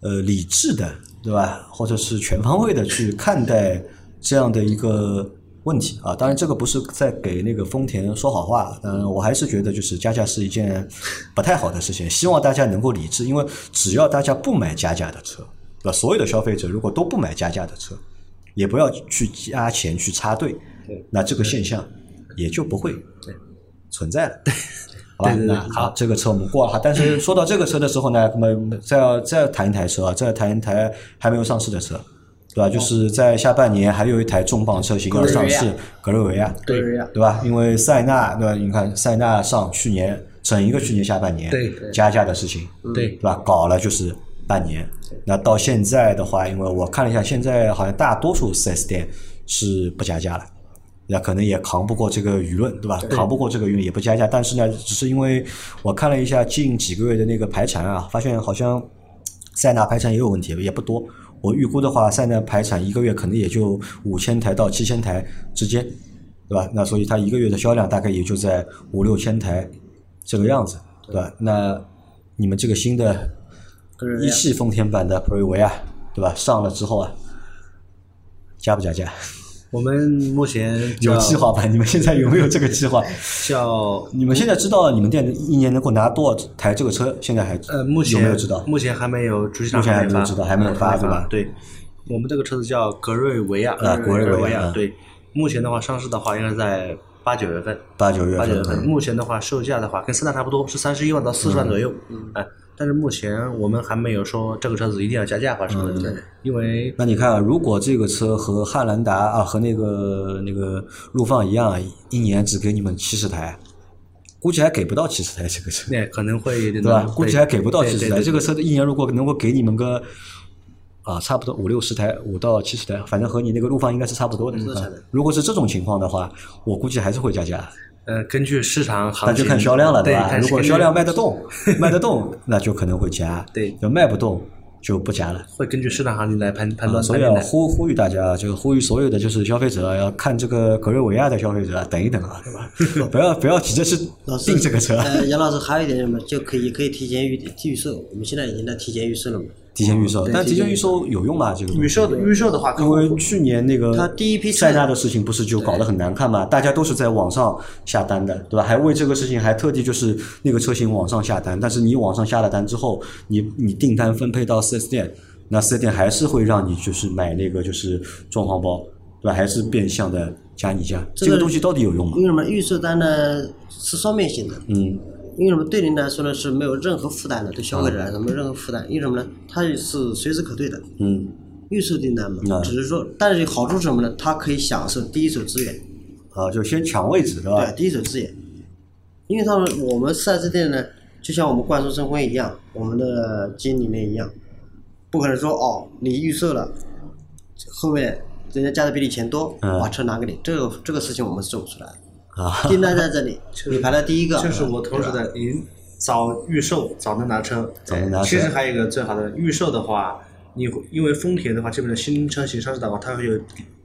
[SPEAKER 2] 呃理智的，对吧？或者是全方位的去看待这样的一个。问题啊，当然这个不是在给那个丰田说好话，嗯、我还是觉得就是加价是一件不太好的事情，希望大家能够理智，因为只要大家不买加价的车，对吧？所有的消费者如果都不买加价的车，也不要去加钱去插队，那这个现象也就不会存在了。好吧，
[SPEAKER 3] 对对对
[SPEAKER 2] 那好，这个车我们过了哈。但 是说到这个车的时候呢，那么再要再要谈一台车啊，再谈一台还没有上市的车，对吧？
[SPEAKER 3] 哦
[SPEAKER 2] 就是在下半年还有一台重磅车型要上市，格瑞维亚，
[SPEAKER 4] 对对
[SPEAKER 2] 对吧？因为塞纳，对吧？你看塞纳上去年整一个去年下半年
[SPEAKER 3] 对对
[SPEAKER 2] 加价的事情，
[SPEAKER 3] 嗯对
[SPEAKER 2] 对吧？搞了就是半年。那到现在的话，因为我看了一下，现在好像大多数 4S 店是不加价了。那可能也扛不过这个舆论，对吧？扛不过这个舆论也不加价，但是呢，只是因为我看了一下近几个月的那个排产啊，发现好像塞纳排产也有问题，也不多。我预估的话，塞纳排产一个月可能也就五千台到七千台之间，对吧？那所以它一个月的销量大概也就在五六千台这个样子，对吧？那你们这个新的
[SPEAKER 4] 格瑞
[SPEAKER 2] 一
[SPEAKER 4] 亚
[SPEAKER 2] 汽丰田版的普锐维亚，对吧？上了之后啊，加不加价？
[SPEAKER 3] 我们目前叫
[SPEAKER 2] 有计划 吧？你们现在有没有这个计划？
[SPEAKER 3] 叫
[SPEAKER 2] 你们现在知道你们店一年能够拿多少台这个车？现在还
[SPEAKER 3] 呃，目前
[SPEAKER 2] 有没有知道？
[SPEAKER 3] 目前还没有，主机
[SPEAKER 2] 目
[SPEAKER 3] 厂
[SPEAKER 2] 前还
[SPEAKER 3] 没
[SPEAKER 2] 没有
[SPEAKER 3] 发，
[SPEAKER 2] 知道还没有发
[SPEAKER 3] 对
[SPEAKER 2] 对吧
[SPEAKER 3] 对，我们这个车子叫格瑞维亚，
[SPEAKER 2] 啊格
[SPEAKER 3] 格
[SPEAKER 2] 瑞维亚
[SPEAKER 3] 维
[SPEAKER 2] 啊
[SPEAKER 3] 对。目前的话，上市的话应该是在八九月份，
[SPEAKER 2] 八九月
[SPEAKER 3] 八九月份。
[SPEAKER 2] 份，嗯
[SPEAKER 3] 目前的话，售价的话跟圣诞差不多，是三十一万到四十万左右，
[SPEAKER 2] 嗯
[SPEAKER 3] 哎，但是目前我们还没有说这个车子一定要加价或者什
[SPEAKER 2] 嗯
[SPEAKER 3] 么的，因为
[SPEAKER 2] 那你看啊，如果这个车和汉兰达啊和那个那个陆放一样，一年只给你们七十台，估计还给不到七十台这个车，
[SPEAKER 3] 那可能会对
[SPEAKER 2] 嗯对吧？估计还给不到七十台。
[SPEAKER 3] 对
[SPEAKER 2] 这个车一年如果能够给你们个啊，差不多五六十台，五到七十台，反正和你那个陆放应该是差不多的。
[SPEAKER 4] 是
[SPEAKER 2] 啊
[SPEAKER 4] 的
[SPEAKER 2] 如果是这种情况的话，我估计还是会加价。
[SPEAKER 3] 呃，根据市场行
[SPEAKER 2] 那
[SPEAKER 3] 情，
[SPEAKER 2] 就看销量了，
[SPEAKER 3] 对
[SPEAKER 2] 吧？
[SPEAKER 3] 看
[SPEAKER 2] 如果
[SPEAKER 3] 根据
[SPEAKER 2] 销量卖得动，卖得动，那就可能会加；
[SPEAKER 3] 对
[SPEAKER 2] 就卖不动就不加了。啊
[SPEAKER 3] 会根据市场行情来判判断，
[SPEAKER 2] 所以
[SPEAKER 3] 判
[SPEAKER 2] 要
[SPEAKER 3] 定的
[SPEAKER 2] 呼呼吁大家，就是呼吁所有的就是消费者啊要看这个格瑞维亚的消费者啊，等一等啊，对吧？不要不要急着去
[SPEAKER 4] 老师
[SPEAKER 2] 订这个车。
[SPEAKER 4] 呃，杨老师还有一点什么，就可以可以提前预预售，我们现在已经在提前预售了嘛，
[SPEAKER 2] 提前预售，
[SPEAKER 4] 对
[SPEAKER 2] 但
[SPEAKER 4] 提
[SPEAKER 2] 提
[SPEAKER 4] 前
[SPEAKER 2] 前预售有用吗？这个东西
[SPEAKER 3] 预售的预售的话，客
[SPEAKER 2] 因
[SPEAKER 3] 户
[SPEAKER 2] 为去年那个
[SPEAKER 4] 哦他第一批
[SPEAKER 2] 塞
[SPEAKER 4] 菜
[SPEAKER 2] 纳的事情不是就搞得很难看嘛，大家都是在网上下单的，对吧？还为这个事情还特地就是那个车型网上下单，但是你网上下了单之后，你你订单分配到 4S 店，那 4S 店还是会让你就是买那个就是装潢包，对吧？还是变相的加你价，这
[SPEAKER 4] 个
[SPEAKER 2] 个东西到底有用吗
[SPEAKER 4] 因？为什么？预售单呢是双面性的，
[SPEAKER 2] 嗯，
[SPEAKER 4] 因为什么？对您来说呢是没有任何负担的，对消费者来说没有任何负担。因为什么呢？它是随时可退的，
[SPEAKER 2] 嗯，
[SPEAKER 4] 预售订单嘛
[SPEAKER 2] 嗯，
[SPEAKER 4] 只是说，但是好处是什么呢？它可以享受第一手资源，
[SPEAKER 2] 啊，就先抢位置，对吧
[SPEAKER 4] 对，？第一手资源。因为他们我们四 S 店呢，就像我们冠收生辉一样，我们的经理们一样，不可能说哦，你预售了，后面人家加的比你钱多，
[SPEAKER 2] 嗯
[SPEAKER 4] 把车拿给你，这个这个事情我们是做不出来的。
[SPEAKER 2] 啊，
[SPEAKER 4] 订单在 这里，你排在第一个，
[SPEAKER 3] 就是我同时的，您早预售早能拿车，
[SPEAKER 2] 早能拿车
[SPEAKER 3] 其实还有一个最好的预售的话，你会因为丰田的话，基本上新车型上市的话，它会有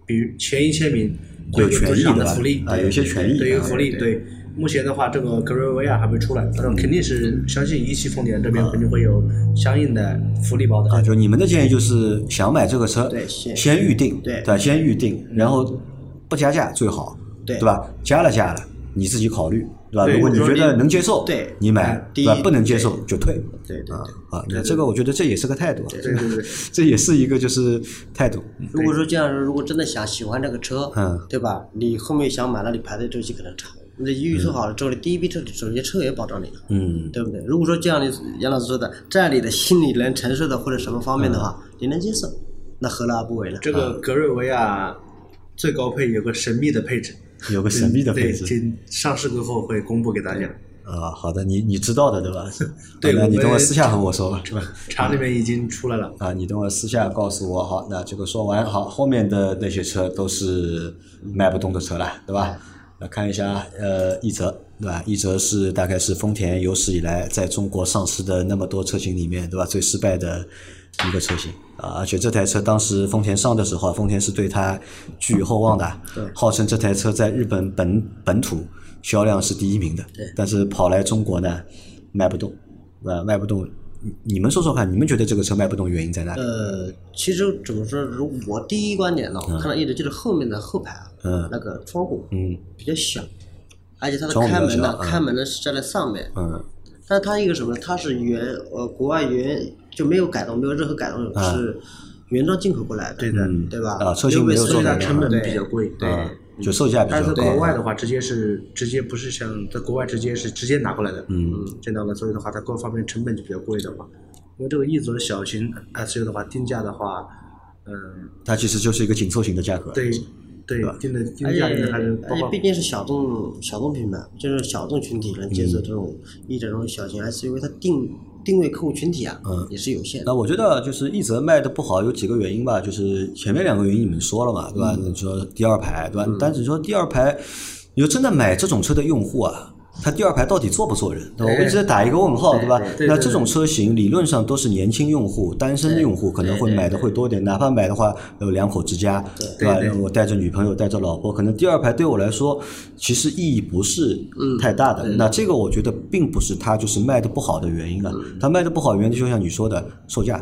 [SPEAKER 3] 比如前一千名会
[SPEAKER 2] 有权益
[SPEAKER 3] 多市场的
[SPEAKER 2] 的吧
[SPEAKER 3] 福利
[SPEAKER 2] 啊有一些权益
[SPEAKER 3] 对有一
[SPEAKER 2] 啊
[SPEAKER 3] 个福利对。目前的话，这个格瑞维亚还没出来，但是肯定是相信一汽丰田这边肯定会有相应的福利包的。
[SPEAKER 2] 啊啊，就你们的建议就是想买这个车，
[SPEAKER 4] 对先
[SPEAKER 2] 先预定，
[SPEAKER 4] 对嗯
[SPEAKER 2] 吧？先预定，然后不加价最好，
[SPEAKER 4] 对
[SPEAKER 2] 吧？加了价了，你自己考虑，对吧？
[SPEAKER 3] 对
[SPEAKER 2] 如果你觉
[SPEAKER 3] 如果
[SPEAKER 2] 得
[SPEAKER 3] 你
[SPEAKER 2] 能接受，
[SPEAKER 4] 对嗯
[SPEAKER 2] 你买，对
[SPEAKER 4] 第一
[SPEAKER 2] 吧？不能接受就退，
[SPEAKER 4] 对对
[SPEAKER 2] 啊
[SPEAKER 4] 对
[SPEAKER 2] 啊，那这个我觉得这也是个态度，啊，
[SPEAKER 3] 对对对，
[SPEAKER 2] 这也是一个就是态度，嗯
[SPEAKER 4] 如果说这样说，如果真的想喜欢这个车，
[SPEAKER 2] 嗯
[SPEAKER 4] 对吧？你后面想买了，你排队周期可能长。你预售好了之后，你第一批车，首先车也保障你了，
[SPEAKER 2] 嗯，
[SPEAKER 4] 对不对？如果说这样，你杨老师说的，在你的心里能承受的或者什么方面的
[SPEAKER 2] 嗯
[SPEAKER 4] 话，你能接受，那何乐而不为呢？
[SPEAKER 3] 这
[SPEAKER 2] 啊
[SPEAKER 3] 个格瑞维亚最高配有个神秘的配置，嗯
[SPEAKER 2] 有个神秘的配
[SPEAKER 3] 对，
[SPEAKER 2] 置
[SPEAKER 3] 今上市过后会公布给大家。
[SPEAKER 2] 啊，好的，你你知道的对吧？
[SPEAKER 3] 对
[SPEAKER 2] 好那
[SPEAKER 3] 我
[SPEAKER 2] 你等
[SPEAKER 3] 们
[SPEAKER 2] 我私下和我说吧。
[SPEAKER 3] 厂里面已经出来了。
[SPEAKER 2] 啊，你等会儿私下告诉我，好，那这个说完，好，后面的那些车都是卖不动的车了，对吧？那看一下，呃，奕泽，对吧？奕泽是大概是丰田有史以来在中国上市的那么多车型里面，对吧？最失败的一个车型啊，而且这台车当时丰田上的时候啊，丰田是对它寄予厚望的，
[SPEAKER 4] 对
[SPEAKER 2] 号称这台车在日本本本土销量是第一名的，
[SPEAKER 4] 对
[SPEAKER 2] 但是跑来中国呢，卖不动，啊，卖不动。你你们说说看，你们觉得这个车卖不动原因在哪里？
[SPEAKER 4] 呃，其实怎么说？如我第一观点呢，我看到一直就是后面的后排啊，
[SPEAKER 2] 嗯
[SPEAKER 4] 那个窗户
[SPEAKER 2] 嗯
[SPEAKER 4] 比较小，而且它的
[SPEAKER 2] 窗户比
[SPEAKER 4] 开
[SPEAKER 2] 较
[SPEAKER 4] 门呢
[SPEAKER 2] 小，嗯
[SPEAKER 4] 开门呢是站在上面，
[SPEAKER 3] 呃
[SPEAKER 2] 嗯
[SPEAKER 4] 但它一个什么呢？它是原呃国外原就没有改动，没有任何改动，
[SPEAKER 2] 啊
[SPEAKER 4] 是原装进口过来的，对
[SPEAKER 3] 的
[SPEAKER 2] 嗯
[SPEAKER 4] 对吧？
[SPEAKER 2] 啊车型没有做
[SPEAKER 4] 因
[SPEAKER 3] 售
[SPEAKER 4] 为
[SPEAKER 2] 改
[SPEAKER 3] 价
[SPEAKER 2] 动
[SPEAKER 3] 成本比较
[SPEAKER 4] 对
[SPEAKER 3] 贵，对。
[SPEAKER 2] 啊，就售价比
[SPEAKER 3] 但
[SPEAKER 2] 较
[SPEAKER 3] 是
[SPEAKER 2] 高
[SPEAKER 3] 国外的话，直接是直接不是像在国外直接是直接拿过来的，
[SPEAKER 2] 嗯，
[SPEAKER 3] 这样的，所以的话，它各方面成本就比较贵的嘛。因为这个一族小型 SUV 的话，定价的话，嗯，
[SPEAKER 2] 它其实就是一个紧凑型的价格。
[SPEAKER 3] 对对，定的定
[SPEAKER 4] 而且
[SPEAKER 3] 价应该还是包
[SPEAKER 4] 而且
[SPEAKER 3] 括
[SPEAKER 4] 哎毕竟是小众小众品牌，就是小众群体能接
[SPEAKER 2] 嗯
[SPEAKER 4] 受这种一点这种小型 SUV，它定定位客户群体啊，
[SPEAKER 2] 嗯
[SPEAKER 4] 也是有限的
[SPEAKER 2] 那。我觉得就是一泽卖的不好有几个原因吧，就是前面两个原因你们说了嘛，对
[SPEAKER 3] 嗯
[SPEAKER 2] 吧？你说第二排，对吧？但是说第二排，你说真的买这种车的用户啊，他第二排到底坐不坐人？对吧？
[SPEAKER 3] 对
[SPEAKER 2] 我一直在打一个问号，对吧？
[SPEAKER 3] 哎对对
[SPEAKER 2] 那
[SPEAKER 3] 对
[SPEAKER 2] 这种车型理论上都是年轻用户、单身用户可能会买的会多点，哪怕买的话有两口之家，对吧？
[SPEAKER 3] 对
[SPEAKER 2] 我带着女朋友、带着老婆，可能第二排对我来说其实意义不是
[SPEAKER 3] 嗯
[SPEAKER 2] 太大的。那这个我觉得并不是它就是卖的不好的原因
[SPEAKER 3] 嗯
[SPEAKER 2] 啊，它卖的不好的原因就像你说的售价，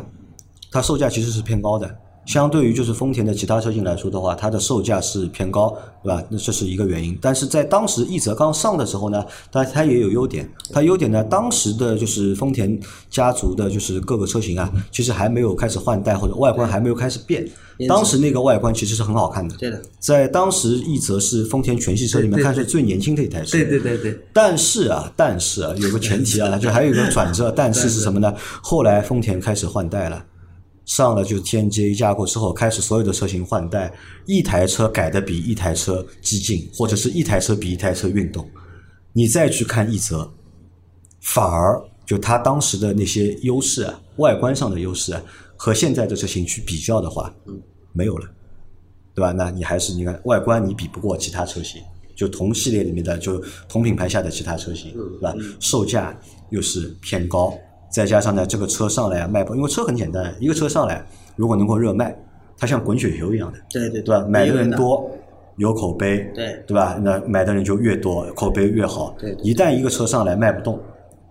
[SPEAKER 2] 它售价其实是偏高的。相对于就是丰田的其他车型来说的话，它的售价是偏高，对吧？那这是一个原因。但是在当时奕泽刚上的时候呢，它它也有优点，它优点呢，当时的就是丰田家族的就是各个车型啊，
[SPEAKER 3] 嗯
[SPEAKER 2] 其实还没有开始换代或者外观还没有开始变，当时那个外观其实是很好看的。
[SPEAKER 4] 对的，
[SPEAKER 2] 在当时奕泽是丰田全系车里面
[SPEAKER 3] 对对
[SPEAKER 2] 看上去最年轻的一台车。
[SPEAKER 3] 对对对对，
[SPEAKER 2] 但是啊，但是啊，有个前提啊，就还有一个转折。但是是什么呢？后来丰田开始换代了，上了就是 TNGA 架构之后，开始所有的车型换代，一台车改的比一台车激进，或者是一台车比一台车运动。你再去看奕泽，反而就它当时的那些优势啊，外观上的优势啊，和现在的车型去比较的话，没有了。对吧？那你还是你看外观你比不过其他车型，就同系列里面的就同品牌下的其他车
[SPEAKER 4] 嗯
[SPEAKER 2] 型，对吧？售价又是偏高，再加上呢这个车上来啊卖不，因为车很简单，一个车上来如果能够热卖，它像滚雪球一样的，
[SPEAKER 4] 对对
[SPEAKER 2] 对吧？买的人
[SPEAKER 4] 没有
[SPEAKER 2] 多。有口碑，
[SPEAKER 4] 对
[SPEAKER 2] 对吧？那买的人就越多，口碑越好。
[SPEAKER 4] 对对
[SPEAKER 2] 一旦一个车上来卖不动，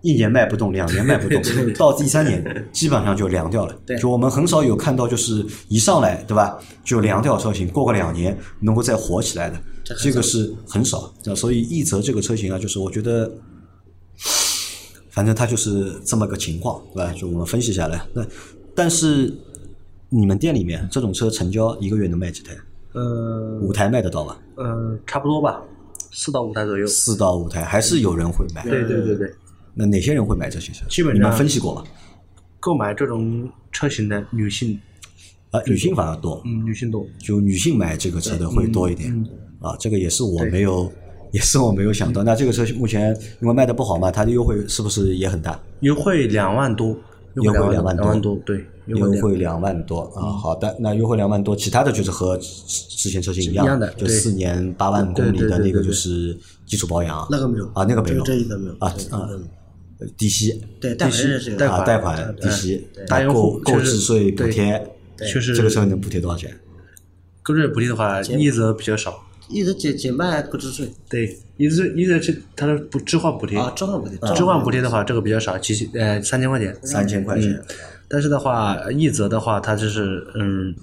[SPEAKER 2] 一年卖不动，两年卖不动，到第三年基本上就凉掉了。
[SPEAKER 4] 对
[SPEAKER 2] 就我们很少有看到，就是一上来对吧，就凉掉车型，过个两年能够再火起来的，这个是很少。对吧所以奕泽这个车型啊，就是我觉得，反正它就是这么个情况，对吧？就我们分析下来，那但是你们店里面这种车成交一个月能卖几台？
[SPEAKER 3] 呃
[SPEAKER 2] 五台卖得到吧？
[SPEAKER 3] 呃，差不多吧，四到五台左右。
[SPEAKER 2] 四到五台，还是有人会买。
[SPEAKER 3] 对对对对，
[SPEAKER 2] 那哪些人会买这些车？
[SPEAKER 3] 基本
[SPEAKER 2] 你
[SPEAKER 3] 上
[SPEAKER 2] 们分析过吧？
[SPEAKER 3] 购买这种车型的女性，
[SPEAKER 2] 啊，女性反而多。
[SPEAKER 3] 嗯，女性多。
[SPEAKER 2] 就女性买这个车的会多一点、
[SPEAKER 3] 嗯
[SPEAKER 2] 啊，这个也是我没有，也是我没有想到。那这个车目前因为卖的不好嘛，它的优惠是不是也很大？
[SPEAKER 3] 优惠两万多，
[SPEAKER 2] 优惠
[SPEAKER 3] 两
[SPEAKER 2] 两万多
[SPEAKER 3] 两万多，对，
[SPEAKER 2] 优
[SPEAKER 3] 惠两嗯
[SPEAKER 2] 惠两万多啊，好的，那优惠两万多，其他的就是和之前车型一
[SPEAKER 3] 一样的
[SPEAKER 2] 就
[SPEAKER 3] 对
[SPEAKER 2] 四年八万公里
[SPEAKER 3] 对对
[SPEAKER 2] 的
[SPEAKER 3] 对
[SPEAKER 2] 那个
[SPEAKER 3] 对对
[SPEAKER 2] 就是基础保养，
[SPEAKER 4] 那个没有
[SPEAKER 2] 啊，那个没有，
[SPEAKER 4] 这一个没有
[SPEAKER 2] 啊
[SPEAKER 4] 对
[SPEAKER 2] 啊
[SPEAKER 4] 那个没有
[SPEAKER 2] 呃低息
[SPEAKER 4] 对，贷款认识
[SPEAKER 3] 贷
[SPEAKER 4] 这个，
[SPEAKER 2] 啊，
[SPEAKER 3] 款
[SPEAKER 2] 贷款低
[SPEAKER 3] 嗯
[SPEAKER 2] 息，
[SPEAKER 3] 大用
[SPEAKER 2] 购
[SPEAKER 3] 户
[SPEAKER 2] 购
[SPEAKER 3] 确实
[SPEAKER 2] 置税补
[SPEAKER 3] 对
[SPEAKER 2] 贴，
[SPEAKER 3] 就是
[SPEAKER 2] 这个车能补贴多少钱？
[SPEAKER 3] 购置税补贴的话，一则比较少。
[SPEAKER 4] 一直减减半购置税
[SPEAKER 3] 对，一则一则是它的补置换补贴，
[SPEAKER 4] 啊，置换补
[SPEAKER 2] 嗯
[SPEAKER 4] 贴，
[SPEAKER 3] 置
[SPEAKER 4] 置
[SPEAKER 3] 换补贴的话，这个比较少，几千呃三千块钱。
[SPEAKER 2] 三千块钱
[SPEAKER 3] 嗯，但是的话，一则的话，它就是嗯，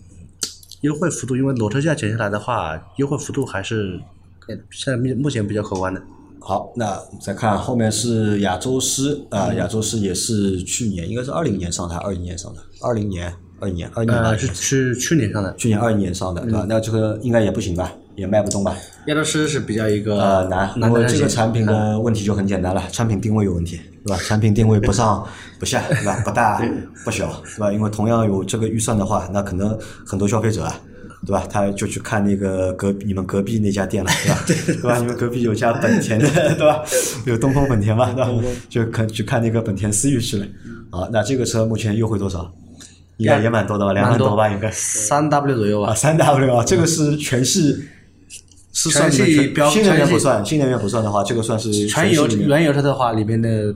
[SPEAKER 3] 优惠幅度，因为裸车价减下来的话，优惠幅度还是
[SPEAKER 4] 可以的
[SPEAKER 3] 现在目目前比较可观的。
[SPEAKER 2] 好，那我们再看后面是亚洲狮啊，亚洲狮也是去年应该是二零年上的，二一年上的，二零年，二一年，二一年吧
[SPEAKER 3] 呃，是是去年上的，
[SPEAKER 2] 去年二一年上的，对吧？那这个应该也不行吧，也卖不动吧？
[SPEAKER 3] 亚洲狮是比较一个
[SPEAKER 2] 呃，难，因
[SPEAKER 3] 啊难
[SPEAKER 2] 为
[SPEAKER 3] 的
[SPEAKER 2] 这个
[SPEAKER 3] 类型
[SPEAKER 2] 产品的问题就很简单了，产品定位有问题，对吧？产品定位不上不下，对吧？不大不小，对吧？因为同样有这个预算的话，那可能很多消费者啊。对吧？他就去看那个隔你们隔壁那家店了， 对吧？对吧？你们隔壁有家本田的，对吧？有东风本田嘛，对吧？就看去看那个本田思域去了。啊，那这个车目前优惠多少？应该也蛮多的吧，两万
[SPEAKER 3] 蛮多
[SPEAKER 2] 多吧，应该。
[SPEAKER 3] 三 W 左右
[SPEAKER 2] 啊，
[SPEAKER 3] 吧。
[SPEAKER 2] 三 W 啊，这个
[SPEAKER 3] 嗯
[SPEAKER 2] 是全系是算你们
[SPEAKER 3] 全系标
[SPEAKER 2] 新能源
[SPEAKER 3] 全系
[SPEAKER 2] 不算，新能源不算的话，这个算是
[SPEAKER 3] 全
[SPEAKER 2] 系
[SPEAKER 3] 油
[SPEAKER 2] 里面
[SPEAKER 3] 原油车的话，里面的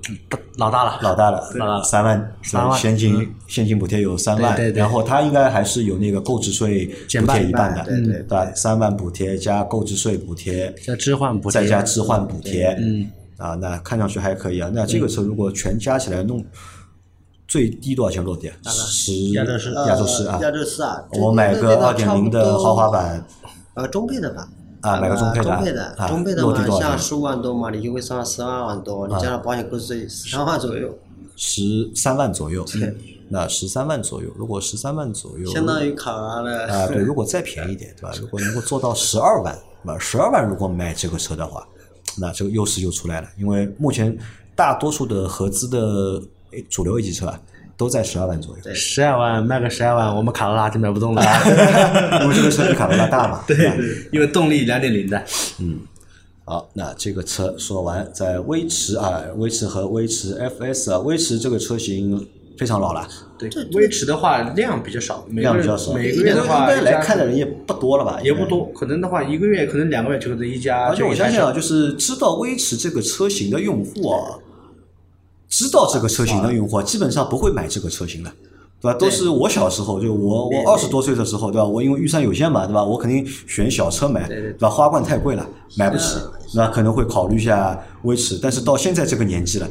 [SPEAKER 3] 老大了，
[SPEAKER 2] 老大了，啊
[SPEAKER 3] 老大了
[SPEAKER 2] 三万
[SPEAKER 3] 三万嗯
[SPEAKER 2] 现金现金补贴有三万，
[SPEAKER 3] 对对对
[SPEAKER 2] 然后它应该还是有那个购置税
[SPEAKER 3] 减
[SPEAKER 2] 补
[SPEAKER 3] 半
[SPEAKER 2] 贴一半的，嗯
[SPEAKER 4] 对对
[SPEAKER 2] 对吧？三万补贴加购置税补贴，
[SPEAKER 3] 加置换补贴，啊
[SPEAKER 2] 再加置换补贴，嗯，啊，那看上去还可以啊。那这
[SPEAKER 3] 嗯
[SPEAKER 2] 个车如果全加起来弄，最低多少钱落地啊？十
[SPEAKER 3] 亚洲狮
[SPEAKER 2] 亚洲狮啊，
[SPEAKER 4] 呃亚洲狮啊，
[SPEAKER 2] 我买个二点零的豪华
[SPEAKER 4] 版。
[SPEAKER 2] 版。
[SPEAKER 4] 呃，中配的吧。
[SPEAKER 2] 啊买个中配的
[SPEAKER 4] 呃
[SPEAKER 2] 啊
[SPEAKER 4] 中配的，
[SPEAKER 2] 啊
[SPEAKER 4] 中配的
[SPEAKER 2] 落地
[SPEAKER 4] 嘛，
[SPEAKER 2] 多少
[SPEAKER 4] 像
[SPEAKER 2] 钱啊
[SPEAKER 4] 十五万多嘛，你优惠上到十二万多，你加上保险购置税十三万左右，
[SPEAKER 2] 十三万左右，那十三万左右，如果十三万左右，
[SPEAKER 4] 相当
[SPEAKER 2] 于
[SPEAKER 4] 于卡拉
[SPEAKER 2] 啊、
[SPEAKER 4] 的
[SPEAKER 2] 对，如果再便宜一点，对吧？如果能够做到十二万，那十二万如果买这个车的话，那这个优势就出来了，因为目前大多数的合资的诶主流 A 级车啊，都在十二万左右。
[SPEAKER 4] 对
[SPEAKER 3] 十二万卖个十二万，我们卡罗拉就买不动了，
[SPEAKER 2] 因为这个车比卡罗拉大嘛，对啊吧？
[SPEAKER 3] 因为动力两点零的，
[SPEAKER 2] 好，那这个车说完，在威驰啊，威驰和威驰 FS 啊，威驰这个车型非常老了，
[SPEAKER 3] 对，威驰的话量比较少，每个
[SPEAKER 2] 量比
[SPEAKER 3] 月
[SPEAKER 2] 较少，
[SPEAKER 3] 每个月的话
[SPEAKER 2] 应该来看的
[SPEAKER 3] 的
[SPEAKER 2] 人也不多了吧？
[SPEAKER 3] 也不
[SPEAKER 2] 应该
[SPEAKER 3] 多，可能的话一个月可能两个月就可能一家，
[SPEAKER 2] 而且我
[SPEAKER 3] 就一台
[SPEAKER 2] 相信
[SPEAKER 3] 车
[SPEAKER 2] 啊，就是知道威驰这个车型的用户啊，知道这个车型的用户啊，基本上不会买这个车型的。对吧？都是我小时候，就我我二十多岁的时候，对吧？我因为预算有限嘛，对吧？我肯定选小车买，对啊吧？花冠太贵了，买不起，那可能会考虑一下威驰。但是到现在这个年纪了，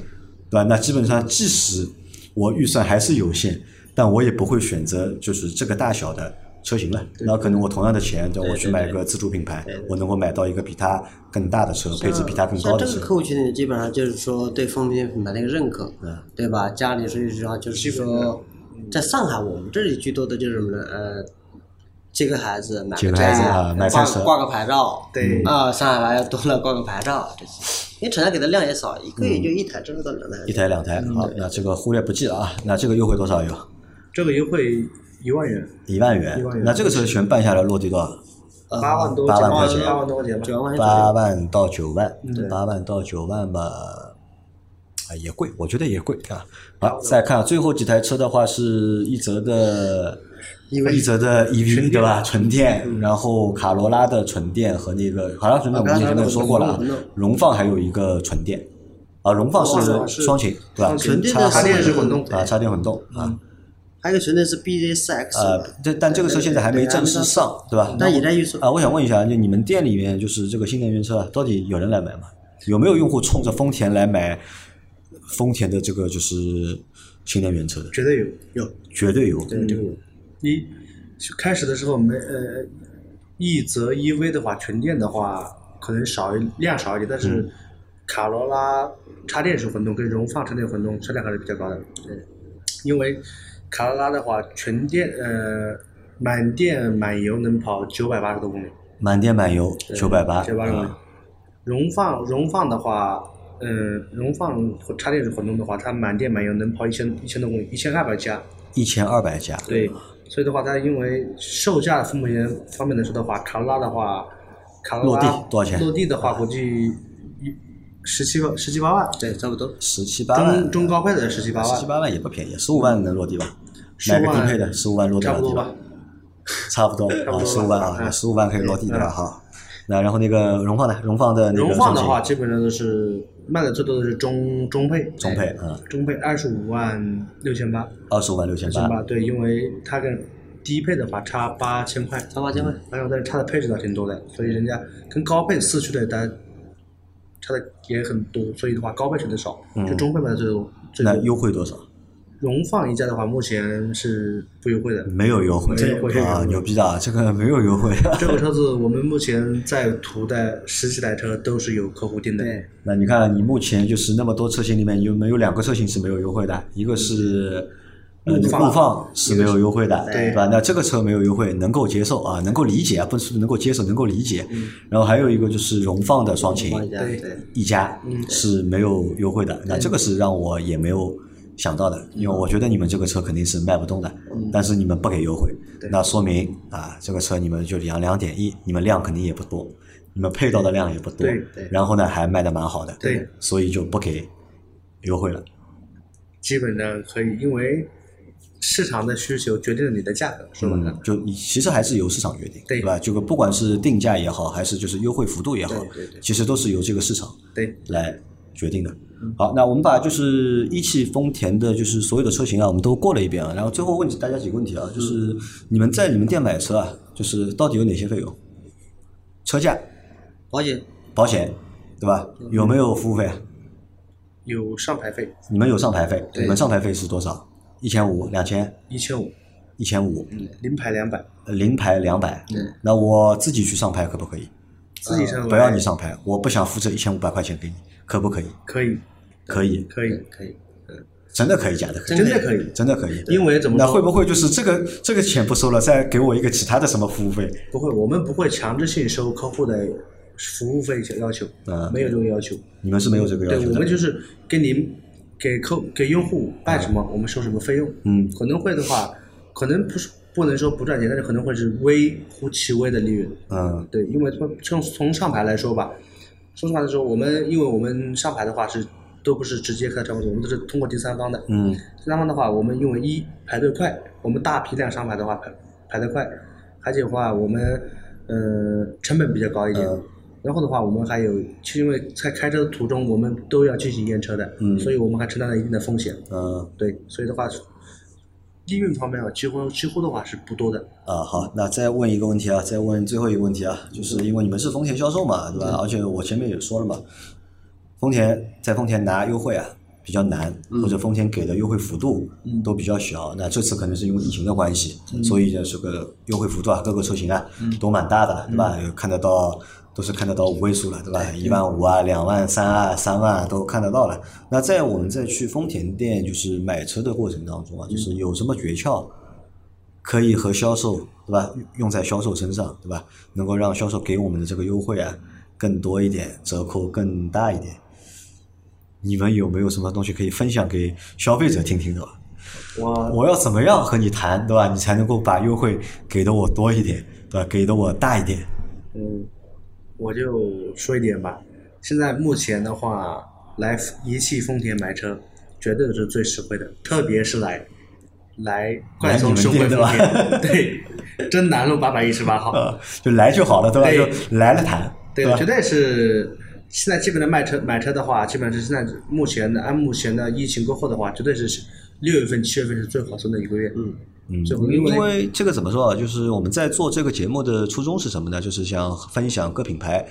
[SPEAKER 2] 对吧？那基本上即使我预算还是有限，但我也不会选择就是这个大小的车型了。那可能我同样的钱，对吧，我去买个自主品牌，我能够买到一个比它更大的车，配置比它更高
[SPEAKER 4] 像
[SPEAKER 2] 的
[SPEAKER 4] 这
[SPEAKER 2] 车
[SPEAKER 4] 个。客户群体，基本上就是说对丰田品牌的一个认可，
[SPEAKER 2] 嗯
[SPEAKER 4] 对吧？家里说句实话，就是说，在上海我们这里居多的就是什么呢？呃，接个孩子，买
[SPEAKER 2] 接
[SPEAKER 4] 个
[SPEAKER 2] 个孩子啊
[SPEAKER 4] 家，
[SPEAKER 2] 买
[SPEAKER 4] 挂
[SPEAKER 2] 菜嗯车
[SPEAKER 4] 挂个牌照，
[SPEAKER 3] 对
[SPEAKER 4] 啊，上海来要多了挂个牌照，这些，因为厂家给的量也少，一个月就一台，真的到两台，
[SPEAKER 2] 一台两台，好，那这个忽略不计了啊。那这个优惠多少有？
[SPEAKER 3] 这个优惠一万元，
[SPEAKER 2] 一万元
[SPEAKER 3] 一万。元
[SPEAKER 2] 那这个车全办下来落地多少？
[SPEAKER 4] 呃
[SPEAKER 3] 八万多，
[SPEAKER 2] 八万
[SPEAKER 3] 九
[SPEAKER 2] 块钱
[SPEAKER 3] 八万多块钱吧，
[SPEAKER 4] 九万块钱左右
[SPEAKER 2] 八万到九万，八万到九万吧，啊也贵，我觉得也贵啊。好，再看最后几台车的话是一泽的，一泽的 EV 对吧？纯电，然后卡罗拉的纯电和那个卡罗拉纯电我们以前都说过了啊
[SPEAKER 4] 卡罗拉的，
[SPEAKER 2] 荣放还有一个纯电，啊，荣放
[SPEAKER 3] 荣放
[SPEAKER 2] 是
[SPEAKER 3] 是
[SPEAKER 2] 双擎对吧？
[SPEAKER 4] 纯电
[SPEAKER 2] 插
[SPEAKER 4] 的
[SPEAKER 3] 插电式混动
[SPEAKER 2] 啊，插电混动啊，
[SPEAKER 4] 还有一个纯粹是 BJ4X，
[SPEAKER 2] 呃，这但这个车现在还没正式上对吧？
[SPEAKER 4] 但也在预售。
[SPEAKER 2] 啊，我想问一下，就你们店里面啊就是这个新能源车，到底有人来买吗？有没有用户冲着丰田来买丰田的这个就是新能源车的，
[SPEAKER 3] 绝对有有，
[SPEAKER 2] 绝对有。
[SPEAKER 3] 对这个有。你开始的时候没呃，一泽 EV 的话，纯电的话可能少一量少一点，但
[SPEAKER 2] 嗯
[SPEAKER 3] 是卡罗拉插电式混动跟荣放插电混动车辆还是比较高的。对，因为卡罗拉的话，纯电呃满电满油能跑九百八十多公里，
[SPEAKER 2] 满电满油九百八，
[SPEAKER 3] 九百八公里
[SPEAKER 2] 啊。
[SPEAKER 3] 荣放荣放的话，嗯，荣放和插电式混动的话，它满电满油能跑一千一千多公里，一千二百加。
[SPEAKER 2] 一千二百加。
[SPEAKER 3] 对，所以的话，它因为售价方面方面来说的话，卡罗拉的话，卡罗拉
[SPEAKER 2] 落地多少钱啊
[SPEAKER 3] 落地的话，估计一十七万十七八万，
[SPEAKER 4] 对，差不多。
[SPEAKER 2] 十七八
[SPEAKER 3] 中
[SPEAKER 2] 万，
[SPEAKER 3] 中高配的十七八
[SPEAKER 2] 十七
[SPEAKER 3] 万，
[SPEAKER 2] 八万也不便宜，十五万能落地吧？
[SPEAKER 3] 15
[SPEAKER 2] 买
[SPEAKER 3] 万
[SPEAKER 2] 个低配的，十五万落地
[SPEAKER 3] 差不
[SPEAKER 2] 对
[SPEAKER 3] 多
[SPEAKER 2] 吧
[SPEAKER 3] 吧？。
[SPEAKER 2] 差不多
[SPEAKER 3] 差不
[SPEAKER 2] 啊，
[SPEAKER 3] 多
[SPEAKER 2] 十五万
[SPEAKER 3] 吧
[SPEAKER 2] 啊，
[SPEAKER 3] 嗯
[SPEAKER 2] 十五万可以落地对吧？哈，那然后那个荣放呢？荣放的那个
[SPEAKER 3] 荣放的
[SPEAKER 2] 中
[SPEAKER 3] 话，基本上都是卖的最多的是中中配，
[SPEAKER 2] 级中配啊，
[SPEAKER 3] 中配二十五万六千八，
[SPEAKER 2] 二十五万六千
[SPEAKER 3] 六
[SPEAKER 2] 八
[SPEAKER 3] 千，八，对，因为它跟低配的话差八千块，
[SPEAKER 4] 三八千块，
[SPEAKER 3] 然后但是它的配置倒挺多的，所以人家跟高配四驱的它差的也很多，所以的话高配选的少，就中配卖的最多。最
[SPEAKER 2] 那
[SPEAKER 3] 多
[SPEAKER 2] 优惠多少？
[SPEAKER 3] 荣放一家的话，目前是不优惠的。
[SPEAKER 2] 没有优惠
[SPEAKER 3] 没有优惠
[SPEAKER 2] 啊，牛逼的，啊，这个没有优惠。
[SPEAKER 3] 这个车子我们目前在途的十几台车都是有客户订的，
[SPEAKER 2] 那你看，你目前就是那么多车型里面，有没有两个车型是没有优惠的？一个是呃
[SPEAKER 3] 陆放
[SPEAKER 2] 陆放是没有优惠的，
[SPEAKER 3] 对
[SPEAKER 2] 对吧？那这个车没有优惠，能够接受啊，能够理解啊，不是能够接受，能够理解。然后还有一个就是荣放的双擎，
[SPEAKER 4] 帮一下，
[SPEAKER 3] 对
[SPEAKER 4] 对，
[SPEAKER 2] 一家
[SPEAKER 3] 嗯
[SPEAKER 2] 是没有优惠的，那这个是让我也没有想到
[SPEAKER 3] 嗯
[SPEAKER 2] 的，因为我觉得你们这个车肯定是卖不动的，但是你们不给优惠，那说明啊，这个车你们就两两点一，你们量肯定也不多，你们配到的量也不多
[SPEAKER 3] 对对，
[SPEAKER 2] 然后呢还卖的蛮好的，
[SPEAKER 3] 对，
[SPEAKER 2] 所以就不给优惠了，
[SPEAKER 3] 基本上可以，因为市场的需求决定了你的价格，是吧？
[SPEAKER 2] 嗯，就你其实还是由市场决定，
[SPEAKER 3] 对
[SPEAKER 2] 吧？这个不管是定价也好，还是就是优惠幅度也好
[SPEAKER 3] 对对对，
[SPEAKER 2] 其实都是由这个市场
[SPEAKER 3] 对，
[SPEAKER 2] 来决定的。好，那我们把就是一汽丰田的，就是所有的车型啊，我们都过了一遍啊。然后最后问大家几个问题啊，就是你们在你们店买车啊，就是到底有哪些费用？车价、
[SPEAKER 4] 保险
[SPEAKER 2] 保险，对吧？有没有服务费啊？
[SPEAKER 3] 有上牌费
[SPEAKER 2] 你们有上牌费？
[SPEAKER 4] 对
[SPEAKER 2] 你们上牌费是多少？一千五、两千、
[SPEAKER 3] 一千五，
[SPEAKER 2] 一千五，
[SPEAKER 3] 临牌两百，
[SPEAKER 2] 零牌两百。那我自己去上牌可不可以？
[SPEAKER 3] 自己上牌
[SPEAKER 2] 呃不要你上牌，我不想付这一千五百块钱给你，可不可以？
[SPEAKER 3] 可以
[SPEAKER 2] 可以，
[SPEAKER 3] 可以，
[SPEAKER 4] 可以，
[SPEAKER 2] 真的可以，假的可以，
[SPEAKER 3] 真的可以，
[SPEAKER 2] 真的可以。
[SPEAKER 3] 因为怎么
[SPEAKER 2] 那
[SPEAKER 3] 说
[SPEAKER 2] 会不会就是这个这个钱不收了，再给我一个其他的什么服务费？
[SPEAKER 3] 不会，我们不会强制性收客户的服务费要求，
[SPEAKER 2] 嗯
[SPEAKER 3] 没有这个要求。
[SPEAKER 2] 你们是没有这个要
[SPEAKER 3] 对，
[SPEAKER 2] 求
[SPEAKER 3] 我
[SPEAKER 2] 的
[SPEAKER 3] 们。就是给您给客给用户办什么，我们收什么费用。
[SPEAKER 2] 嗯，
[SPEAKER 3] 可能会的话，可能不是不能说不赚钱，但是可能会是微乎其微的利润。
[SPEAKER 2] 嗯
[SPEAKER 3] 对，因为从从从上牌来说吧，说实话来说，我们因为我们上牌的话是都不是直接开车我们都是通过第三方的。
[SPEAKER 2] 嗯
[SPEAKER 3] 第三方的话，我们因为一排队快，我们大批量上牌的话排排得快，而且的话我们呃成本比较高一点。
[SPEAKER 2] 嗯
[SPEAKER 3] 然后的话，我们还有，就因为在开车的途中，我们都要进行验车的，
[SPEAKER 2] 嗯
[SPEAKER 3] 所以我们还承担了一定的风险。
[SPEAKER 2] 嗯
[SPEAKER 3] 对，所以的话，利润方面啊，几乎几乎的话是不多的。
[SPEAKER 2] 啊，好，那再问一个问题啊，再问最后一个问题啊，就是因为你们是丰田销售嘛，对吧？而且我前面也说了嘛，丰田在丰田拿优惠啊比较难，或者丰田给的优惠幅度都比较小。那这次可能是因为疫情的关系，所以呢，这个优惠幅度啊，各个车型啊都蛮大的，对吧？有看得到都是看得到五位数了，对吧？一万五啊，两万三啊，三万啊都看得到了。那在我们在去丰田店就是买车的过程当中啊，就是有什么诀窍？可以和销售对吧，用在销售身上对吧，能够让销售给我们的这个优惠啊更多一点，折扣更大一点。你们有没有什么东西可以分享给消费者听听的吧？
[SPEAKER 3] 我
[SPEAKER 2] 我要怎么样和你谈对吧，你才能够把优惠给的我多一点对吧，给的我大一点？
[SPEAKER 3] 嗯，我就说一点吧。现在目前的话，来一汽丰田买车，绝对是最实惠的，特别是来来
[SPEAKER 2] 来
[SPEAKER 3] 快
[SPEAKER 2] 你
[SPEAKER 3] 充
[SPEAKER 2] 们
[SPEAKER 3] 实惠
[SPEAKER 2] 店对
[SPEAKER 3] 丰
[SPEAKER 2] 吧
[SPEAKER 3] 田， 对，真南路八百一十八号。
[SPEAKER 2] 呃，就来就好了对吧？
[SPEAKER 3] 对
[SPEAKER 2] 就来了谈
[SPEAKER 3] 对，
[SPEAKER 2] 吧
[SPEAKER 3] 绝？对是。现在基本的卖车买车的话，基本上是现在目前的按目前的疫情过后的话，绝对是六月份、七月份是最划算的一个月。嗯，
[SPEAKER 2] 嗯
[SPEAKER 3] 最，后
[SPEAKER 2] 因
[SPEAKER 3] 因为
[SPEAKER 2] 为这个怎么说啊？就是我们在做这个节目的初衷是什么呢？就是想分享各品牌、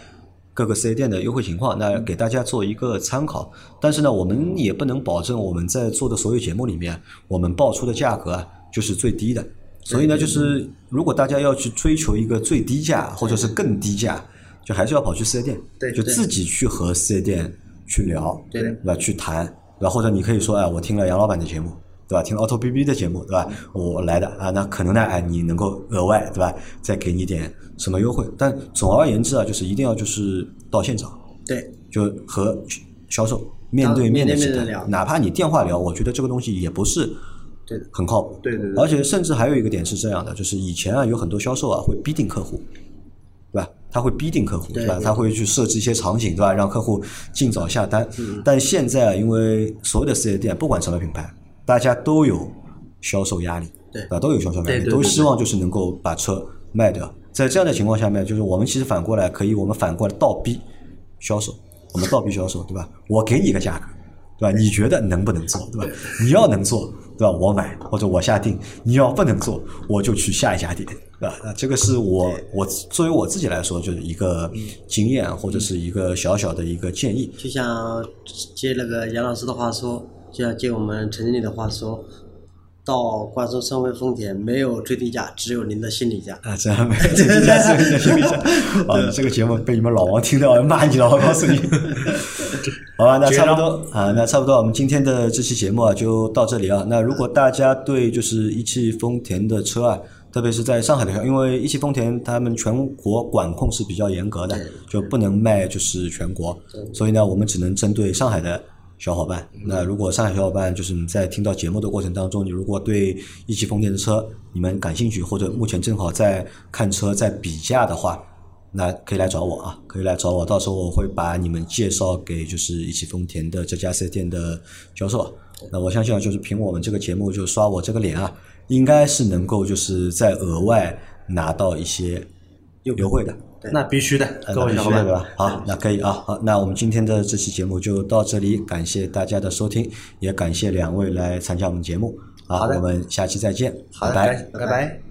[SPEAKER 2] 各个四 S 店的优惠情况，
[SPEAKER 3] 嗯
[SPEAKER 2] 那给大家做一个参考。但是呢，我们也不能保证我们在做的所有节目里面，我们报出的价格啊就是最低的。所以呢，就是如果大家要去追求一个最低价或者是更低价，就还是要跑去四 S 店，
[SPEAKER 3] 对
[SPEAKER 2] 就
[SPEAKER 3] 对
[SPEAKER 2] 自己去和四 S 店去聊，
[SPEAKER 3] 对的
[SPEAKER 2] 吧？去谈，对吧？或者你可以说，哎，我听了杨老板的节目，对吧？听了 Auto BB 的节目，对吧？我来的啊，那可能呢，哎，你能够额外，对吧？再给你点什么优惠？但总而言之啊，就是一定要就是到现场，
[SPEAKER 4] 对，
[SPEAKER 2] 就和销售面对面的去
[SPEAKER 4] 面对面地聊
[SPEAKER 2] 谈，哪怕你电话聊，我觉得这个东西也不是
[SPEAKER 3] 对的
[SPEAKER 2] 很靠谱。
[SPEAKER 3] 对对对
[SPEAKER 2] 而且甚至还有一个点是这样的，就是以前啊有很多销售啊会逼定客户，对吧？他会逼定客户，
[SPEAKER 4] 对
[SPEAKER 2] 对吧？
[SPEAKER 4] 对
[SPEAKER 2] 他会去设置一些场景，对吧？让客户尽早下单。
[SPEAKER 3] 嗯
[SPEAKER 2] 但现在啊，因为所有的四 S 店，不管什么品牌，大家都有销售压力，
[SPEAKER 4] 对
[SPEAKER 2] 吧？都有销售压
[SPEAKER 3] 对
[SPEAKER 2] 力，
[SPEAKER 3] 对对
[SPEAKER 2] 都希望就是能够把车卖掉。在这样的情况下面，就是我们其实反过来可以，我们反过来倒逼销售，我们倒逼销售，对吧？我给你一个价格，对吧？你觉得能不能做，对吧？你要能做，对吧？我买或者我下定，你要不能做，我就去下一家店，对吧？那这个是我我作为我自己来说，就是一个经验或者是一个小小的一个建议，
[SPEAKER 4] 就像接那个杨老师的话说，就像接我们陈经理的话说，到关注深威丰田没有最低价，只有您的心理价。
[SPEAKER 2] 啊，这样没有，这这家是这是一家啊，这个节目被你们老王听到要骂你了，我告诉你。好吧，那差不多啊，那差不多，我们今天的这期节目啊就到这里啊。那如果大家对就是一汽丰田的车啊，特别是在上海的车，因为一汽丰田他们全国管控是比较严格的
[SPEAKER 4] 对，
[SPEAKER 2] 就不能卖就是全国，所以呢，我们只能针对上海的小伙伴。那如果上海小伙伴就是你在听到节目的过程当中，你如果对一汽丰田的车你们感兴趣，或者目前正好在看车在比价的话，那可以来找我啊，可以来找我，到时候我会把你们介绍给就是一汽丰田的这家四 S 店的销售啊。那我相信啊，就是凭我们这个节目就刷我这个脸啊，应该是能够就是在额外拿到一些优惠的。
[SPEAKER 3] 那必须的，
[SPEAKER 2] 呃
[SPEAKER 3] 各位
[SPEAKER 2] 那必须
[SPEAKER 3] 小伙
[SPEAKER 2] 的
[SPEAKER 3] 伴
[SPEAKER 2] 对吧？
[SPEAKER 3] 嗯
[SPEAKER 2] 好，那可以啊。好，那我们今天的这期节目就到这里，感谢大家的收听，也感谢两位来参加我们节目。好，
[SPEAKER 3] 好的
[SPEAKER 2] 我们下期再见，
[SPEAKER 3] 好的，
[SPEAKER 2] 拜拜
[SPEAKER 3] 拜拜。